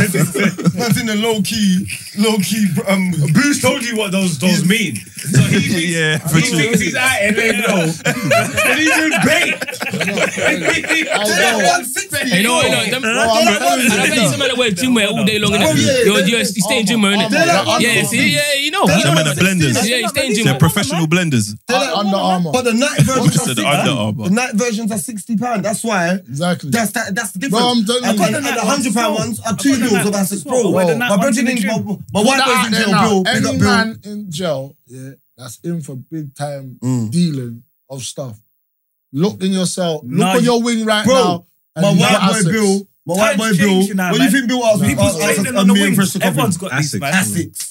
S2: Man's in the low key, low key. Um,
S5: Bruce told you what those those mean. So he thinks,
S1: yeah, for
S5: he
S1: sure.
S5: thinks he's out and they know. and he's in bait.
S2: yeah,
S6: know.
S2: 160.
S3: Hey, no, hey, no. Them,
S6: Bro, I'm
S2: Bro,
S6: telling
S3: And I
S6: you.
S3: bet some man wear gym wear all day long.
S2: Oh, yeah,
S3: innit? You're,
S2: they-
S3: you're, you stay in gym wear, innit?
S2: They're like
S3: Yeah,
S2: under-
S3: see, yeah, you know.
S1: Them
S3: Yeah,
S1: are the blenders.
S3: you stay in gym
S1: They're
S3: wear.
S1: professional blenders.
S6: They're like Under Armour.
S2: But the night versions
S1: Just
S2: are
S1: said the
S2: 60
S1: Under
S2: pounds.
S1: Armour.
S2: The night versions are 60 pounds. That's why.
S6: Exactly.
S2: That's that, that's the difference.
S6: Bro, I'm telling
S2: and
S6: you.
S2: then the hundred pound ones are two
S4: the
S2: bills
S4: Mac
S2: about six bro.
S4: Pro. Where the
S2: My
S4: Mac ones
S2: brother
S4: in the
S2: didn't. My,
S4: gym.
S2: my wife
S6: That
S2: goes
S6: out
S2: in
S6: there
S2: jail,
S6: now.
S2: Bill. Big
S6: Any
S2: up, Bill.
S6: man in jail, yeah, that's in for big time
S2: Mm.
S6: dealing of stuff. Look in your cell. Look
S4: Nah,
S6: on your wing right
S2: bro,
S6: now. and
S2: My
S6: you got
S2: white
S6: assets.
S2: boy Bill. My white
S4: Times
S2: boy Bill.
S4: changing now,
S2: What do you
S4: man.
S2: think Bill asked me?
S4: People's trading on the wings. Everyone's got these,
S5: Asics.
S4: man.
S2: Asics.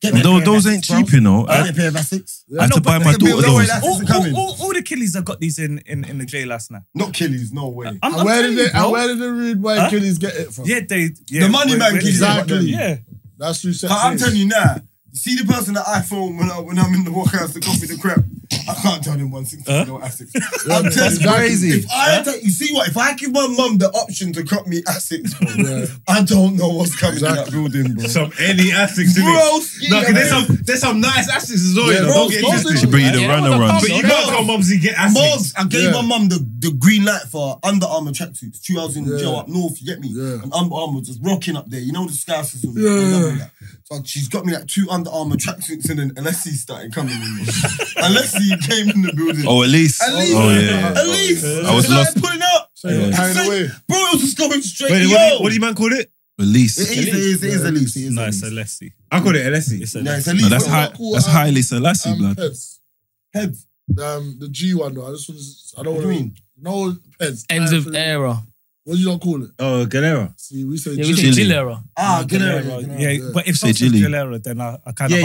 S2: Get me a
S1: Those,
S2: pair of
S1: those ain't
S2: Asics, bro.
S1: cheap, you know.
S2: I
S1: I,
S2: get a pair of Asics.
S1: I had to buy my
S2: Look at Bill,
S1: daughter
S2: don't worry,
S1: those.
S2: that's
S4: All,
S2: coming.
S4: all, all, all the killies have got these in, in, in the jail last night.
S2: Not Killies, no way.
S4: I'm,
S6: And
S4: I'm
S6: where
S4: telling
S6: did
S4: you,
S6: they?
S4: bro.
S6: And where did the rude white
S4: Huh?
S6: kiddies get it from?
S4: Yeah, they. Yeah,
S2: The money
S4: where-
S2: man
S4: where-
S2: killies
S4: yeah.
S2: are got them.
S4: Yeah.
S6: That's who set.
S2: But I'm
S6: this.
S2: telling you now, you see the person that I phone when, I, when I'm in the workhouse to copy the crap, I can't tell them 160 no ASICs. I'm telling
S6: That's
S2: you,
S6: crazy.
S2: If I tell- you see what, if I give my mum the option to crop me ASICs, bro,
S6: Yeah.
S2: I don't know what's coming in that building, bro.
S5: Some any assets in it.
S2: Bro,
S5: No,
S2: yeah,
S5: 'cause there's
S2: man.
S5: some there's some nice assets as well. you know,
S6: bro,
S5: don't get
S6: most
S5: twisted.
S1: She bring you the run around.
S5: But you
S2: Bro.
S5: can't tell Mumsy get assets.
S2: Mars, I gave
S6: Yeah.
S2: my mum the, the green light for Under Armour tracksuits. Two hours in
S6: Yeah.
S2: jail up north, you get me?
S6: Yeah.
S2: And Under Armour just rocking up there. You know the sky system.
S6: Yeah.
S2: So she's got me like two Under Armour tracksuits and then Alessi started coming in. Alessi came in the building.
S1: Oh, Elise.
S2: At least,
S1: Oh, yeah.
S2: at least,
S1: I was
S2: And
S1: lost.
S2: Pulling up,
S6: So you got
S2: It's
S6: carried
S2: like-
S6: away.
S2: bro. It was just going straight.
S5: Wait,
S2: yo.
S5: what do you- what do you man call it?
S2: It is,
S1: Elise.
S2: it is, it is at least. It is
S4: No,
S2: at
S4: it's
S2: least.
S4: a Lessie.
S5: I call it LSE.
S4: It's a
S2: No,
S4: Lessie.
S2: it's at least.
S1: No, that's high. That's highly Selassie
S6: Um,
S1: blood.
S6: Peds.
S2: Heads.
S6: Um, the G one though. I just want to. I don't
S2: What
S6: want
S2: do
S6: to
S2: you mean?
S6: No Peds.
S3: Ends of
S6: Actually,
S3: era.
S6: What do you not call it?
S5: Oh, Galera.
S6: See, we say
S3: Yeah,
S6: G.
S3: we say chill era.
S2: Ah, get
S4: Yeah,
S2: out.
S4: bro.
S2: Get out.
S4: yeah,
S6: yeah.
S4: but if
S1: Say
S4: someone said
S1: Gilly.
S4: Gilera, then I, I kind of.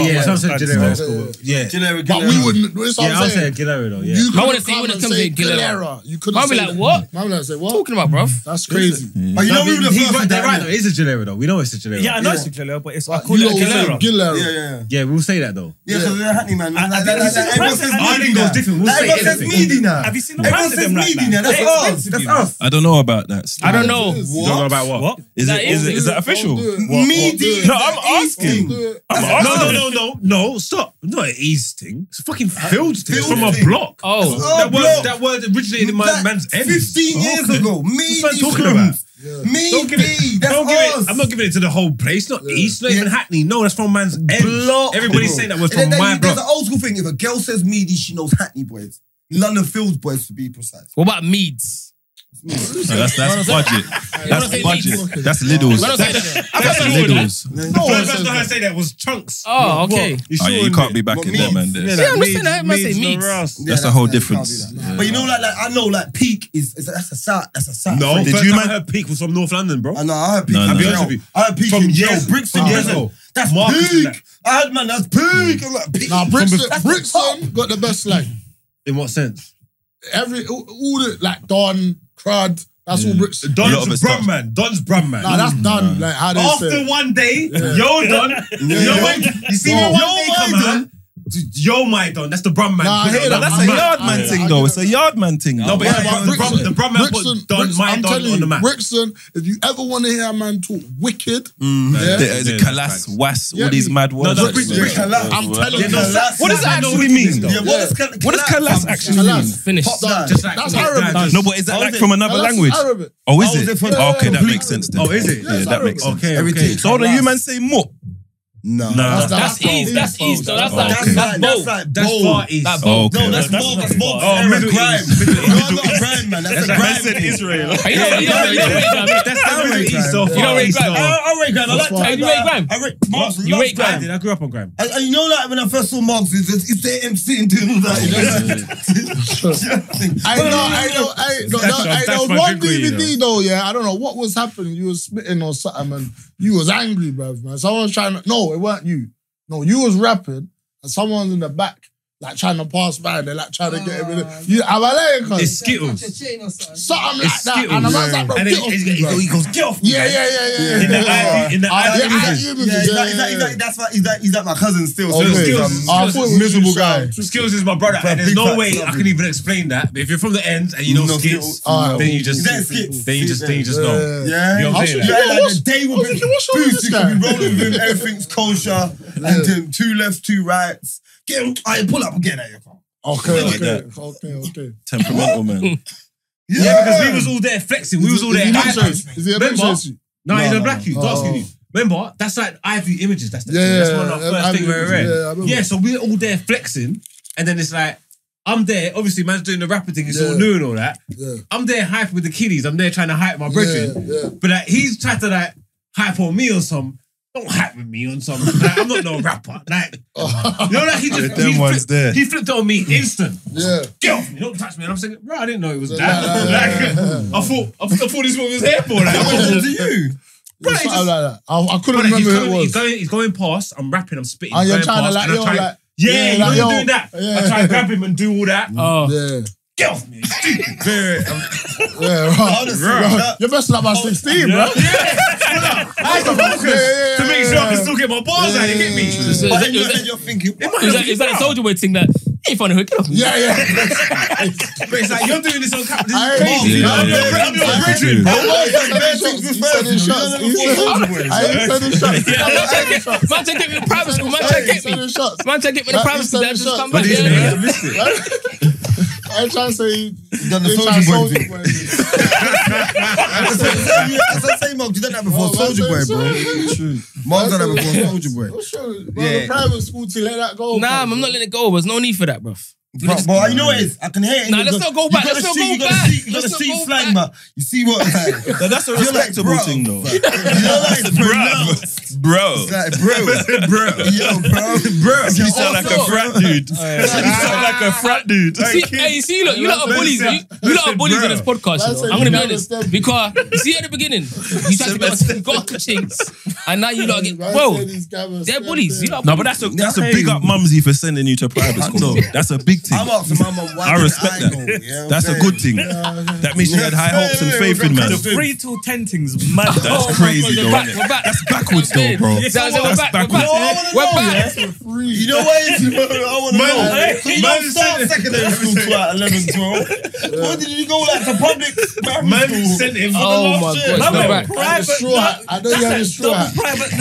S5: Yeah.
S2: Generic,
S6: But
S2: get
S6: we
S2: out.
S6: wouldn't. That's what
S5: Yeah, I'll
S6: I'm
S5: say
S6: saying.
S5: Galera though. Yeah.
S6: You
S3: Man
S6: couldn't
S3: would've said-
S6: come
S3: would've
S6: and
S3: come to
S6: say
S3: Gilera.
S6: Gilera. You couldn't.
S3: Man be
S6: say
S3: like,
S6: that.
S3: what?
S6: Man would say what?
S3: Talking about, bruv.
S6: That's crazy.
S2: But you know
S5: No,
S2: we were the
S5: he- he's
S2: first
S5: right, they're
S2: that
S5: right though. It is a Galera though. We know it's a Galera.
S4: Yeah, I know
S2: Yeah.
S4: it's a Galera, but it's I
S6: But
S4: call
S6: you
S4: it a
S6: always say
S4: Galera.
S6: Gilera.
S2: Yeah, yeah, yeah.
S5: Yeah, we'll say that though.
S2: Yeah,
S6: Yeah.
S2: because they're hacking man.
S4: And I
S2: Like,
S4: think
S2: like,
S4: it's
S2: like,
S4: just
S2: Everyone
S4: price
S2: says
S4: and I
S2: meaty
S5: think
S2: now.
S5: it's different. We'll
S2: Like,
S5: say
S2: Everyone says
S5: anything.
S2: meaty now.
S4: Have you seen the
S2: Everyone
S4: price of
S2: says
S4: them right
S2: meaty
S4: now?
S2: now. That's
S4: They're
S2: us.
S4: expensive,
S2: That's
S4: you know.
S2: us.
S1: I don't know about that.
S3: I don't know.
S6: What?
S5: Don't know about what?
S4: What?
S1: Is it? Is it? Is that official?
S6: Don't do it.
S5: What-
S2: Meaty.
S1: No, I'm asking.
S5: No, no, no, no, no, stop. Not an East thing. It's a fucking field Uh, thing. It's
S2: field
S5: from a
S2: thing.
S5: block.
S3: Oh,
S2: Oh,
S5: that, word,
S2: block.
S5: that word originated in my
S2: That-
S5: man's head.
S2: 15 years ago. Meaty.
S5: What's man talking
S2: films.
S6: Yeah.
S5: Don't give
S2: Meaty.
S5: it, don't give
S2: That's
S5: it. I'm not
S2: us.
S5: giving it to the whole place. Not East, not
S2: Yeah.
S5: even Hackney. No, that's from man's end.
S2: Block,
S5: Everybody
S2: bro.
S5: saying that was
S2: And
S5: from
S2: then
S5: my
S2: you- There's
S5: block.
S2: an old school thing. If a girl says meaty, she knows Hackney boys. London Fields boys, to be precise.
S3: what about Meads?
S1: No, that's that's budget. That's
S3: say
S1: budget.
S6: Lidl's?
S1: That's Lidl's.
S3: When I say that-
S1: That's
S10: That's Lidl's.
S1: Lidl's.
S6: No
S10: The
S6: one
S10: first
S6: says
S10: time I
S6: that.
S10: say that was chunks.
S3: Oh, okay.
S1: Oh, yeah, you can't be back in there, man. There's-
S3: Yeah, I'm just saying that. I must say meats.
S1: That's a whole difference.
S2: But you know, like, like I know, like peak is, is that's a sat, that's a sat.
S5: No,
S1: Did
S5: did
S1: you
S5: you
S1: man-
S5: man her peak was from North London, bro?
S2: I know. Oh, I heard peak.
S1: No,
S2: in
S1: no,
S2: jail.
S5: no. I'll be honest with you.
S2: I heard peak
S5: From
S2: in jail.
S5: years-
S2: Brixton
S5: from
S2: years
S5: years
S2: ago.
S5: ago.
S2: That's
S5: Mark is in
S2: peak. I heard man, that's peak. I'm like peak.
S6: Nah, Brixton,
S2: That's the top.
S6: Brixton got the best slang.
S5: In what sense?
S6: Every all, all the like Don, Crud, that's all Brixton.
S1: lot of
S5: Don's
S1: it's
S5: brum
S1: tough.
S5: man. Don's brum man.
S6: Nah, that's done. Like how they say.
S10: After
S6: it.
S10: one day, yo done. Yo,
S6: yeah.
S10: wait, you see me
S6: No.
S10: one
S5: Yo,
S10: day
S5: my
S10: come
S5: done.
S10: out. Yo, my don. That's the brum man.
S6: Nah, I hear that.
S1: That's a
S6: I'm
S10: mad.
S1: yard
S6: I
S1: man
S6: hear
S1: thing,
S6: that.
S1: though. It's a yard man thing.
S5: No,
S1: though.
S5: but
S6: Yeah,
S5: yeah,
S6: but
S5: the, brum,
S6: Brixton-
S5: the brum man
S6: Brixton-
S5: put Don,
S6: Brixton-
S5: my
S6: I'm
S5: Don
S6: telling
S5: on
S6: you,
S5: the map.
S6: Brixton, if you ever want to hear a man talk wicked, yeah,
S1: The- the Kalas, Was, all these mad words.
S5: no, Brixton-
S1: Yeah.
S5: Brixton-
S6: I'm telling you,
S5: that's-
S1: What does
S5: that's
S1: that actually
S5: not what it is,
S1: mean?
S5: though.
S2: Yeah, what is Kal-
S1: What does Kalas actually mean?
S6: Kalas.
S3: Finished.
S2: Top down.
S5: Just like-
S6: That's
S5: like
S6: Arabic.
S5: that.
S1: No, but is that
S2: How
S1: like
S2: is it?
S1: from another
S6: Kalas is
S1: language?
S6: Arabic.
S1: Oh,
S2: How
S1: is it?
S2: is it from-
S1: Oh, okay, that
S6: Yeah.
S1: makes sense then.
S5: Oh, is it?
S1: Yeah, that makes sense.
S5: Okay,
S2: Everything.
S5: okay.
S1: So hold on, you man say mop.
S2: No.
S1: Nah.
S3: That's ease. That's ease. though. That's like
S1: Okay.
S2: That's like, that's
S3: bold.
S2: like
S5: That's
S2: bold.
S5: far east.
S3: That
S1: Oh,
S3: bold.
S1: okay.
S2: No, that's
S10: that's
S2: more.
S10: not
S2: That's more.
S10: far.
S2: Oh,
S5: Middle
S2: crime.
S5: East. Middle
S2: No, I'm not a crime, man. That's a crime.
S1: said Israel.
S3: You know, you know, you know, you know,
S5: That's down
S2: rate
S5: rate
S2: Grime.
S5: east so
S3: You don't
S5: far
S3: rate
S5: east.
S3: Grime.
S5: though.
S6: I rate Graham. I like
S3: you know. You rate Graham.
S6: I rate Marks.
S3: You rate
S5: I
S3: Graham.
S5: did. I grew up on Graham.
S2: And, and you know, like when I first saw Marks, it's, it's, it's there MC and doing all that. You know?
S6: I know, I know, I know.
S5: That's-
S6: that- I
S5: that's
S6: know.
S5: my
S6: One
S5: degree, you
S6: DVD though, yeah. I don't know what was happening. You was spitting or something, and you was angry, bruv, man. Someone's trying to. No, it weren't you. No, you was rapping, and someone's in the back, like trying to pass by. They're like trying to get him. in the- You, I'm a layer,
S5: Ah. It's
S6: cuz.
S5: Skittles.
S6: Something like
S5: it's
S6: that, and I'm
S5: Skittles.
S6: like, bro,
S5: And
S6: get
S5: it-
S6: off
S5: it's-
S6: me, bruv.
S5: it's- he goes, get off me.
S6: Yeah, yeah, yeah, yeah.
S5: In the
S6: yeah.
S5: eye- in the
S6: Ah,
S5: eye-
S6: yeah, I- you
S2: Yeah, he's like, he's like, he's
S6: yeah,
S2: like, that's my, he's like, he's like my cousin still. So
S6: Okay.
S2: he's, um,
S6: Ah, I thought it was
S2: miserable
S6: you,
S2: guy.
S6: son.
S5: Skills is my brother, and there's
S2: big
S5: no
S2: fat
S5: way I
S2: lovely.
S5: can even explain that. But if you're from the ends and you know
S2: No
S5: skits,
S2: skills.
S6: Alright.
S5: then you just
S2: Is that skits?
S5: then you just then you just
S6: Yeah.
S5: know.
S2: Yeah,
S5: You know what I'm saying?
S2: Yeah,
S6: Like,
S2: like the day
S6: I
S2: will
S6: was
S2: be
S6: thinking, what's wrong with
S2: boots,
S6: this
S2: you can be
S6: guy?
S2: rolling with him, everything's kosher, and then two lefts, two rights. Get him, I pull up again eh, at your car.
S6: Okay,
S1: Like
S6: okay, okay, okay.
S1: Temperamental, man.
S5: Yeah, because we was all there flexing. We was all there.
S6: Is he
S5: Ivy-
S6: Manchester? Is he a
S5: Remember?
S6: Manchester?
S5: No, he's
S6: No,
S5: a
S6: no,
S5: black youth.
S6: no.
S5: Asking
S6: Oh.
S5: you. Remember, that's like Ivy Images. That's the
S6: Yeah,
S5: thing. That's
S6: yeah,
S5: one of
S6: yeah,
S5: the first
S6: Ivy
S5: thing we
S6: Images, yeah, I
S5: read.
S6: remember.
S5: Yeah, so we're all there flexing, and then it's like I'm there. Obviously, man's doing the rapping thing. It's all
S6: Yeah.
S5: new and all that.
S6: Yeah.
S5: I'm there hype with the kiddies. I'm there trying to hype my brethren.
S6: yeah.
S5: But like, he's trying to like hype on me on some. Don't hype with me on some. Like, I'm not no rapper. Like
S6: Oh.
S5: you know, like he just
S1: them
S5: he,
S1: ones
S5: flipped,
S1: there.
S5: he flipped it on me instant.
S6: Yeah.
S5: Get off me! Don't touch me! And I'm saying, bro, I didn't know it was that.
S6: nah, nah,
S5: like, I thought, I thought, I thought this one was here for. Like,
S2: What happened to you?
S5: bro,
S6: Something
S5: he just-
S6: like that. I, I couldn't
S5: Brother,
S6: remember
S5: he's,
S6: who it
S5: going, he's
S6: was.
S5: going, he's going past. I'm rapping. I'm spitting.
S6: Oh,
S5: he's
S6: you're
S5: going
S6: trying to
S5: past,
S6: like,
S5: and I'm
S6: yo,
S5: trying-
S6: like-
S5: yeah,
S6: yeah,
S5: he
S6: like,
S5: was
S6: yo,
S5: doing that.
S6: yeah.
S5: I try and grab him and do all that.
S3: Oh,
S6: Yeah,
S5: Get off me! Stupid. Very- I'm-
S6: yeah, right.
S2: Honestly,
S6: Bro,
S2: that-
S6: You're messing up my 16, bro.
S5: I had to focus
S6: yeah,
S5: to make sure I
S6: yeah.
S5: can still get my bars out. You get me?
S3: is
S2: But then you
S3: that-
S2: said you're thinking, what?
S3: is that- is that soldier boy thing that you ain't found a hook? Get off me.
S6: Yeah, yeah.
S5: But it's like you're doing this on camera. This
S6: I
S5: is
S6: ain't
S5: crazy.
S1: Yeah,
S5: I'm
S1: yeah,
S5: your-
S1: yeah.
S5: I'm your
S1: That's
S5: brethren,
S1: true.
S5: bro.
S2: Oh,
S6: He said
S2: man,
S6: his shots.
S2: things
S6: He
S2: was
S6: said
S2: first.
S6: his shots. He said- I ain't said his shots.
S3: Man, check it. Man, check it with the private school. Man, check
S6: He
S3: it
S6: said
S3: me.
S6: his shots.
S3: Man, check it with the
S6: That-
S3: private school.
S6: that
S3: That just
S6: shot-
S3: come
S6: But
S3: back.
S5: These
S3: Yeah,
S5: niggas
S3: yeah.
S5: missed it.
S6: I'm trying to say he
S2: done the
S6: he
S2: Soulja
S6: tried
S2: Boy
S6: Soulja
S2: thing.
S6: Boy.
S2: That's the same, yeah, that's the same, Mark. You done that before
S6: Oh, man,
S2: Soldier Boy,
S6: that's
S2: bro. Mark's done that before Soldier Boy.
S6: What's wrong? Bro,
S2: Yeah.
S6: the private school to let that go.
S3: Nah,
S6: bro.
S3: I'm not letting it go. There's no need for that, bruv.
S2: Bro, bro, you know what it is? I can hear it. in
S3: Nah,
S2: your
S3: let's
S2: gut.
S3: not go
S2: You
S3: back,
S2: gotta
S3: let's not
S2: see-
S3: go
S2: you gotta
S3: back,
S2: see- You
S3: let's
S2: gotta
S3: not
S2: see
S3: go
S2: slang,
S3: back.
S2: man. You see what? Like,
S1: No, that's a
S2: like,
S1: respectable
S2: bro.
S1: thing, though.
S2: you know, like, pronounced.
S1: Bro.
S2: It's like, bro, bro, yo, bro, bro.
S1: You sound like a
S3: Also-
S1: frat dude. You sound like a frat dude.
S3: See, hey, see, look, you lot are bullies. You, you lot are bullies on this podcast.
S6: That's
S3: you know.
S6: it,
S3: I'm gonna be
S6: you
S3: honest
S6: understand me.
S3: because you see at the beginning, you tried to go on, go on to chinks, and now you lot get
S6: Man
S3: whoa.
S6: said he's gabbers.
S3: They're bullies. You lot
S1: No, but that's a that's a big up mumsy for sending you to private school. That's a big thing.
S2: I'm asking my mum why
S1: I
S2: did
S1: respect
S2: I
S1: that.
S2: Go, you know what
S1: That's
S2: I'm
S1: a
S2: saying?
S1: good thing. That means you had high hopes and
S2: Yeah,
S1: faith in man.
S10: The three till ten things, mad.
S1: That's
S3: Oh,
S1: crazy,
S3: we're
S1: though.
S3: back,
S1: innit?
S3: we're back.
S1: That's backwards, though,
S3: Yeah.
S1: bro.
S3: So, so we're
S1: That's
S3: back. We're
S1: backwards.
S3: back. We're back.
S2: You know what it is, bro? I want to know.
S10: hey,
S2: You
S10: man
S2: don't start
S10: said-
S2: secondary school till like 11, 12. Why did you go like to public primary
S10: Man
S2: school?
S10: sent him for the
S3: Oh my
S10: last year.
S3: God,
S10: Man went
S3: it's back.
S6: I had a
S10: private.
S6: straw hat. I know you had a straw hat.
S5: Let me see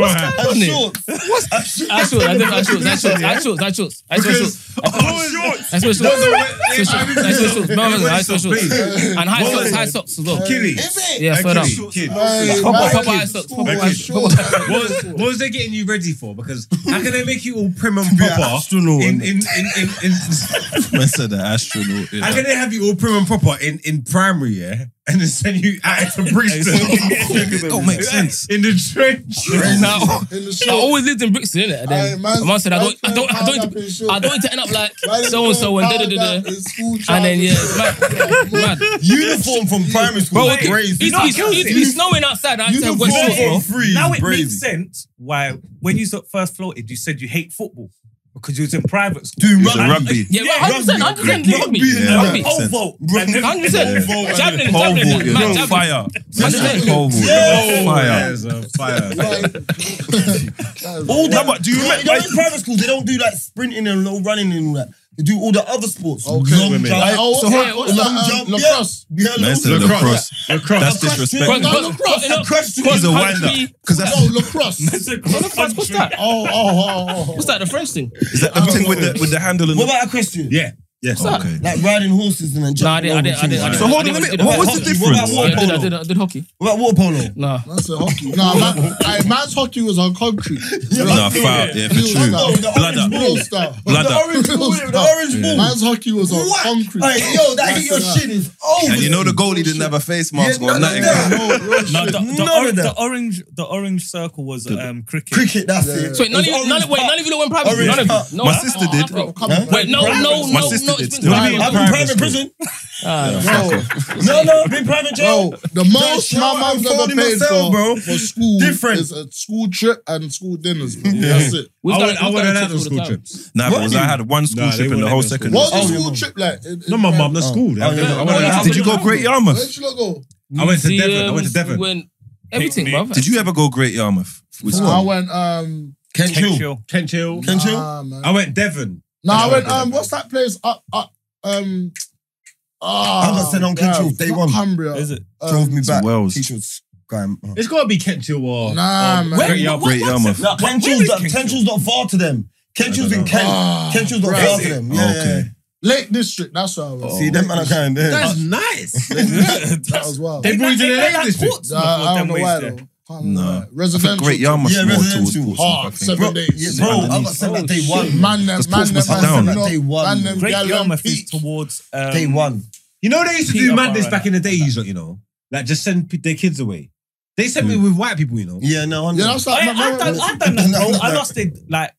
S5: what happened.
S2: I'm short.
S3: That's what I did. That's what I shorts. I shorts. I shorts. I saw shorts.
S9: Oh, shorts.
S3: I saw shorts. I saw shorts. I saw shorts. No, no, no, I saw shorts. And high socks. High socks as well.
S5: Killy.
S3: Yeah, further up.
S5: Kid.
S3: Pop up, pop up high socks. Pop up high socks.
S5: What was, what was they getting you ready for? Because how can they make you all prim and proper? In, in, in, in, in,
S1: Man said the astronaut. yeah.
S5: how can they have you all prim and proper in, in primary, yeah? And then send you out to Bristol.
S1: It don't make sense.
S5: in the trench.
S3: Now,
S6: In the
S3: I
S6: shorts.
S3: always lived in Brixton, innit? And
S6: Aye,
S3: then
S6: man's-
S3: my mum said, I don't, I
S6: man's
S3: don't, I
S6: playing
S3: don't,
S6: hard up in
S3: I
S6: shorts.
S3: don't want to end up like
S6: Man's
S3: so and so and da
S6: playing
S3: da da
S6: hard
S3: da.
S6: up in school
S3: And then yeah, it's
S6: trousers.
S3: mad, mad.
S2: Uniform from primary school.
S3: Bro,
S2: was
S3: it-
S2: crazy.
S3: it's, it's, it's, it's snowing outside. I had to wear shorts, bro.
S2: Uniform free.
S4: Now it
S2: crazy.
S4: makes sense why when you sort of first floated, you said you hate football because you was in private school.
S2: Dude,
S1: It's a rugby.
S3: Yeah,
S4: Yeah,
S3: hundred percent, hundred percent, rugby,
S1: yeah.
S3: rugby,
S1: Rugby.
S4: Oh, vote. And then-
S3: hundred percent, javelin,
S1: Pole
S3: javelin,
S1: vault, you
S3: man,
S1: know,
S3: javelin.
S1: fire.
S3: Man, javelin.
S1: Pole vault, yeah, fire.
S5: fire.
S2: All that, but do you remember? Like, in private school, they don't do like sprinting and low running and all that. They do all the other sports.
S6: Okay,
S2: long
S5: women.
S2: jump,
S6: Like, oh,
S2: so
S6: okay,
S2: hard-
S6: what's
S2: long
S6: that, um,
S2: jump,
S6: lacrosse?
S2: yeah, yeah,
S1: Man
S2: long
S1: said lacrosse. That's
S3: Cross-
S1: disrespectful.
S3: cross- cross-
S2: Lacrosse.
S3: cross-
S1: He's a
S3: cross
S1: winder.
S3: country.
S1: Because
S6: No,
S1: that's
S6: lacrosse.
S3: What's that? What's that?
S6: Oh, oh, oh, oh.
S3: What's that? The French thing?
S1: is that the thing with the with the handle and
S2: What
S1: the
S2: about a question?
S5: Yeah. Yes.
S1: okay.
S2: Like riding horses and then
S3: No, I
S2: jumping.
S3: didn't. I didn't. I didn't. I
S2: over
S3: didn't-
S1: So
S3: I
S1: hold
S3: didn't-
S1: on,
S3: I
S1: let me-
S3: didn't-
S1: what's
S3: I
S1: the
S3: didn't-
S1: difference?
S3: Yeah, I did. I did. I did hockey.
S2: What about water polo?
S3: Nah.
S6: That's a hockey. Nah, man, I, man's hockey was on concrete.
S1: Nah, foul. Yeah, for true.
S6: Real style.
S1: Bladder.
S6: "Oh, Real style.
S1: Bladder.
S2: orange ball, the orange ball.
S6: Man's hockey was on
S2: Whack.
S6: concrete.
S2: Like, yo, that
S6: Like,
S2: hit your
S6: uh,
S2: shit is over.
S1: And you know the goalie didn't have a face mask
S2: Yeah,
S1: or
S2: no,
S1: nothing.
S2: no, no.
S6: No, real
S4: No, the,
S6: shit.
S4: the,
S2: None
S4: or-
S2: of that.
S4: the orange, the orange circle was um, cricket.
S2: cricket. That's it.
S3: So wait, none of
S2: It was
S3: you, none of,
S2: orange
S3: wait,
S2: part.
S3: none of you went private.
S2: Orange
S3: None of
S2: part.
S3: you. No,
S1: My
S3: I-
S1: sister
S3: I-
S1: did.
S3: I- bro.
S6: Come on.
S3: Wait, no, no,
S1: My
S3: no,
S1: sister
S3: no.
S1: did
S3: it's been-
S1: still.
S3: Nah,
S1: Really?
S3: nah.
S2: I've been private prison. No, no, I've been private jail.
S6: Bro, the most my mum's ever paid for, bro. for school
S2: Different.
S6: is a school trip and school dinners. Bro. That's it.
S3: We've
S5: I
S3: done-
S5: went- I
S3: we've
S5: went
S3: done
S5: on
S3: trips
S5: another
S3: all the
S5: school
S3: time.
S5: trip.
S1: Nah, because I had one school
S5: Nah,
S1: trip
S5: they
S1: in the
S5: wouldn't
S1: whole
S5: let us
S1: second.
S6: What was
S1: year.
S6: the school trip like? In, in
S5: No, my mum, the
S6: Where
S5: school. I went- I
S3: Oh,
S5: went-
S3: yeah.
S1: Did you go Great Yarmouth?
S6: did you lot go?
S5: I went to Devon. I
S3: Museums,
S5: went to Devon.
S3: we went- Everything, bro.
S1: Did you ever go Great Yarmouth? With
S6: I
S1: school?
S6: went. Um,
S2: Kent
S4: Kent
S2: Hill.
S4: Hill.
S5: Kent Hill.
S2: Kent Hill.
S6: Nah, man.
S5: I went Devon.
S6: No, I
S5: Yeah,
S6: went.
S5: I
S6: Um,
S5: did.
S6: what's that place? Up, up. Um, ah,
S2: I got sent on Control
S6: bruv,
S2: day
S6: not
S2: one.
S6: Cumbria.
S4: Is it?
S6: Um,
S2: Drove me back.
S1: Wales.
S2: Teachers. Graham. uh.
S5: It's gotta be Kent Hill or
S6: Nah,
S5: or
S6: man.
S5: Great
S6: Where-
S5: Yarmouth.
S1: Great Yarmouth.
S2: No, Kenchill's not, Kenchill's not far to them. Kenchill's in Kent.
S6: Ah,
S2: Kenchill's not
S6: bruv.
S2: far to them. Yeah,
S1: Okay.
S6: Lake District. That's where I was.
S2: See, them man are kind there.
S5: That's nice.
S6: that was wild.
S5: They brought you to the
S4: Ain't that- ain't that
S5: English.
S4: courts
S6: Nah, I
S4: before
S6: don't
S4: them
S6: know why
S4: ways
S6: though.
S4: there?
S6: Can't
S1: No.
S6: remember.
S1: I think
S6: Residential.
S1: Great Yarmouth
S2: Yeah,
S1: more towards
S2: residential.
S1: Portsmouth, I
S6: Hard.
S1: think.
S6: Seven
S2: Yeah,
S6: days. Oh,
S2: bro,
S1: Underneath.
S2: I got sent at day one.
S1: Because
S6: Man, them, man, them,
S1: Portsmouth
S6: man,
S1: is down.
S6: them,
S2: Day one.
S6: man, them,
S4: Great
S6: gal, them,
S4: Yarmouth
S6: peak.
S4: is towards um,
S2: Day one.
S5: You know they used to do
S4: Peterborough
S5: madness
S4: and
S5: back in the days, like, you know, like just send p- their kids away. They sent me with white people, you know.
S2: Yeah, no, 100.
S6: Yeah, that's
S4: I,
S6: like.
S4: I, done, I done that, bro. I lost it. Like,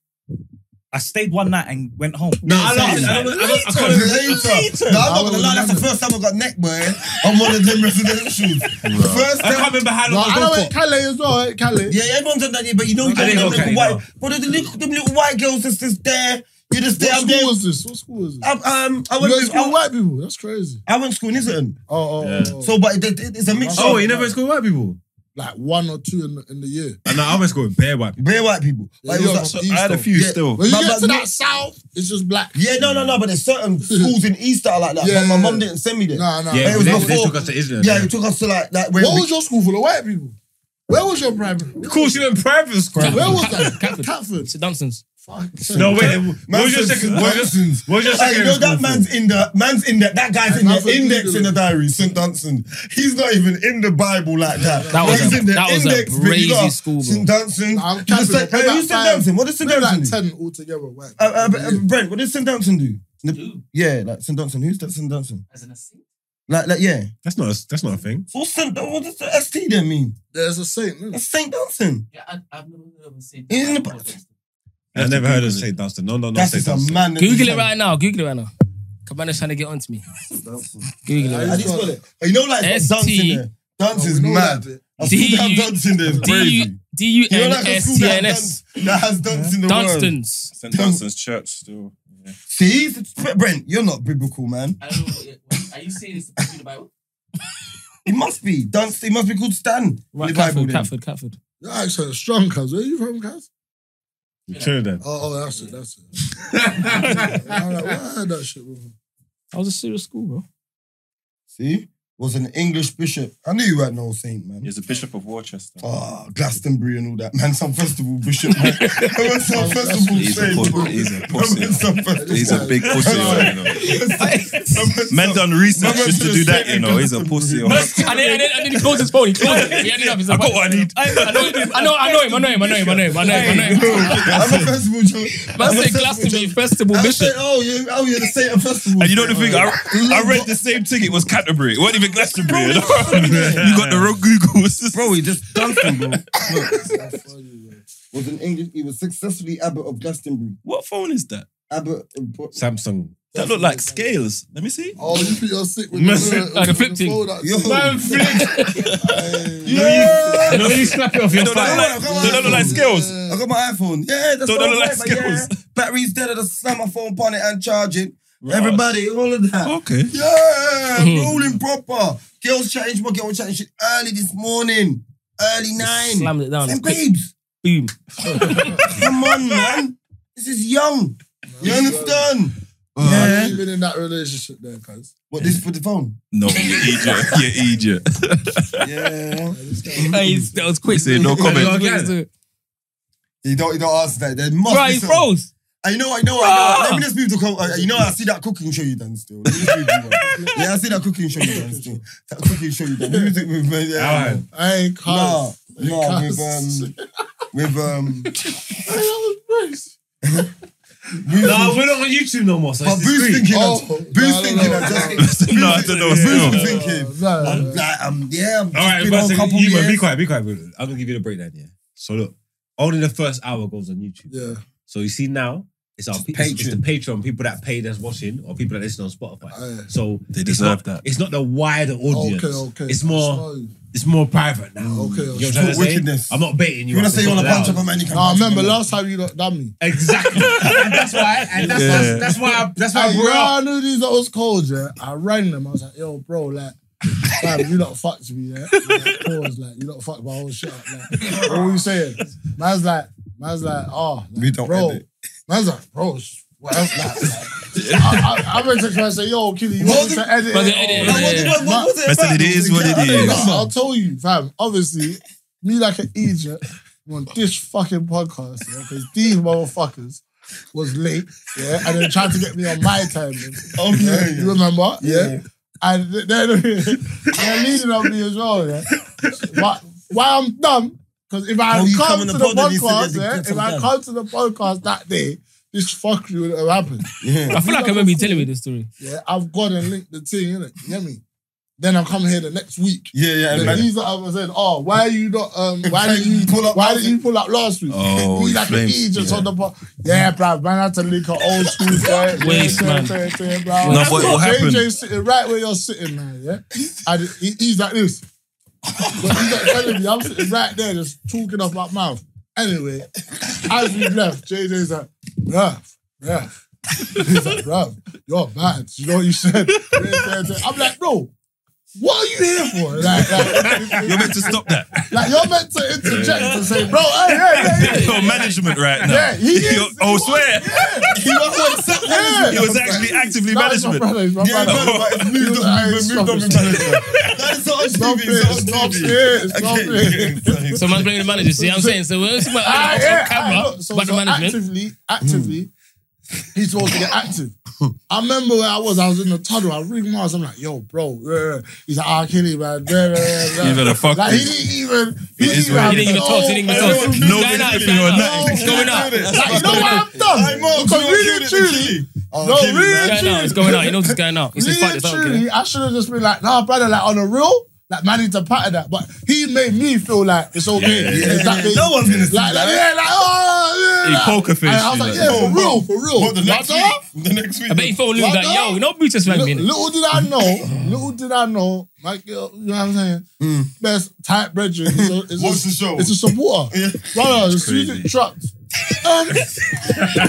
S4: I stayed one night and went home.
S5: No, I
S2: same.
S5: lost. I don't- I don't- I
S2: Later,
S5: can't remember-
S2: later. No, I'm not gonna lie. That's the first time I got neck, boy. On one of them residentials. First
S5: I
S2: time.
S5: can't remember how
S6: No,
S5: long
S6: I
S5: ago
S6: done
S5: for.
S6: went Calais as well. eh, Calais.
S2: Yeah, everyone's done that, yeah, but you know, you
S5: I
S2: got
S5: didn't
S2: them
S5: go
S2: little
S5: Kent,
S2: white,
S5: no.
S2: but the little, them little white girls that's just there. You're just there.
S6: What
S2: I'm
S6: school
S2: there.
S6: was this? What school was this?
S2: I'm, um, I went
S6: You went to
S2: to
S6: school with
S2: I,
S6: white people. That's crazy.
S2: I went to school in Islington.
S6: Oh, oh, oh, oh.
S2: So, but it, it, it's a mixture.
S5: Oh, you never went to school with white people?
S6: like one or two in the, in the year.
S5: I know I went to school with bare white people.
S2: Bare white people. Like, it
S6: Yeah,
S2: was
S6: so
S2: like,
S1: I had a few
S2: Yeah.
S1: still.
S6: When you
S2: But-
S6: get
S2: but
S6: to
S2: no-
S6: that south, it's just black.
S2: Yeah, no, no, no. But there's certain schools in East that are like that.
S6: Yeah,
S2: but my
S6: yeah,
S2: mum
S6: yeah.
S2: didn't send me there.
S6: Nah, nah.
S5: Yeah,
S2: it was
S5: they,
S2: before-
S5: they took us to Israel.
S2: Yeah, you took us to like that. Where
S6: What
S2: we-
S6: was your school full of white people? Where was your primary?
S5: Of course, you went private school.
S6: Where was that?
S3: Catford.
S6: Catford.
S3: It's Dunson's.
S6: Fuck.
S5: No, wait. What was your second? What was your, what was your
S2: Hey,
S5: second?
S2: you know that man's in the man's in the that guy's in
S6: That's
S2: the
S6: what
S2: index
S6: you
S2: in the diary, St. Dunstan. He's not even in the Bible like that.
S3: That was
S2: He's
S3: a-
S2: in the
S3: that was a
S2: index bit. You
S3: crazy
S2: got
S3: school, bro.
S2: St. Dunstan.
S6: Nah, I'm
S2: You
S6: capping.
S2: just like,
S6: We're
S2: hey,
S6: about
S2: who's St.
S6: five.
S2: Dunstan? What does St.
S6: Maybe like
S2: Dunstan do?
S6: ten altogether. White.
S2: Uh, uh, uh, Brent, what does St. Dunstan do? The- yeah, like St. Dunstan. Who's that St. Dunstan?
S10: As an assistant.
S2: Like, like, yeah.
S5: That's not. A, that's not a thing.
S2: So St. Dun- What does the ST then mean?
S6: There's a saint. Isn't
S2: It's St. Dunstan.
S10: Yeah, I, I've never heard of a saint.
S2: Isn't it-
S5: I never heard of Saint Dunstan. No, no, no.
S2: That's
S5: Saint
S2: just a
S5: Dunstan.
S2: man.
S3: Google it right now. Google it right now. Cabana's trying to get onto me. Google it.
S2: I just got it. Oh, You know, like it's got Dunce in
S3: ST.
S2: there. Dunce is
S6: Oh,
S10: Oh,
S6: we know
S2: mad.
S6: that bit.
S2: I school that
S3: D-
S2: have Dunce in there. It's crazy.
S3: D U
S2: You know,
S3: N
S2: like a
S3: S
S2: school
S3: T
S2: that
S3: N
S2: has
S3: S.
S2: Dunce, that has Dunce in the word.
S3: Dunstons.
S1: St. Dunstan's church still.
S2: See, F- Brent, you're not biblical, man.
S10: I don't know. What, it- what, are you saying it's in the Bible?
S2: It must be Dunce. It must be called Stan. in the
S3: Right,
S2: Bible,
S3: Catford,
S2: then.
S3: Catford, Catford.
S6: it? You're actually a strong cuz. Where you from, cuz?
S5: Trinidad.
S6: Oh, oh, that's it. That's it. I'm like, where I heard that shit before?
S3: I was a serious school, bro.
S2: See, was an English bishop. I knew you weren't no saint, man.
S1: He's the Bishop of Worcester.
S2: Ah, Glastonbury and all that, man. Some festival bishop, man. I went some festival
S1: He's a, pu-
S2: saint, bro.
S1: he's a
S2: I went
S1: pussy.
S2: some festival.
S1: He's a big pussy. you know.
S2: I went
S1: Men
S2: some-
S1: done
S2: I
S1: research
S2: went
S1: just to do that, you know. He's a pussy. you know.
S3: And then, and then, and then he closed his phone. He closed it. He ended up. He's like,
S1: I got what I need.
S3: I know, I know, I know him. I know him. I know him. I know him. I know him. I know him.
S2: I'm a festival. jo-
S3: Let's
S2: I'm a
S3: say Glastonbury Festival
S2: festival jo- I
S3: Bishop.
S2: said, oh, you, oh, you're the saint of festival.
S1: And you know the thing, I, I read the same thing. It was Canterbury. It wasn't even Glastonbury. You, know? you got the wrong Googles.
S2: Bro, he just dunked him, bro. was an English. He was successfully abbot of Glastonbury.
S1: What phone is that?
S2: Abbot. Of,
S5: Samsung.
S1: That look like scales. Let me see.
S6: Oh, you think you're sick with the,
S3: Like a flip thing.
S2: Yo.
S6: Man,
S5: No, you snap it off your
S1: They don't look like, they don't look like scales.
S2: I got my iPhone. Yeah, that's
S1: Don't
S2: what
S1: know
S2: I'm
S1: like
S2: like, yeah.
S1: skills.
S2: Battery's dead. I just slam my phone upon it and charge it. Everybody, all of that.
S1: Okay.
S2: Yeah,
S1: Hmm.
S2: rolling proper. Girls chatting, my girl chatting shit early this morning, early nine.
S3: Slammed it down.
S2: And
S3: Quick.
S2: babes,
S3: Boom.
S2: come on, man. This is young. You understand?
S6: Yeah.
S2: yeah.
S6: You've been in that relationship then, cuz.
S2: What this for the phone?
S1: No, you idiot. You idiot.
S2: Yeah.
S3: Hey, he's- that was quick.
S1: Say no comment.
S2: you don't. You don't answer that. There must
S3: Right,
S2: be
S3: he
S2: some-
S3: froze.
S2: I know, I know, I know. Let me just move to co- uh, you know, I see that cooking show you done still. Let me just move to one. yeah, I see that cooking show you done still. That cooking show you done. Music movement, yeah.
S6: I ain't cuz.
S2: No,
S6: Ain't
S2: no,
S6: cuz.
S2: with um, with um,
S6: Hey, that was nice.
S5: No, we're not on YouTube no more. So
S2: but
S5: it's
S2: um, Boo's
S5: discreet.
S2: thinking,
S6: Oh,
S2: oh, Boo's
S6: no, no,
S2: thinking,
S6: no.
S2: I just
S1: no, I don't know what's
S5: Yeah.
S1: going on.
S2: thinking.
S6: No, no, no.
S2: like, um, yeah, I'm
S5: All right,
S2: been on
S5: but
S2: a couple
S5: you,
S2: years.
S5: be quiet, be quiet. Bruno. I'm gonna give you the breakdown. Yeah. So look, only the first hour goes on YouTube.
S6: Yeah.
S5: So you see now, it's our it's, it's the Patreon people that pay that's watching or people that listen on Spotify.
S6: Aye.
S5: So
S1: They
S5: it's
S1: deserve
S5: not,
S1: that.
S5: It's not the wider audience.
S6: Okay, okay.
S5: Oh, It's more.
S6: Sorry.
S5: It's more private now. You know
S6: Okay,
S5: what
S6: okay.
S5: I'm trying to say?
S2: Wickedness.
S5: I'm not baiting you.
S2: You wanna
S5: up,
S2: say
S5: it's
S2: you
S5: not
S2: wanna punch up
S5: allowed.
S2: a man? You can
S6: No, I
S2: punch
S6: remember
S2: him.
S6: last time you not done me.
S5: Exactly. and that's why. And that's,
S1: Yeah.
S5: that's, that's why. I, that's why I
S6: Hey, you
S5: grew
S6: know how
S5: up.
S6: I knew these lot was cold, yeah? I rang them. I was like, yo, bro, like, fam, you lot fucked me, yeah? Like, pause, like, you lot fucked my whole shit up. Like, what were you saying? Man's like, man's like, oh, like,
S2: We don't
S6: bro.
S2: edit.
S6: Man's like, bro, sh- what else? Like, like, I, I, I went to try and say, yo, Killy, you want me to edit
S3: Was
S6: it?
S3: it edit?
S6: Or-
S2: Like, what- what- what was
S1: But
S2: about?
S1: it is what it
S2: I don't
S1: is.
S2: know.
S6: Listen, I'll tell you, fam. Obviously, me like an idiot on this fucking podcast because these motherfuckers was late, yeah, and then tried to get me on my time.
S2: Oh, yeah, yeah.
S6: You remember?
S2: Yeah.
S6: And they're, they're leading on me as well, yeah. But why I'm dumb, because if I
S2: Oh,
S6: had
S2: you
S6: come
S2: come on
S6: to
S2: the
S6: the
S2: pod, then you said
S6: podcast,
S2: that
S6: yeah,
S2: you
S6: if
S2: did
S6: I
S2: something.
S6: come to the podcast that day, this fuckery would have happened.
S2: Yeah.
S3: I feel like I remember you telling me this story.
S6: Yeah, I've gone and linked the thing, innit? You get me? Then I come here the next week.
S2: Yeah, yeah,
S6: Then
S2: man.
S6: he's like, I was saying, oh, why you not? Um, why
S2: fact,
S6: did you
S2: you pull up
S6: Why
S2: last
S6: did you pull up last week?
S1: Oh,
S6: he's
S1: you
S6: like
S1: flamed.
S6: an agent on the bar. Yeah, bruv, man, I had to link an old school guy.
S3: Waste, man.
S1: No, but what happened-
S6: JJ sitting right where you're sitting now, yeah. And he, he's like this. But he's like telling me I'm sitting right there, just talking off my mouth. Anyway, as we left, JJ's like, bruv, bruv. He's like, bruv, you're mad. You know what you said? I'm like, bro, what are you here for? Like, like,
S1: You're meant to stop that.
S6: like, you're meant to interject and say, bro, hey, hey, hey, hey.
S1: Your management right now.
S6: Yeah, he is.
S1: You're- oh, swear.
S2: He was like, so-
S6: Yeah.
S1: It was actually actively
S6: That is my
S1: management.
S6: brother, he's my
S2: Yeah,
S6: brother.
S2: man, but it's moved on. We've moved on with management. That is not on
S6: Stop
S2: TV.
S6: it,
S2: It's not
S6: stop
S2: on TV.
S6: it, stop it.
S2: Okay.
S3: So man's blaming the manager. See what I'm saying? So we're talking
S6: Ah,
S3: about
S6: yeah,
S3: on camera,
S6: ah, look, so,
S3: about
S6: so
S3: the management.
S6: actively, actively, he's supposed to get active. I remember where I was. I was in the tunnel. I ring Mars. I'm like, "Yo, bro." yeah, yeah. He's like, "Ah, kill it, man." yeah, yeah, yeah."
S1: You better fuck
S6: Like he
S1: this.
S6: didn't even.
S1: It is what it
S3: He didn't even talk. He didn't even talk.
S2: everyone-
S1: No,
S3: Line
S1: they
S3: up,
S1: didn't
S3: line
S1: know
S3: up.
S1: nothing.
S3: It's going up.
S6: Like, you know what I've done?
S2: I'm up, you know, kill
S6: Because
S2: it,
S6: really,
S2: they
S6: truly,
S2: Oh,
S6: no,
S2: kill it,
S6: really,
S3: It's going out.
S6: truly,
S3: It's going out. He knows it's going out. He says, fuck
S6: Really,
S3: this, I don't care.
S6: truly, I should have just been like, nah, brother, like on the real, like man need to pattern that. But he made me feel like it's okay.
S1: Yeah,
S6: It's that big-
S2: No one's gonna see
S6: like, like,
S2: that.
S6: yeah, like, oh, yeah.
S1: He
S6: like-
S1: poker faced
S6: And I was
S1: you,
S6: like,
S1: like,
S6: yeah,
S2: oh,
S6: for real, for real.
S2: What, the next
S6: Brother,
S2: week? The next week.
S3: I bet he phoned Lou
S6: Like
S3: like,
S6: that?
S3: yo, you know Brutus rang me.
S6: Li-
S3: innit?
S6: Little did I know, little did I know, my girl, you know what I'm saying? Best type brethren. It's a, it's
S2: Mm. What's
S6: a,
S2: the show?
S6: It's a supporter.
S2: Yeah.
S6: Brother, the student trucked. Um,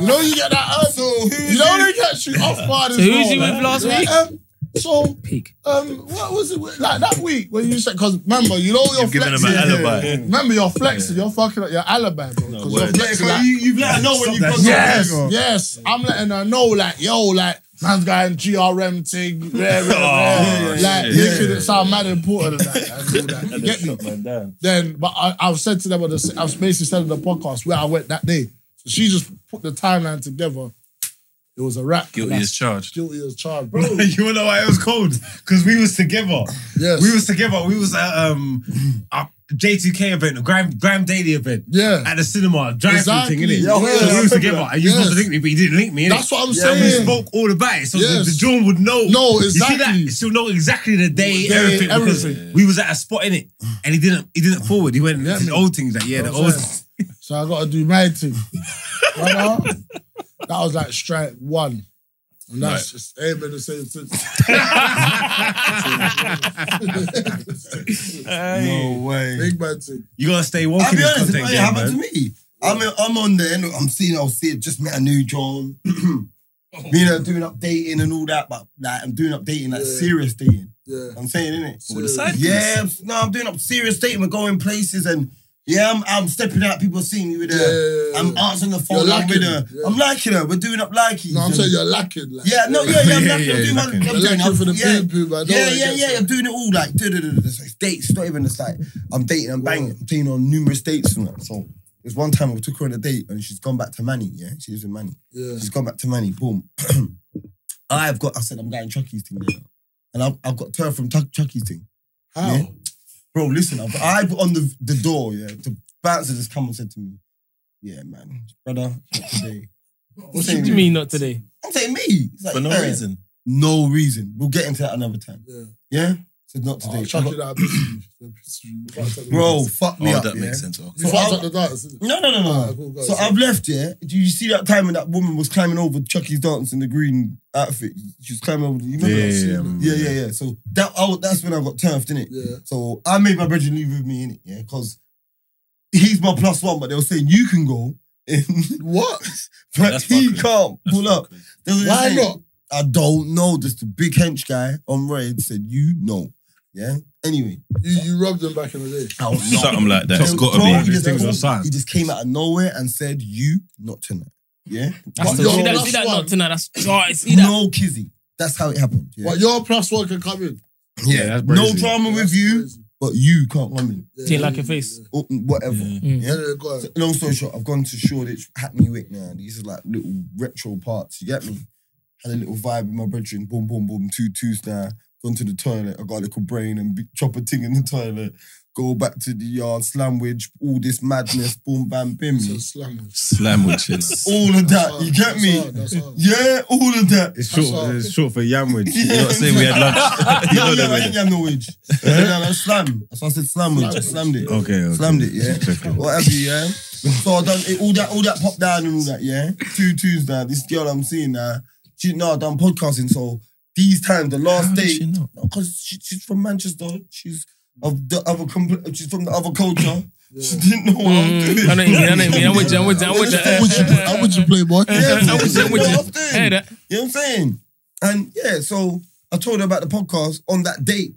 S6: you know, you get that. Um,
S2: So who
S6: you
S2: is
S6: know,
S2: it?
S6: they catch you off guard as
S3: So who was
S6: well,
S3: you with
S6: man.
S3: last
S6: Like,
S3: week?
S6: Um, so,
S3: Peak.
S6: um, what was it with- like that week when you said? Because remember, you know you're
S1: You've given him
S6: flexing.
S1: an alibi.
S6: Remember, you're flexing. You're fucking up your alibi, bro. Because you're
S1: word.
S2: Yeah,
S6: flexing. like-
S2: you, you've let her know when you got
S6: Yes, yes. I'm letting her know, like, yo, like, Man's guy in GRM thing. Rare, rare, rare.
S1: Oh,
S6: like,
S1: shit.
S6: making it sound mad important and that. And all that. You get me? Then, but I, I've said to them, on the, I've basically said on the podcast where I went that day. So she just put the timeline together. It was a rap.
S1: Guilty as charged.
S6: Guilty as charged, bro.
S5: you wanna know why it was cold? Because we was together.
S6: yes.
S5: We was together. We was at um our J2K event, a Graham Graham Daily event.
S6: yeah.
S5: At the cinema, drive
S6: Exactly.
S5: thing, innit?
S6: Yeah,
S5: so
S6: yeah,
S5: we
S6: I
S5: was
S6: remember
S5: together.
S6: that.
S5: And you were supposed to
S6: Yes.
S5: link me, but you didn't link me, innit?
S6: That's what I'm
S5: And we
S6: saying.
S5: spoke all about it. So
S6: Yes.
S5: the, the John would know.
S6: No,
S5: You see
S6: exactly.
S5: that? She'll know exactly the day,
S6: Day,
S5: everything. because
S6: everything.
S5: We was at a spot in it, and he didn't. He didn't forward. He went
S6: Yeah,
S5: to the
S6: man.
S5: old things. Like yeah, the
S6: That's
S5: old.
S6: it. So I got to do my thing. Right now, that was like strike one. And that's just ain't been the same since.
S2: No way.
S6: Big man thing.
S5: You gotta stay woke
S2: I'll
S5: in
S2: be
S5: this
S2: honest, it
S5: content
S2: only
S5: game, man.
S2: happened to me. I'm, I'm on there, and I'm seeing, I'll see it, just met a new John. Me and her doing updating and all that, but like, I'm doing updating, like
S6: Yeah.
S2: serious dating.
S6: Yeah.
S2: I'm saying, innit?
S6: All the side
S2: yeah, no, I'm doing up serious dating. We're going places and yeah, I'm, I'm stepping out. People seeing me with her. I'm answering the phone.
S6: You're
S2: I'm with
S6: liking
S2: her.
S6: it, yeah.
S2: I'm liking her. We're doing up liking.
S6: No, I'm
S2: So-
S6: saying you're lacking. Like,
S2: Yeah, no, yeah, yeah, I'm
S5: Yeah,
S2: lacking.
S5: yeah,
S2: I'm doing,
S5: you're
S2: my-
S5: lacking.
S2: I'm
S6: You're
S2: doing
S6: lacking
S2: up,
S6: for the
S2: yeah.
S6: poo poo, man. Don't
S2: Yeah,
S6: worry,
S2: yeah,
S6: get
S2: yeah.
S6: some.
S2: I'm doing it all like, duh, duh, duh, duh, duh. It's like dates. Not even it's like I'm dating. I'm banging. I'm taking on numerous dates and that. So there's one time I took her on a date and she's gone back to Manny. Yeah, she lives in Manny.
S6: Yeah.
S2: She's gone back to Manny. Boom. I've got. I said I'm going Chucky's thing now, and I've, I've got to her from Chuck- Chucky's thing.
S6: How?
S2: Yeah. Bro, listen, I've, I've on the, the door, yeah. The bouncer just come and said to me, Yeah, man, brother, not today.
S3: What do you mean not today?
S2: I'm saying me. He's like,
S1: For no
S2: "Eh,
S1: reason.
S2: No reason. We'll get into that another time.
S6: Yeah.
S2: Yeah? Said not today.
S6: Oh, chuck it out.
S2: Bro, fuck me
S1: Oh,
S2: up.
S1: that
S2: yeah?
S1: makes sense. Oh,
S6: You fucked up the dance. innit?
S2: No, no, no, no.
S6: Alright, cool, go,
S2: so
S6: sorry.
S2: I've left, yeah. Do you see that time when that woman was climbing over Chucky's dance in the green outfit? She was climbing over. The, you remember
S5: Yeah,
S2: that?
S5: yeah, yeah, I remember,
S2: yeah, yeah, yeah. So that I, wa- that's when I got turfed, innit?
S6: Yeah.
S2: So I made my brethren leave with me in it, yeah, because he's my plus one, but they were saying you can go. what? But
S1: That's
S2: he
S1: fuckery.
S2: can't pull up. They were just
S6: Why
S2: saying,
S6: not?
S2: I don't know. Just the big hench guy on Red said, you know. Yeah. Anyway,
S6: You, you robbed them back in the day.
S2: I was
S1: Something like that. It's
S2: Bro,
S1: got to
S2: He
S1: be.
S5: These
S2: just,
S5: things are science.
S2: he just came out of nowhere and said, you not tonight. Yeah.
S3: That's
S6: But
S3: the,
S6: you're
S3: see that,
S6: plus
S3: see that
S6: one.
S3: not tonight. That's joy. See that.
S2: No kizzy. That's how it happened. Yeah.
S6: But your plus one can come in.
S5: Yeah, that's
S2: no
S5: brazy.
S2: drama with
S6: That's
S2: you,
S6: crazy.
S2: but you can't come in.
S6: Yeah,
S3: Do you
S6: yeah,
S3: like your
S6: yeah,
S3: face?
S6: yeah.
S2: Or whatever.
S6: Yeah, yeah, go ahead.
S2: long story short, I've gone to Shoreditch, Hackney Wick now. These are like little retro parts, you get me? Had a little vibe with my brethren, boom, boom, boom, two twos now. Gone to the toilet, I got a little brain and b- chop a ting in the toilet. Go back to the yard, slamwich, all this madness, boom, bam, bim.
S6: So slang.
S1: Slam with you. know.
S2: All of
S6: That's
S2: that,
S6: hard,
S2: you get
S6: that's
S2: me?
S6: hard, that's hard.
S2: Yeah, all of that.
S5: It's short.
S6: all.
S5: It's short for yamwich.
S1: You're not saying we had lunch. You
S2: Yeah,
S1: know
S2: yeah, I
S1: that.
S2: ain't have no wage. Yeah, no, no, slam. That's why I said slam wage. I
S6: Slam.
S2: slammed it.
S5: Okay, okay.
S2: Slammed it, yeah.
S5: Checking.
S2: Whatever, yeah. So I done it, all that, all that pop down and all that, yeah. Two twos now. This girl I'm seeing now, she no, I done podcasting. So these times, the last
S1: How did
S2: day,
S1: she know?
S2: because she, she's from Manchester. She's of the other, compl- she's from the other culture. She
S6: Yeah.
S2: didn't know what I'm
S3: Mm, I
S2: doing.
S3: know what you mean, I know what you mean. I'm with you. I'm with you. I'm with you.
S2: I'm with you,
S6: How would you play, boy?
S2: Yeah,
S3: I'm with you. I'm with
S2: what
S3: you.
S2: I'm doing.
S3: Hey, that.
S2: You know what I'm saying? And yeah, so I told her about the podcast on that date.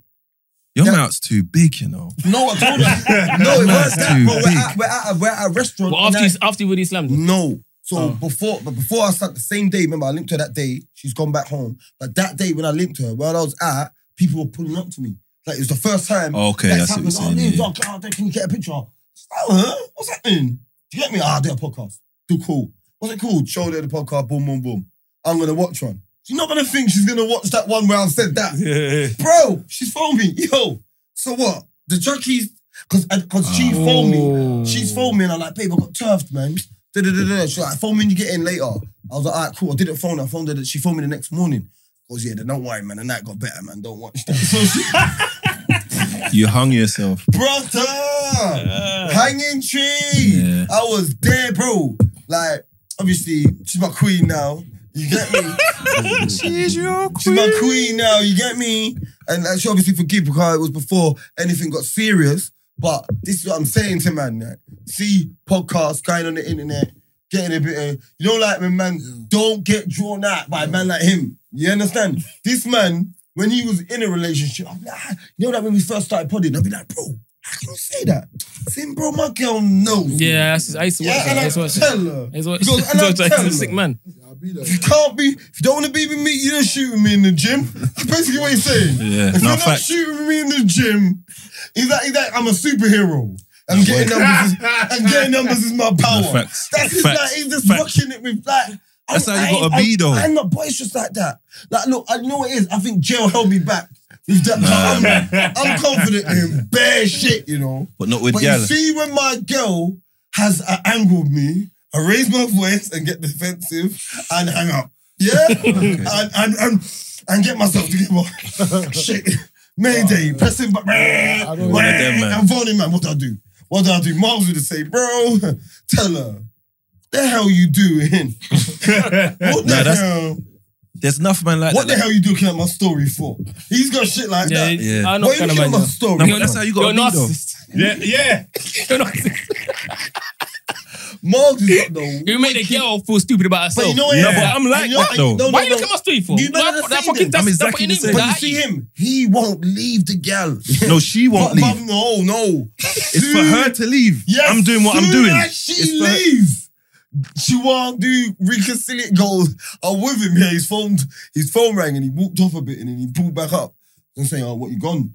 S1: Your
S2: Yeah.
S1: mouth's too big, you know.
S2: No, I told her. no, it
S1: Man's
S2: was that,
S1: too
S2: bro. We're
S1: big.
S2: at, we're, at a, we're at a restaurant.
S3: Well,
S2: and
S3: after
S2: I-
S3: you, after you really slammed him.
S2: No. So
S3: Oh.
S2: before, but before I started the same day, remember I linked her that day. She's gone back home. But that day when I linked her, where I was at, people were pulling up to me. Like it was the first time.
S1: Okay,
S2: that's
S1: that's what you're saying.
S2: happened. oh,
S1: yeah.
S2: Liam, oh, God, can you get a picture? She's like, oh, huh? What's happening? Do you get me? Ah, I do a podcast. Too cool. What's it called? Show her the podcast. Boom, boom, boom. I'm gonna watch one. She's not gonna think she's gonna watch that one where I said that. Bro, she phoned me. Yo, so what? The junkies, cause, uh, cause she
S1: Oh.
S2: phoned me. She's phoned me and I'm like, babe, I got turfed, man. Da-da-da-da. She's like, phone me when you get in later. I was like, all right, cool. I didn't phone her. I phoned her. She phoned me the next morning. Goes, yeah, then don't worry, man. The night got better, man. Don't watch that. So she,
S1: You hung yourself.
S2: brother, hanging tree.
S1: Yeah.
S2: I was there, bro. Like, obviously, she's my queen now. You get me?
S1: She's your
S2: She's my queen now, you get me? And uh, she obviously forgive because it was before anything got serious. But this is what I'm saying to man. Like, see podcasts going on the internet, getting a bit of, you know, like when man, don't get drawn out by a man like him. You understand? This man, when he was in a relationship, I'm like, ah, you know that when we first started podding, I'd be like, bro, how can you say that? Saying, bro, my girl knows.
S3: Yeah, that's- I used to watch
S2: Yeah,
S3: that.
S2: and
S3: I
S2: I
S3: used to watch
S2: tell
S3: that.
S2: her.
S3: I used to watch
S2: Because- and I
S3: that. He's
S2: tell
S3: a sick
S2: her.
S3: man.
S6: I'll be there.
S2: If you can't be, if you don't want to be with me, you don't shoot with me in the gym. That's basically what he's saying.
S1: Yeah,
S2: If
S1: no,
S2: you're not
S1: fact.
S2: shooting with me in the gym, is that, is that I'm a superhero? And getting numbers, is, and getting numbers is my power.
S1: No, facts.
S2: That's his,
S1: Facts.
S2: like, he's just
S1: Facts.
S2: fucking it with like. I'm-
S1: That's how you
S2: I
S1: gotta
S2: ain't-
S1: be, though.
S2: I, am not, but it's just like that. Like, look, I you know what it is. I think jail held me back with that.
S1: Nah, man.
S2: I'm, I'm confident in bare shit, you know.
S1: But not with
S2: But
S1: Yala.
S2: you see, when my girl has uh, angled me, I raise my voice and get defensive and hang up. Yeah? and, and, and, and get myself together. Shit. Mayday, pressing back.
S6: I don't-
S1: One of them, man.
S2: I'm phoning, man. What do I do? What do I do? Miles would say, bro, tell her. The hell you doing? what
S1: Nah,
S2: the
S1: that's-
S2: hell?
S1: There's enough man like
S2: What the
S1: that.
S2: hell you looking at my story for? He's got shit like
S3: Yeah,
S2: that.
S1: Yeah.
S3: I know
S2: What
S3: what
S2: are you
S3: kind of man
S2: looking at my
S3: you are.
S2: story?
S1: No, but that's how you
S3: You're
S1: got
S3: a
S1: to be though.
S3: narcissist.
S5: Yeah, yeah.
S3: You're a narcissist.
S2: Miles is got the
S3: You made the girl feel stupid about herself.
S2: But you know what?
S1: No,
S2: Yeah.
S1: but I'm like
S2: And you know-
S1: that though.
S2: no,
S3: Why
S2: no,
S3: you
S2: no.
S3: look at my story for?
S2: You better
S3: Why
S2: not
S3: put that
S2: say
S3: fucking
S2: that.
S1: I'm
S3: that's
S1: exactly the
S3: that's
S1: same.
S3: putting
S2: But
S3: in
S2: you
S3: there.
S2: see him, he won't leave the gal.
S1: No, she won't
S2: But- but
S1: leave.
S2: No, no.
S1: It's for her to leave.
S2: Yes,
S1: I'm doing what I'm
S2: soon
S1: doing.
S2: As she
S1: It's for her-
S2: leaves. She won't do reconciliate goals. I'm with him. Yeah, his phone, his phone rang and he walked off a bit and then he pulled back up and saying, "Oh, what you gone?"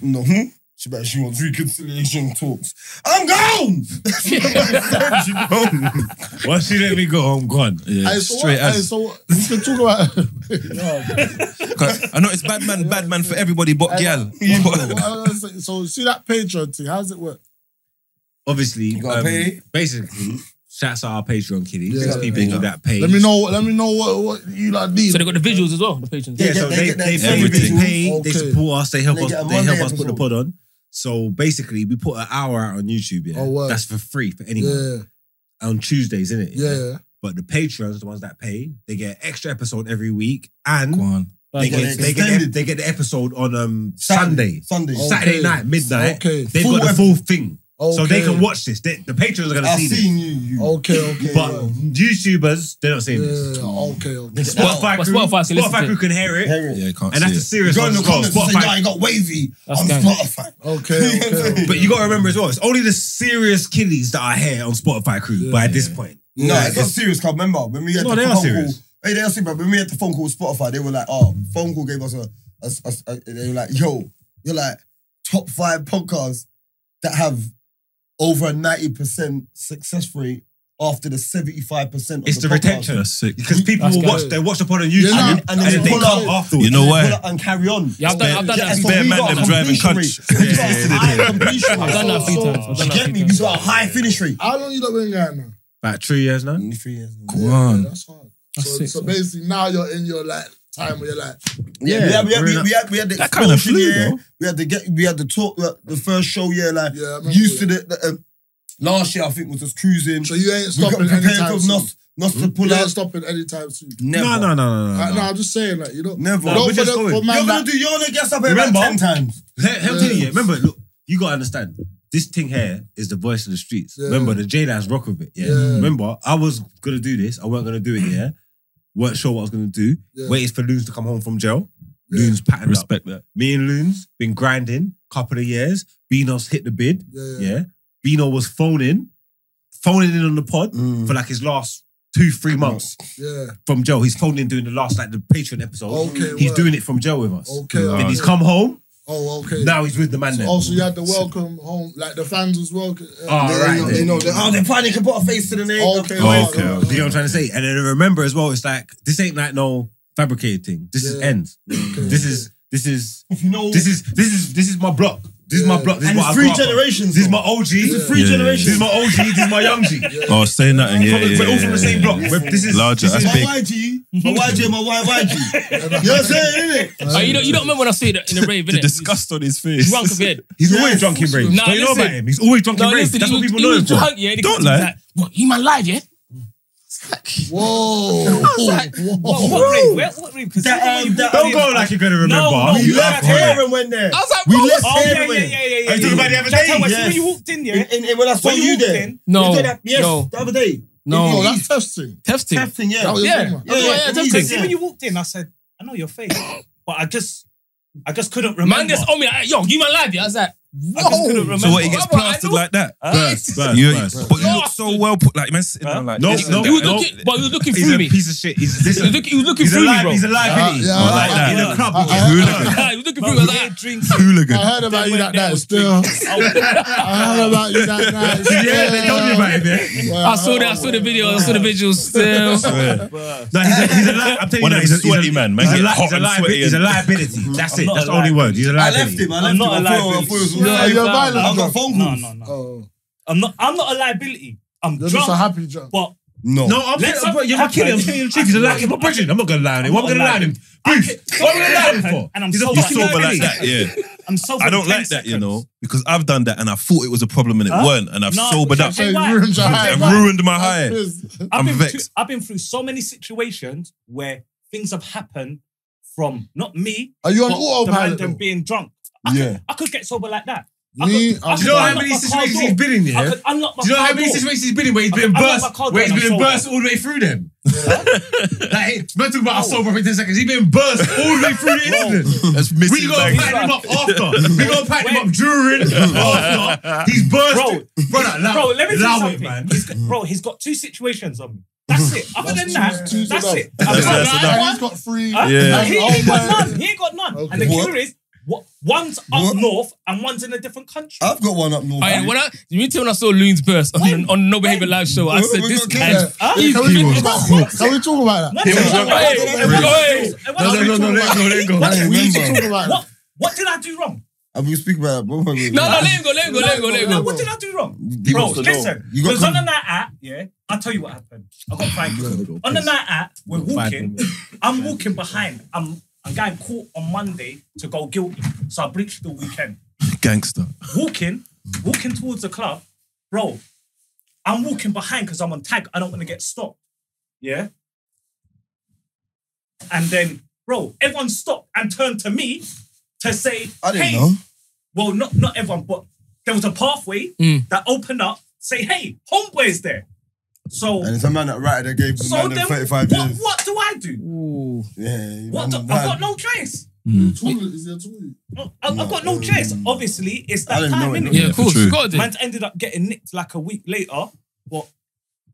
S2: No, hmm? she bet she wants reconciliation talks. I'm gone. That's what I said, you know?
S5: Once she let me go, I'm gone.
S1: Yeah,
S6: Hey, so
S1: straight
S6: what, hey,
S1: as.
S6: so what, we can talk about. Yeah, man.
S1: 'Cause I know it's bad man, bad man for everybody, but gal.
S6: What I was gonna say, so see that Patreon thing. How's it work?
S5: Obviously,
S2: gotta
S5: um,
S2: pay.
S5: basically, shouts out our Patreon kiddies.
S6: Yeah,
S5: There's
S6: yeah,
S5: people
S1: yeah.
S5: that pay.
S6: Let me know. Let me know what what you like need.
S3: So they got the visuals as well, the patrons.
S5: Yeah,
S2: They
S5: so
S2: get-
S5: they,
S2: they get
S5: they,
S2: their
S5: pay, they
S1: everything.
S5: pay,
S6: Okay.
S5: they support us, they help
S2: They
S5: us,
S2: get a
S5: they help
S2: Monday
S5: us put the
S2: episode.
S5: pod on. So basically, we put an hour out on YouTube. Yeah,
S6: Oh, word.
S5: that's for free for anyone
S6: yeah,
S5: on Tuesdays, isn't it?
S6: yeah, yeah.
S5: But the Patreons, the ones that pay, they get an extra episode every week, and
S1: Go on.
S5: they
S2: They
S5: get
S2: get
S5: they
S2: extended.
S5: get they get the episode on um Sunday,
S2: Sunday.
S6: Oh,
S5: Saturday
S6: Okay.
S5: night midnight.
S6: Okay.
S5: They've
S2: Full
S5: got the
S2: ep-
S5: full thing,
S6: Okay.
S5: so they can watch this. They, the Patreons are gonna
S2: I've
S5: see this.
S2: seen you. you.
S6: Okay, okay.
S5: But
S6: yeah.
S5: YouTubers, they're not
S6: yeah,
S5: seeing this.
S6: okay, okay.
S5: The Spotify,
S3: But
S5: crew,
S3: Spotify can listen to
S5: Spotify crew
S3: it.
S5: can hear it,
S2: Harry,
S1: Yeah, you can't
S5: and
S1: see
S5: that's the
S1: it.
S5: serious
S2: Go
S5: one.
S2: in the
S5: as well.
S2: comments and say, "Nah,
S5: Spotify
S2: you got wavy
S3: That's
S2: on
S3: gang.
S2: Spotify."
S6: Okay, okay.
S5: But you got to remember as well, it's only the serious kiddies that are here on Spotify crew
S6: Yeah.
S5: by this point.
S2: No,
S5: Yeah,
S2: it's not serious. Cause remember when we had
S5: No,
S2: the
S5: they are
S2: phone
S5: serious.
S2: call. Hey, they are serious. But when we had the phone call with Spotify, they were like, "Oh, phone call gave us a." a, a- a- they were like, "Yo, you're like top five podcasts that have over a ninety percent success rate after the seventy five percent."
S5: It's the retention
S1: That's sick.
S5: because people
S3: That's
S5: will
S3: good.
S5: watch, they watch the pod on YouTube
S6: Yeah, nah,
S5: and,
S2: and
S5: then
S2: then
S5: they
S2: pull
S5: come
S2: out.
S5: afterwards.
S1: You know
S2: Pull
S1: why?
S2: up and carry on.
S3: Yeah, I've done, I've done that.
S2: Yeah,
S3: a few
S2: so
S1: bare
S2: we
S1: man
S2: got a
S1: them driving
S2: completion
S1: cunts.
S2: rate. We
S1: Yeah,
S2: got
S1: yeah,
S2: a
S1: yeah,
S2: high
S1: yeah.
S2: completion
S3: I've done
S2: rate.
S3: that a few
S6: So-
S3: times. I've done
S2: You
S6: so
S3: that a
S2: get
S3: few
S2: me? We
S3: times.
S2: got a high finish rate.
S6: How long you lot been going now?
S5: About three years now.
S2: Three years.
S1: Go on.
S6: That's hard.
S3: That's
S6: so,
S3: sick,
S6: so
S3: man.
S6: basically, now you're in your like time where you're like,
S2: Yeah, we
S5: we're
S2: had, we
S5: in
S2: had,
S5: a-
S2: we had, we had the
S1: That kinda
S2: explosion
S1: flew,
S2: year.
S1: though.
S2: We had the get, we had the talk, uh, the first show year. Like
S6: yeah, I remember
S2: used to
S6: that.
S2: the, the um, last year, I think was just cruising.
S6: So you ain't
S2: we got
S6: stopping
S2: prepared
S6: anytime
S2: for
S6: soon.
S2: not not to pull
S6: You ain't
S2: out.
S6: stopping anytime soon.
S2: Never,
S5: No, no, no, no, no.
S6: Uh,
S5: no.
S6: no, I'm just saying, like you know,
S2: never.
S5: No,
S6: Don't
S5: we're
S6: for
S5: just
S6: the-
S5: going.
S6: for man
S2: you're
S6: that-
S2: gonna do. You're gonna guess up about
S5: Remember?
S2: ten times.
S5: Let let me tell you,
S6: Yeah.
S5: yeah, remember, look, you got to understand, this thing here is the voice of the streets.
S6: Yeah.
S5: Remember, the J-Lads rock with it, yeah?
S6: Yeah.
S5: Remember, I was going to do this, I weren't going to do it, yeah? Weren't sure what I was going to do.
S6: Yeah.
S5: Waited for Loons to come home from jail.
S6: Yeah.
S5: Loons patterned up.
S1: Respect that.
S5: Me and Loons been grinding couple of years. Beano's hit the bid.
S6: yeah, yeah.
S5: Yeah. Beano was phoning, phoning in on the pod
S2: Mm.
S5: for like his last two, three months
S6: yeah.
S5: from jail. He's phoning in doing the last like the Patreon episode.
S6: Okay,
S5: he's
S6: word.
S5: doing it from jail with us.
S6: Okay,
S1: Then
S5: Then
S6: okay.
S5: he's come home.
S6: Oh, okay.
S5: Now he's with the man
S6: So
S5: there.
S6: also, you had the welcome home, like the fans was welcome. uh,
S5: Ah,
S6: Yeah,
S5: right,
S6: you know,
S5: then.
S6: you know, they-
S2: oh, they finally can put a face to the name.
S6: Okay,
S1: Oh,
S6: okay,
S5: Do you know what I'm trying to say? And then remember as well, it's like this ain't like no fabricated thing. This is
S6: Yeah.
S5: ends.
S6: okay.
S5: This is this is
S2: You know,
S5: this is this is this is my block. This is my
S6: Yeah.
S5: block. This
S2: and
S5: is
S2: it's
S5: what
S2: three
S5: I grew up on.
S2: generations.
S5: This is my
S2: though.
S5: OG.
S2: This is three
S1: Yeah, yeah, yeah.
S2: generations.
S5: This is my OG. This is my young G.
S1: Oh, say nothing. Yeah, yeah,
S5: we're all from the same block.
S1: yeah,
S5: We're- This is
S1: Larger,
S5: This is,
S1: that's
S2: My
S1: big.
S2: YG, my YG, my YG. You know what I'm saying, innit?
S3: Oh, you, don't, you don't remember when I see that in the rave,
S1: yeah.
S3: innit?
S1: The disgust on his face.
S3: Drunk of head.
S5: he's always drunk in rave.
S3: Nah,
S5: Don't you know
S3: listen.
S5: about him? He's always drunk
S3: No,
S5: in rave.
S3: listen,
S5: That's
S3: he
S5: what
S3: was,
S5: people
S3: he
S5: know
S3: was
S5: him for.
S3: drunk, yeah? and he
S1: Don't
S3: comes to me
S1: lie.
S3: Like, what, he man live, yeah?
S6: Whoa.
S4: What,
S6: Whoa.
S4: what rave? Oh, Where- What rave? 'Cause
S2: That,
S4: you know when
S2: um,
S4: you
S2: that-
S4: walk
S5: Don't go
S4: in-
S5: like you're gonna remember.
S4: No, no,
S5: You
S2: We
S4: you
S5: laugh
S2: left
S4: left
S5: on it.
S2: Aaron when there.
S3: I was like,
S2: We
S3: bro,
S2: left
S3: what's-
S4: Oh yeah,
S2: Aaron.
S4: yeah, yeah, yeah. yeah.
S5: Are you talking about the other day?
S4: Yes.
S2: Yes.
S4: When you walked in, yeah.
S2: And, and, and when I saw
S4: When you
S2: you
S4: walked
S2: there,
S4: in,
S2: You
S3: No,
S2: did that- yes,
S3: no,
S2: the other day.
S6: Oh,
S3: no.
S6: that's testing.
S3: Testing.
S2: Testing, yeah.
S6: That was
S3: Yeah.
S6: your thing, man.
S3: Yeah, yeah,
S2: it was
S3: testing.
S2: easy.
S4: See, when you walked in, I said, I know your face, but I just, I just couldn't remember.
S3: Man, just on me, like, yo, you man live, yeah? I was like,
S4: I just couldn't
S1: So
S4: remember.
S1: what? He gets
S3: Brother, I
S1: plastered
S3: know-
S1: like that.
S5: Burst, burst,
S1: You-
S5: burst.
S1: but you look so well put. Like man, sitting
S4: Huh?
S1: down like
S5: No,
S1: this and
S5: no,
S1: that.
S5: Yeah,
S3: You was looking, but you was looking
S5: He's
S3: through
S5: a
S3: me.
S5: piece of shit. He's,
S3: He was
S5: listen,
S3: looking, he was looking
S5: he's
S3: through me,
S5: alive.
S3: bro.
S5: He's alive, isn't he? I
S6: Yeah, yeah,
S5: like
S6: yeah.
S5: that.
S4: Yeah.
S5: In a club.
S6: I- I-
S5: Hooligan.
S3: Nah, he was looking
S4: But
S3: through me. I was
S4: weird
S3: like,
S4: drinks.
S1: Hooligan.
S6: I heard about you that night still. I heard about you that night.
S5: Yeah, they told me about it. yeah.
S6: Well,
S3: I saw that. I saw the video. I saw the visuals. Still,
S5: No, he's, a, he's a li- I'm telling
S1: One
S5: you,
S1: of them
S5: now, he's, a,
S1: sweaty
S5: he's, a,
S1: man, man.
S5: he's, a,
S1: Get
S5: li-
S1: hot
S5: he's, a
S1: and
S5: liabi-
S1: sweaty.
S5: he's a
S1: and-
S5: liability. That's it.
S4: not
S5: That's
S4: a
S5: the only word. He's a
S2: I
S5: liability.
S2: left him. I
S4: I'm
S2: left
S4: not
S2: him.
S4: a
S2: I thought- I thought it was
S4: liability.
S2: real.
S6: you're
S4: No,
S6: violent.
S2: I got
S6: drunk.
S2: phone
S4: No,
S2: calls.
S4: no, no.
S6: Oh,
S4: I'm not. I'm not a liability. I'm
S6: you're just a
S4: drunk,
S6: happy drunk.
S4: but
S2: No.
S5: No, I'm
S4: Oh. Let's
S5: kidding.
S4: not-
S5: Bro, you're not kidding. I'm telling you the truth. He's a liability. I'm not bridging. I'm not going to lie on him. What am I going to lie on him? Bruce, what am I going to lie on him for?
S4: And I'm
S5: He's a
S4: sober.
S5: fucking
S4: He's
S1: Sober like
S5: liability.
S1: that, yeah.
S4: I'm so.
S1: I don't like that, you know, because I've done that and I thought it was a problem and it
S4: Huh?
S1: weren't, and I've
S4: No,
S1: sobered
S4: okay,
S1: up.
S4: okay.
S6: Hey,
S4: why?
S6: you ruined your
S4: Okay,
S6: high.
S1: I've
S4: why?
S1: ruined my high.
S4: I've
S1: I'm
S4: been
S1: vexed.
S4: Through, I've been through so many situations where things have happened from not me,
S6: Are you on
S4: but the man
S6: autopilot?
S4: them
S6: though?
S4: being drunk. I
S2: Yeah.
S4: Could, I could get sober like that. I
S6: Me, Oh,
S4: could- I
S6: I'm
S5: Do you know how
S6: fine.
S5: many situations he's been in,
S4: I
S5: yeah?
S4: could unlock my
S5: Do you know
S4: car
S5: how many
S4: door.
S5: situations he's been in where he's
S4: I-
S5: been
S4: I love
S5: burst,
S4: my cold
S5: where he's
S4: when I'm
S5: been
S4: sober.
S5: burst all the way through them? like, hey, man, talk
S4: Oh.
S5: about us sober for 10 seconds. He's been burst all the way through the incident.
S1: That's
S5: We
S1: missing
S5: gotta
S1: bags.
S5: pack him up after. We gotta pack him
S4: Wait.
S5: up during, after. He's burst.
S4: Bro.
S5: bro, like, allow,
S4: Bro, let me tell you
S5: allow it,
S4: something.
S5: man.
S4: He's got- bro, he's got two situations on me. That's it. Other than that,
S6: Mm. That's two- two's
S4: that's
S6: enough.
S4: it.
S1: That's-
S4: Other than
S1: that's
S4: that,
S1: enough.
S6: He's got three.
S4: Huh?
S1: Yeah.
S4: He, he got none. He got none. And the
S6: Oh Okay.
S4: cure is, what, one's up
S2: What? Oh.
S4: north and one's in a different country.
S2: I've got one up north.
S3: I, when I, you mean to when I saw Loon's burst on,
S4: When?
S3: on No Behavior
S4: When?
S3: Live show, I
S2: When-
S3: said
S2: when
S3: this
S2: we got
S3: man.
S6: kicked Hey,
S4: Huh?
S6: can, we talk
S3: He's-
S6: about that? can we talk about that?
S4: One-
S1: He was
S4: one-
S1: drunk.
S4: one-
S2: Hey,
S3: hey.
S4: one- one-
S5: No, no, no, no, let go, let go.
S4: What-
S2: I
S6: We need to
S2: remember.
S6: talk about that.
S4: What, what did I do wrong?
S2: I've been speaking about that. Wait, wait, wait,
S3: No, no,
S2: wait.
S3: let him go, let him go, let him go, let him
S4: No,
S3: go.
S4: what did I do wrong?
S2: He
S4: Bro,
S2: wants to know.
S4: listen.
S2: You got
S4: Because on
S2: con-
S4: the night out, yeah, I'll tell you what happened. I got five quid. On the night out, we're walking. I'm walking behind. I'm I'm getting caught on Monday to go guilty. So I breached the weekend.
S1: Gangster.
S4: Walking, walking towards the club, bro. I'm walking behind because I'm on tag. I don't want to get stopped. Yeah. And then, bro, everyone stopped and turned to me to say,
S2: I didn't
S4: hey,
S2: know.
S4: well, not not everyone, but there was a pathway
S3: Mm.
S4: that opened up. Say, hey, homeboy's there. So,
S2: And it's a man that ratted that gave the
S4: so
S2: man
S4: then,
S2: them 35
S4: what,
S2: years.
S4: what do I do?
S2: Yeah, he man
S4: What do,
S2: them
S4: I've
S2: ratted.
S4: got no choice.
S6: Is there a toilet?
S4: I, have
S2: No.
S4: got no choice. Obviously, it's
S2: I
S4: that
S2: didn't
S4: time.
S2: know it,
S4: innit?
S2: no.
S3: Yeah, of course,
S1: true.
S3: you got to do.
S4: Man's ended up getting nicked like a week later, but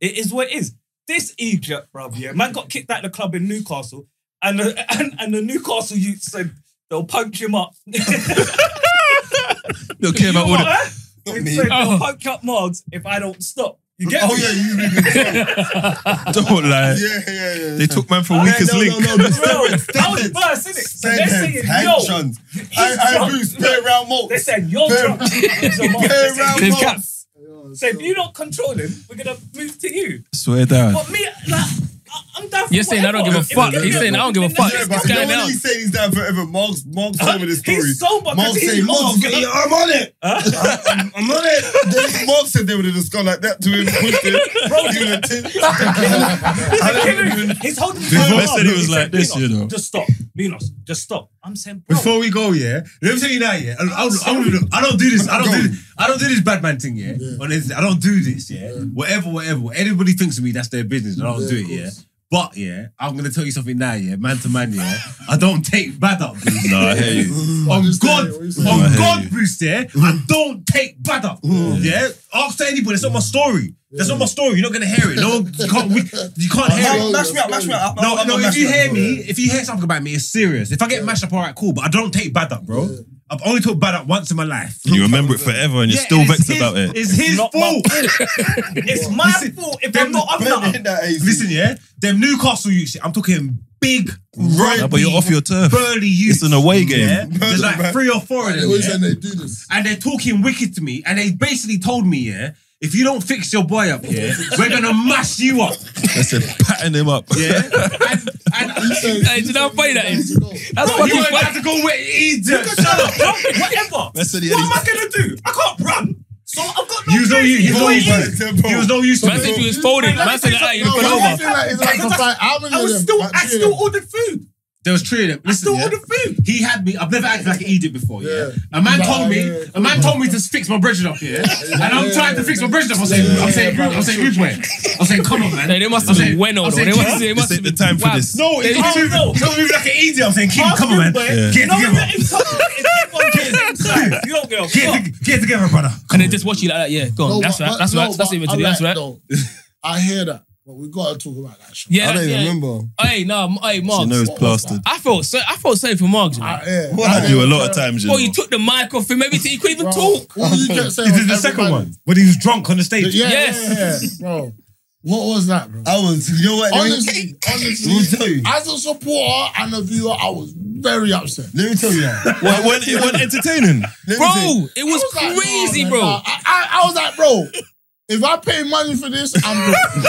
S4: it is what it is. This Egypt, bruv, yeah. Man got kicked out the club in Newcastle, and the, and, and the Newcastle youth said they'll punch him up.
S1: Don't care about all that.
S4: Huh? eh? They
S2: me.
S4: said
S3: Oh.
S4: they'll punch up Margs if I don't stop. You get
S2: Oh,
S4: me?
S2: yeah, you really good.
S1: Don't lie.
S2: Yeah, yeah, yeah.
S1: They took man for
S4: Yeah,
S1: weakest
S2: no,
S1: link.
S2: No, no, no.
S4: Bro,
S2: Steroids,
S4: that was
S2: steroids,
S4: worse, innit? So they're saying,
S2: steroids,
S4: yo,
S2: Hansons. I, I
S4: drunk.
S2: agree, spare round more.
S4: they said, you're drunk. So Margs,
S2: Spare
S4: they
S2: round
S3: They've
S2: more.
S4: said,
S3: got-
S4: so if you don't control him, we're going to move to you.
S1: Swear down.
S4: But me, like, I- I'm down for
S3: You're saying I don't
S4: whatever.
S3: give a fuck.
S4: If you
S3: He's
S4: give
S3: saying
S4: me
S3: I don't give a fuck.
S4: fucking thing,
S3: This
S2: Yeah, but
S4: that's
S2: you
S3: guy
S2: know
S3: now.
S2: when he said he's down forever, Mark's, Mark's told me this story.
S4: He's sober
S2: Mark
S4: because
S2: said,
S4: he's
S2: Mark,
S4: lost.
S2: yeah, I'm on it. I'm, I'm on it. Then Mark said they would have just gone like that to him, pushed him,
S4: Bro,
S2: give him a
S4: He's a
S2: tip.
S4: killer. He's holding his
S1: Before-
S4: arm.
S1: Best said he was
S4: said,
S1: like this,
S4: "Minos,
S1: you know."
S4: Just stop, Minos. Just stop. I'm saying, bro.
S5: Before we go, yeah, let me tell you that, yeah. I, I, I, I, don't do this. I don't do. This, I don't do this bad man thing, yeah. Honestly, I don't do this, yeah. Whatever, whatever. What anybody thinks of me, that's their business. I don't
S6: Yeah,
S5: do
S6: of
S5: it, yeah.
S6: course.
S5: But yeah, I'm gonna tell you something now, yeah. Man to man, yeah. I don't take bad up, Bruce.
S1: No, I hear you.
S5: On
S6: Understand
S5: God,
S6: what you're saying.
S5: on
S1: I hear
S5: God,
S1: you.
S5: Bruce, yeah. I don't take bad up, yeah. Ask to anybody. That's not my story. That's not my story. You're not gonna hear it. No, one- you can't. We, you can't hear it.
S6: know.
S2: Mash me up, mash me up. I'm-
S5: No,
S2: I'm
S5: no,
S2: a
S5: if you
S2: mash
S5: hear
S2: up,
S5: me, if you hear something about me, it's serious. If I get mashed up, all right, cool, but I don't take bad up, bro. I've only took bad up once in my life.
S1: You remember it forever and you're
S5: Yeah,
S1: still
S5: and it's
S1: vexed
S5: his-
S1: about it.
S5: It's his
S4: Not my
S5: fault.
S4: It's my
S5: Listen,
S4: fault if
S5: them-
S4: I'm not up
S2: bro.
S4: now.
S2: Hit that AC.
S5: Listen, yeah, them Newcastle youth shit. I'm talking big,
S1: No, but you're off your turf.
S5: burly youth.
S1: It's an away game.
S5: Yeah? There's like three or four of
S6: They
S5: them.
S6: always
S5: yeah?
S6: saying they do this.
S5: and they're talking wicked to me, and they basically told me, yeah, if you don't fix your boy up, yeah, we're gonna mash you up,
S1: I said, patting him up.
S5: yeah. And, and
S3: Hey, do you know how funny that is? That's
S5: you
S3: fucking
S5: ain't
S3: funny.
S5: have to go where he did. Shut up.
S4: Bro, Whatever.
S1: I said, yeah,
S4: What am I gonna do? I can't run. So I've got no
S5: You was no
S4: choice.
S5: use. He was
S4: It's
S5: no
S4: what it
S5: use.
S4: is.
S5: He was no use to
S3: Man said you
S5: me.
S3: was folded. Man said,
S6: No,
S3: "Ah, you look
S6: but I
S3: over."
S6: feel like it's like a fight. How many
S4: I
S6: of
S4: was
S6: them?
S4: still,
S6: Like
S4: I
S6: three of
S4: still
S6: them?
S4: ordered food.
S5: There was three of them.
S4: I
S5: Listen,
S4: still
S5: yeah?
S4: ordered food.
S5: He had me. I've never acted like an idiot before. Yeah.
S6: Yeah.
S5: A man
S6: Nah,
S5: told me.
S6: yeah, yeah.
S5: A man told me to fix my bread up. Yeah. And I'm
S6: yeah,
S5: trying to
S6: yeah.
S5: fix my bread up. I'm saying.
S6: Yeah,
S5: I'm saying.
S6: yeah,
S5: I'm saying. Rude way. I'm saying. Come on, man.
S3: Hey, They must have
S5: I'm
S3: been
S5: saying-
S3: went on.
S5: I'm
S3: though. They
S5: saying,
S3: must
S5: "Keep-
S3: they must
S1: this
S3: have
S1: ain't the
S3: been
S1: time for
S3: whack.
S1: this.
S5: No, it's
S4: Oh,
S5: too.
S4: no.
S5: He's not moving like an idiot. I'm saying, keep, come on, man.
S4: Ask him,
S5: Get
S4: No,
S5: together.
S4: you're insulting. It's everyone gets like, you don't get a
S5: Get,
S4: fuck.
S5: it- get it together, brother.
S3: And they just watch you like that. Yeah, go on.
S6: No,
S3: that's
S6: but-
S3: right. That's
S6: but-
S3: right.
S6: no,
S3: That's
S6: but
S3: it.
S6: I'm
S3: Mentally. That's right.
S6: like, though, I hear that, but we gotta talk about that shit.
S3: Yeah.
S2: I don't
S3: yeah.
S2: even remember.
S3: Hey, no. m- Hey,
S1: She
S3: Mark.
S1: knows plastered.
S3: I felt so. I felt sorry for Mark. You know?
S6: I, yeah.
S1: I do a lot of times, you
S3: Boy, you
S1: know.
S3: took the mic off him. Everything. You couldn't even
S6: Bro,
S3: talk.
S6: all you kept saying
S5: This
S6: was
S5: is the second
S6: everybody-
S5: one. When he was drunk on the
S6: Yeah,
S5: stage.
S6: yeah,
S3: Yes.
S6: yeah, yeah, bro. What was that, bro?
S2: I was, you know what? Let me,
S6: honestly, honestly,
S2: let me tell you.
S6: as a supporter and a viewer, I was very upset.
S2: Let me tell you. that.
S1: Well, when, it wasn't entertaining.
S2: Let me tell you.
S3: Bro, it was
S6: I like, nah,
S3: crazy,
S6: man,
S3: bro.
S6: nah. I, I, I was like, bro, if I pay money for this, I'm good.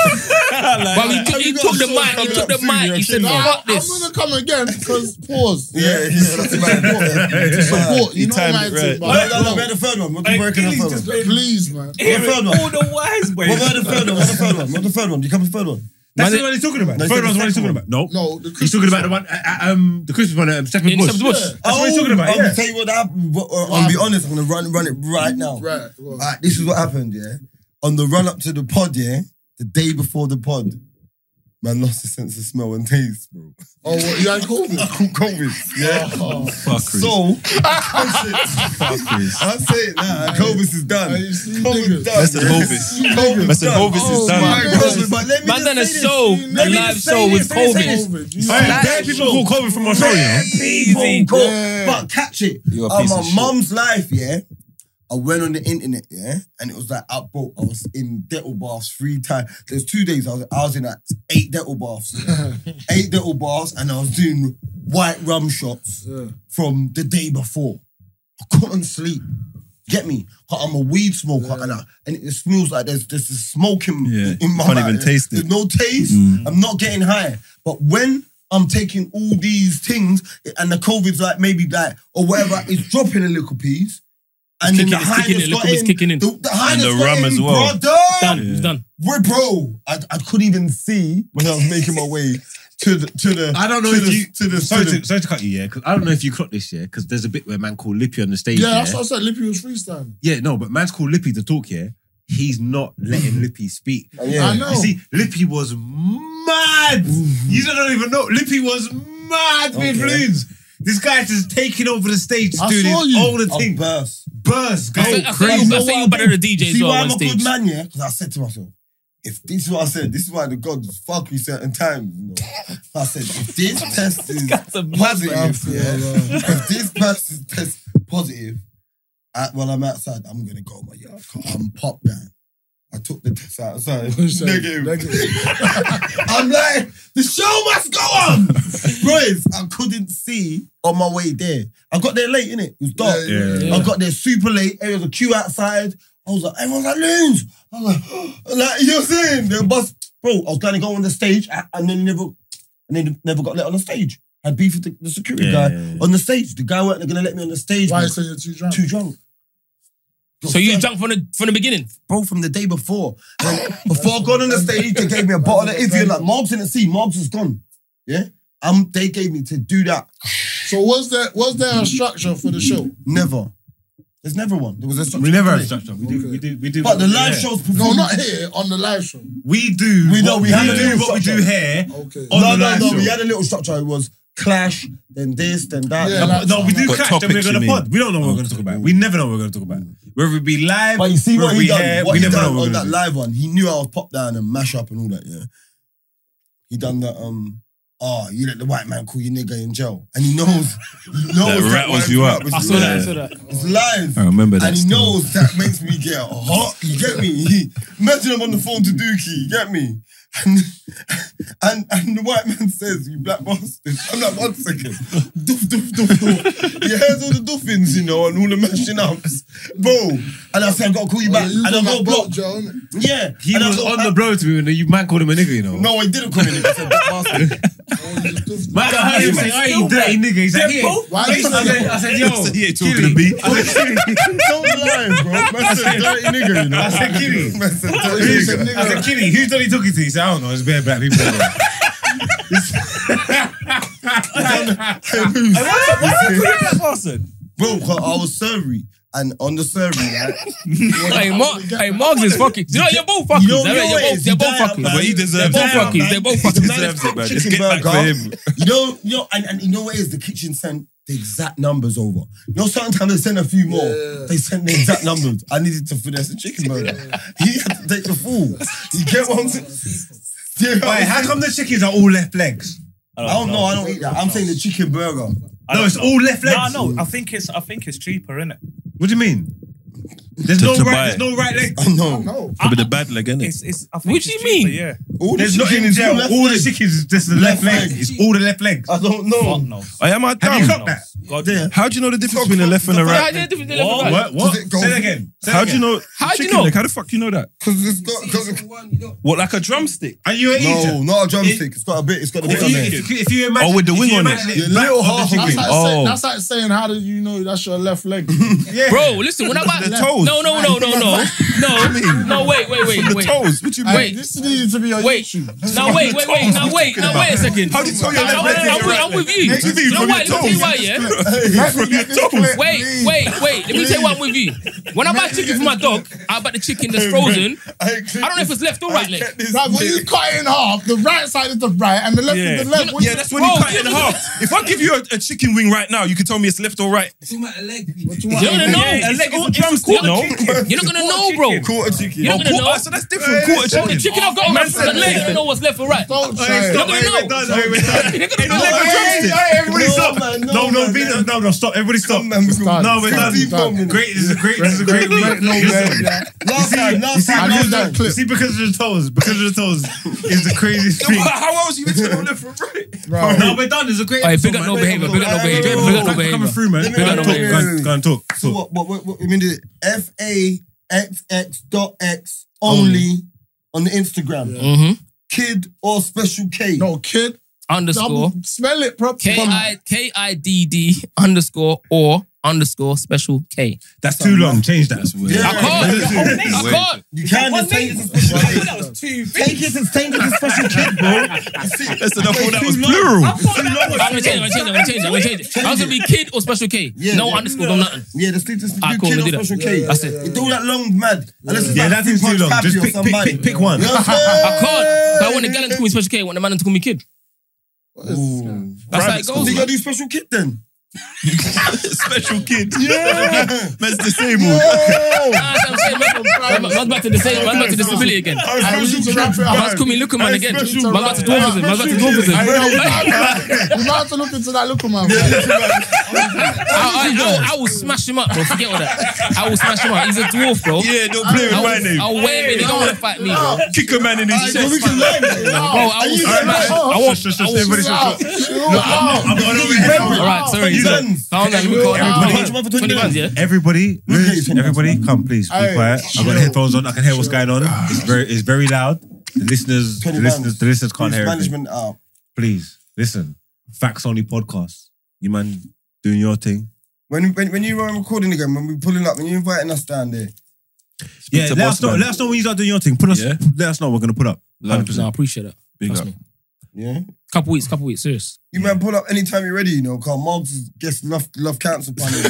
S3: But he took- he
S6: You got
S3: took the
S6: someone
S3: mic. He
S6: coming
S3: took
S6: up
S3: the
S6: to you
S3: mic. He
S6: and
S3: said,
S6: shit. Nah,
S3: "Fuck
S6: I'm
S3: this."
S6: gonna come again because pause.
S2: Yeah, yeah, that's about it.
S6: To support. You
S1: He
S6: know
S1: timed
S6: my
S1: it
S6: thing,
S1: right.
S6: but-
S2: No, no, no, we had the third one. We'll keep
S4: Hey,
S2: working on the
S4: Gilly's
S2: third
S4: just
S2: one.
S4: been-
S6: Please, man.
S4: Hearing
S2: third one?
S4: all the wise
S2: What about
S4: ways.
S2: the third one? What about the third one? What about the third one? Do you come to the third one?
S5: That's the one he's talking about. The
S2: No, he
S5: third
S2: said
S5: one's the
S2: the
S5: one he's
S2: second
S5: talking about. No.
S6: No, the
S5: He's talking about the one, uh, uh, um, the Christmas one, um, Stephen
S3: In
S5: Bush.
S3: Stephen Bush.
S5: Yeah. That's what he's talking about,
S2: I'll
S5: yeah.
S2: tell you what happened. but, uh, I'll be honest. I'm gonna run run it right now.
S6: Right.
S2: All
S6: well,
S2: right, this is what happened, yeah. On the run up to the pod, yeah, the day before the pod, man lost his sense of smell and taste, bro.
S6: Oh, what, you had COVID. Oh,
S2: Caught COVID, yeah.
S1: Fuckery.
S2: So I say it now, COVID is done.
S6: Are you seeing
S2: COVID's done.
S6: niggas?
S1: That's a Hovis.
S2: COVID.
S1: That's a Hovis is
S2: My
S1: done.
S2: God, but let me
S3: Man
S2: just
S3: done a
S2: say this.
S3: soul, a
S2: me
S3: live
S2: just
S3: soul
S2: say
S3: with
S2: this, say
S3: COVID.
S2: this,
S6: COVID. You
S5: Hey,
S6: know?
S5: dead people call COVID from
S2: oh,
S5: Australia.
S2: people
S4: Easy.
S2: go-
S6: Yeah.
S2: But catch it.
S1: You're a
S2: On
S1: piece
S2: my
S1: of shit.
S2: mum's life, yeah. I went on the internet, yeah, and it was like I broke. I was in dental baths three times. There's two days I was I was in like eight dental baths, yeah. eight dental baths, and I was doing white rum shots
S6: Yeah.
S2: from the day before. I couldn't sleep. Get me? 'Cause I'm a weed smoker, and I, and it smells like there's there's this smoking
S1: Yeah,
S2: in my
S1: can't
S2: mouth.
S1: even taste it.
S2: There's no taste. I'm not getting high. But when I'm taking all these things and the COVID's like maybe like or whatever, it's dropping a little piece. And
S3: It's
S2: then
S3: kicking-
S2: the
S3: it's
S2: highness
S3: kicking in,
S2: got
S3: look, it's
S2: in.
S3: kicking in.
S2: The, the highness
S1: the
S2: got
S1: rum
S2: in,
S1: as well.
S2: brother.
S3: Done. It was done.
S2: We're bro. I, I couldn't even see when I was making my way to the to the.
S5: I don't know
S2: to
S5: if
S2: the,
S5: you-
S2: to the
S5: Sorry
S2: to the-
S5: to, sorry to cut you, yeah, because I don't know if you clocked this, yeah, because there's a bit where a man called Lippy on the stage.
S6: Yeah,
S5: Yeah,
S6: that's what I said. Lippy was freestyling.
S5: yeah no, but man's called Lippy to talk, yeah. He's not letting Lippy speak.
S2: Yeah.
S6: I know.
S5: You see, Lippy was mad.
S2: Mm-hmm.
S5: you don't even know. Lippy was mad with loons. This guy's just taking over the stage,
S6: I
S5: doing
S6: saw
S5: his
S6: you.
S5: older
S2: I'll
S5: thing.
S2: burst.
S5: Burst, go
S3: I said, I said,
S5: crazy.
S3: you- I said you better than the DJ as
S2: See
S3: well
S2: why I'm
S3: on
S2: a
S3: stage.
S2: good man, yeah? Because I said to myself, if this is what I said, this is why the God fuck me certain times. You know? I said, if this test is
S3: guy's a
S2: positive, yeah, if this person's test positive, at, when I'm outside, I'm gonna go in my yard. 'cause I'm popped down. I took the test outside. Negative. I'm like, the show must go on, boys. I couldn't see on my way there. I got there late, innit? It was dark.
S3: yeah.
S2: I got there super late. There was a queue outside. I was like, everyone's like, loons. I was like, like, you know what I'm saying? The bus, bro, I was going to go on the stage a- and then never, and then never got let on the stage. Had beef with the, the security
S5: Yeah,
S2: guy
S5: yeah, yeah.
S2: on the stage. The guy wasn't going to let me on the stage.
S6: Why you
S2: because
S6: say you're too drunk?
S2: too drunk.
S3: So you jumped from the from the beginning.
S2: Bro, from the day before. And before I got on the stage, they gave me a bottle of Evian. Like, Margs didn't see. Margs is gone. Yeah? Um, they gave me to do that.
S6: So was there was there a structure for the show?
S2: Never. There's never one. There was a
S5: We never have
S2: structure.
S5: structure. We do, we do, we do.
S2: But the live
S5: yeah.
S2: shows
S6: No, not here on the live show.
S5: We do.
S2: We know,
S5: what
S2: we have a
S5: do
S2: little
S5: what we do
S2: structure.
S5: here.
S6: Okay.
S5: On
S2: Oh, no,
S5: the
S2: no,
S5: live
S2: no.
S5: show.
S2: We had a little structure. It was clash, then this, then that.
S6: Yeah, like-
S5: No, we do
S1: What
S5: catch them. We're
S1: topics you
S5: gonna
S1: mean?
S5: pod. We don't know what we're gonna talk about. We never know what we're gonna talk about. Whether it be live,
S2: but you see what
S5: whether
S2: he
S5: we
S2: done.
S5: here,
S2: what
S5: we
S2: he
S5: never know
S2: done
S5: what
S2: on
S5: we're
S2: that
S5: gonna do.
S2: live one. He knew I was pop down and mash up and all that. Yeah. He done that. Um. Oh, you let the white man call you nigga in jail, and he knows. He knows
S1: That rattles you up.
S2: It's
S3: I saw that. I saw that.
S2: It's live.
S5: Oh,
S1: I remember that.
S2: And he
S1: still.
S2: knows that makes me get hot. You get me? He, imagine I'm on the phone to Dookie. You get me? And, and and the white man says, "You black bastard." I'm like, one second. Doof, doof, doof, doof. He hears all the doofins, you know, and all the mashing ups, bro. And I say, "I gotta call you back." And
S6: You
S2: I
S6: done
S2: go
S6: that
S2: block.
S6: block, Joe, innit?
S2: Yeah.
S5: He
S2: and
S5: was
S2: I go,
S5: on the blow to me when you man called him a nigga, you know.
S2: No, I didn't call him. I said, "Black bastard."
S6: Oh, you just-
S5: Man, I heard him say, "I ain't dirty nigga." He's like, yeah.
S6: Why
S5: I
S6: you say
S5: said, I said, yo,
S1: He ain't talking
S5: Gilly.
S1: to me.
S5: I said,
S2: Don't lie, bro. Man said, "Dirty nigga," you know.
S5: I said, Gilly.
S2: Man said, "Dirty
S5: Who's,
S2: nigga."
S5: I said, Kitty, who's Donny talking to? He said, I don't know, it's bare black people.
S2: Bro, 'cause I was surgery. And on the surgery, right?
S3: Hey, Mark, hey, Marks is fucking. You know, you're both fuckers.
S2: You don't
S3: They're,
S2: know
S3: you're
S2: it.
S3: both,
S2: It's
S3: they're
S2: the
S3: both
S2: diet,
S3: fuckers.
S2: man.
S1: But he
S3: They're
S1: deserves
S3: both
S1: it.
S3: fuckers. They're both
S1: He
S3: fuckers.
S1: deserves it, man. Just
S2: Chicken
S1: get back for
S2: burger.
S1: him.
S2: You know, you know, and, and you know what it is? The kitchen sent the exact numbers over. You know, sometimes they send a few more.
S6: Yeah.
S2: They send the exact numbers. I needed to finesse the chicken burger. He had to take the full. You get what I'm saying? Do you get what
S5: Wait,
S2: I'm
S5: how
S2: saying?
S5: come the chickens are all left legs?
S2: I don't know. I don't eat that. I'm saying the chicken burger.
S4: I
S5: No,
S4: don't
S5: it's
S4: know.
S5: all left legs.
S4: No, no. I think it's. I think it's cheaper, isn't it?
S5: What do you mean? There's
S1: To-
S5: no
S1: to buy
S5: right. There's
S1: it.
S5: no right leg.
S2: I know.
S6: No.
S1: Could be the bad leg, innit?
S4: It's. It's. I think
S3: What do
S4: it's
S3: you mean?
S4: cheaper, Yeah.
S2: All the
S5: There's not
S2: chicken
S5: in
S2: is all
S5: jail.
S2: left
S5: All the
S2: legs.
S5: chickens is just the left,
S2: Left
S5: leg.
S2: leg.
S5: It's all the left legs.
S2: I don't
S4: Fuck
S2: know.
S4: no.
S1: I am I
S5: Have you
S1: down?
S5: clocked that?
S4: God.
S2: Yeah.
S1: How do you know the difference between a left and a
S3: How
S1: right?
S3: do you
S1: leg?
S3: do the left and right?
S5: What? What?
S2: Does it go-
S5: Say that again. Say that
S1: How do you
S5: again.
S1: know?
S3: How do you
S1: chicken
S3: know?
S1: leg? How the fuck do you know that?
S2: Because it's
S9: You
S2: got.
S9: see,
S2: Cause
S9: it's
S2: it,
S9: the one, you know,
S1: What, like a drumstick?
S5: Are you an
S2: no,
S5: Egypt?
S2: not a drumstick. It, has got a bit. It's got a bit
S5: If
S2: on
S5: you,
S2: there.
S5: if, you, if you imagine,
S1: Oh, with the
S5: if
S1: wing
S5: you
S1: on it.
S5: imagine
S2: Your little
S5: back of
S2: half
S5: the
S6: That's
S5: chicken.
S6: like,
S1: Oh.
S6: say, that's like saying, how do you know that's your left leg?
S5: Yeah.
S3: Bro, listen, when I buy
S1: The toes.
S3: No, no, no, no, no. No. No, wait, wait, wait,
S1: The
S3: wait.
S1: toes. What you mean?
S3: Wait.
S6: this needs to be on
S3: Wait.
S6: YouTube.
S3: Now wait, wait, wait, now wait, now wait a second.
S1: How do you tell your
S3: I'm,
S1: left leg is
S3: I'm,
S1: your
S3: with-
S1: right
S3: I'm
S1: leg?
S3: with you.
S1: What do you mean,
S3: You know
S1: from
S3: why? Let
S1: your
S3: me tell you
S1: toes?
S3: why, yeah?
S1: From your toes.
S3: Wait, wait, wait. Let me tell you why I'm with you. When I buy chicken for my dog, I buy the chicken that's frozen. I don't know if it's left or right leg.
S6: Like, when you cut it in half, the right side is the right and the left
S4: Yeah.
S6: is the left. What
S1: Yeah,
S6: you-
S1: that's when you
S3: Bro,
S1: cut
S3: you
S1: it in
S3: know-
S1: half. If I give you a, a chicken wing right now, you can tell me it's left or right.
S9: too much leg.
S6: what you
S3: You
S6: want.
S3: don't know.
S1: a leg
S4: Yeah,
S1: is a
S4: it's a
S1: drumstick,
S4: quarter
S1: no?
S4: chicken.
S3: You're not gonna
S4: It's a
S3: know,
S4: quarter
S3: bro.
S4: chicken.
S2: Quarter chicken.
S3: You're not gonna know.
S1: Quarter, so that's different. Quarter
S3: Bro, the
S1: chicken.
S3: chicken I've got on my
S1: Man said
S3: front leg, you
S1: leg.
S3: don't know what's left or right.
S6: Don't
S5: Hey,
S6: say
S5: stop.
S3: You're
S5: Wait,
S3: gonna
S5: wait,
S3: know.
S5: guys, wait, wait, guys.
S3: You're gonna
S5: Hey, the
S3: know.
S5: leg of
S2: Hey,
S5: drumstick.
S2: hey, everybody
S5: No,
S2: stop.
S5: man,
S2: No,
S5: No,
S2: man,
S5: no,
S2: no.
S5: be- no, no, no, stop. Everybody stop.
S2: Come, man, we
S6: done.
S5: No, we're
S6: It's
S5: done.
S6: done.
S5: Great, this is a great, this is a great.
S6: Great,
S5: great-
S6: great, no,
S5: Listen,
S6: man.
S2: Last
S5: you
S2: time, last
S5: see,
S2: time,
S6: I
S2: last time.
S6: knew that clip.
S5: see, because of the toes, because of the toes is the craziest thing.
S1: How else you even tell left from right?
S6: Bro.
S5: No, we're done. It's a great.
S3: Hey,
S5: episode,
S3: big up
S5: man.
S3: no
S5: Great
S3: behavior,
S5: episode.
S3: big up no behavior,
S5: Hey,
S3: big up no
S5: thanks for
S3: behavior.
S5: coming through, man.
S2: Let me
S5: Go
S2: know,
S5: and
S2: let
S5: talk,
S2: me
S5: go
S2: know.
S5: and- go and talk.
S2: So
S5: talk.
S2: what? What? What? what I mean, the F A X X dot X only on the Instagram.
S3: Mm-hmm.
S2: Kid or special K.
S6: No, kid.
S3: Underscore.
S6: Double- Smell it properly.
S3: K I K I D D underscore or underscore special K.
S5: That's too long. Change that.
S2: Yeah.
S3: I can't.
S4: That's
S3: I
S4: weird.
S3: can't.
S2: You can't
S4: One
S2: just say
S4: name.
S2: it's a
S4: I
S2: special
S4: thought
S2: K.
S4: that was too big.
S2: Take it as take it as special K, bro. That's it.
S1: That's enough. All that was
S5: Too long.
S1: plural.
S4: I thought that was
S3: I'm gonna change it. I'm gonna change it. I'm gonna change it. I'm gonna change it. I was gonna be kid or special K.
S2: Yeah,
S3: no
S2: yeah.
S3: underscore, no nothing.
S2: Yeah, that's it. Just do
S3: Ah, cool,
S2: kid
S3: we
S2: or
S3: did that.
S2: special K.
S3: That's it.
S2: It's all that long mad. Unless it's
S5: Yeah, that
S2: like
S5: thing's too
S2: Three Punch
S5: long.
S2: Pappy
S5: Just
S2: or
S5: pick, pick,
S2: somebody.
S5: pick, pick one.
S2: You know what I'm
S3: I can't. But I want the gallant to call me special K. I want the man to call me kid.
S6: What is this guy?
S3: That's how it
S2: saying? So you
S3: goes.
S2: gotta do special kid then.
S1: Special kid.
S2: Yeah.
S1: Man's disabled.
S2: Yo.
S3: Nah, that's what I'm saying, man. Man- man's back to the same. Man's back to disability again. Oh,
S6: I
S2: Special
S6: need to
S2: kid.
S6: wrap it
S3: Man's
S6: up.
S3: call me look man
S6: Hey,
S3: again. Man's
S6: special
S3: back to
S6: guy.
S3: dwarfism. Man's back to
S6: Special kid. I know, we
S3: dwarfism.
S6: might- we might have to look into that look man.
S3: I, I, I, I will smash him up, bro. Forget all that. I will smash him up. He's a dwarf, bro.
S1: Yeah, don't play with my
S3: I will,
S1: name.
S3: I'll wear him. in. They don't want to fight me, bro.
S1: Kick a man in his
S2: Well, we
S1: chest.
S2: can learn it.
S3: Bro, I will smash. I
S5: Shush,
S3: won't.
S5: shush, shush, everybody
S6: Chill
S5: shush.
S6: out. Chill out.
S5: I'm on over
S3: All
S5: here.
S3: right, sorry.
S2: You
S3: so-
S2: done?
S3: Calm down. Let me call
S6: Everybody-
S3: everybody. Twenty bucks, yeah.
S5: Everybody,
S2: Look at you, Tom.
S5: everybody, come please. Be
S6: Hey,
S5: quiet. I've got
S6: chill.
S5: headphones on. I can hear what's going on.
S2: Ah.
S5: It's very, it's very loud. The listeners, the
S2: 20
S5: listeners,
S2: pounds.
S5: the listeners can't hear it.
S2: Management out.
S5: Please listen. Facts only podcast. You man doing your thing.
S2: When, when when you were recording again, when we pulling up, when you inviting us down there,
S5: Yeah,
S1: to
S5: let
S1: boss
S5: us know.
S1: man.
S5: Let us know when you start doing your thing. Put us.
S1: Yeah.
S5: Let us know. We're gonna put up.
S1: Love
S3: No, I appreciate that.
S1: Big
S3: Trust
S1: up.
S3: me.
S2: yeah,
S3: Couple weeks, couple weeks, serious.
S2: you man pull up anytime you're ready. You know, Carl Marx guest love love council panel.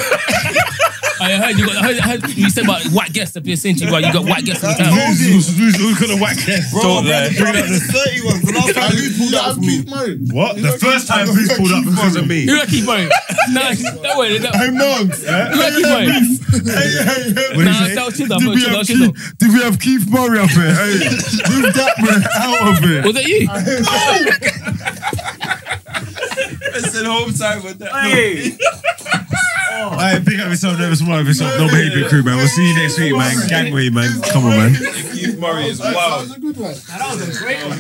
S3: I heard you got. I heard, I heard you said about white guests. I've been saying to you, about you got white guests in the town.
S5: Who's, who's, who's gonna whack
S2: Bro,
S1: Don't
S2: bro,
S1: lie.
S2: the brother is 31. The last time you pulled up was me.
S5: What? The first time who's pulled up because of me?
S3: You got keep going. Nah, don't worry. Don't,
S2: Hey Marx.
S3: you got keep going.
S5: What
S3: Nah,
S5: you say?
S3: chill, chill, down, bro, chill, down, chill. down.
S2: Did we have Keith Murray up here? Hey, move that man out of here.
S3: Was that you?
S1: It's in home time with that.
S4: Hey.
S5: I pick up yourself, never smile yourself. No behavior crew, man. We'll see you next week, man. Gangway, man. Come on, man.
S1: Keith Murray is wild.
S6: a good one.
S4: That was a great one.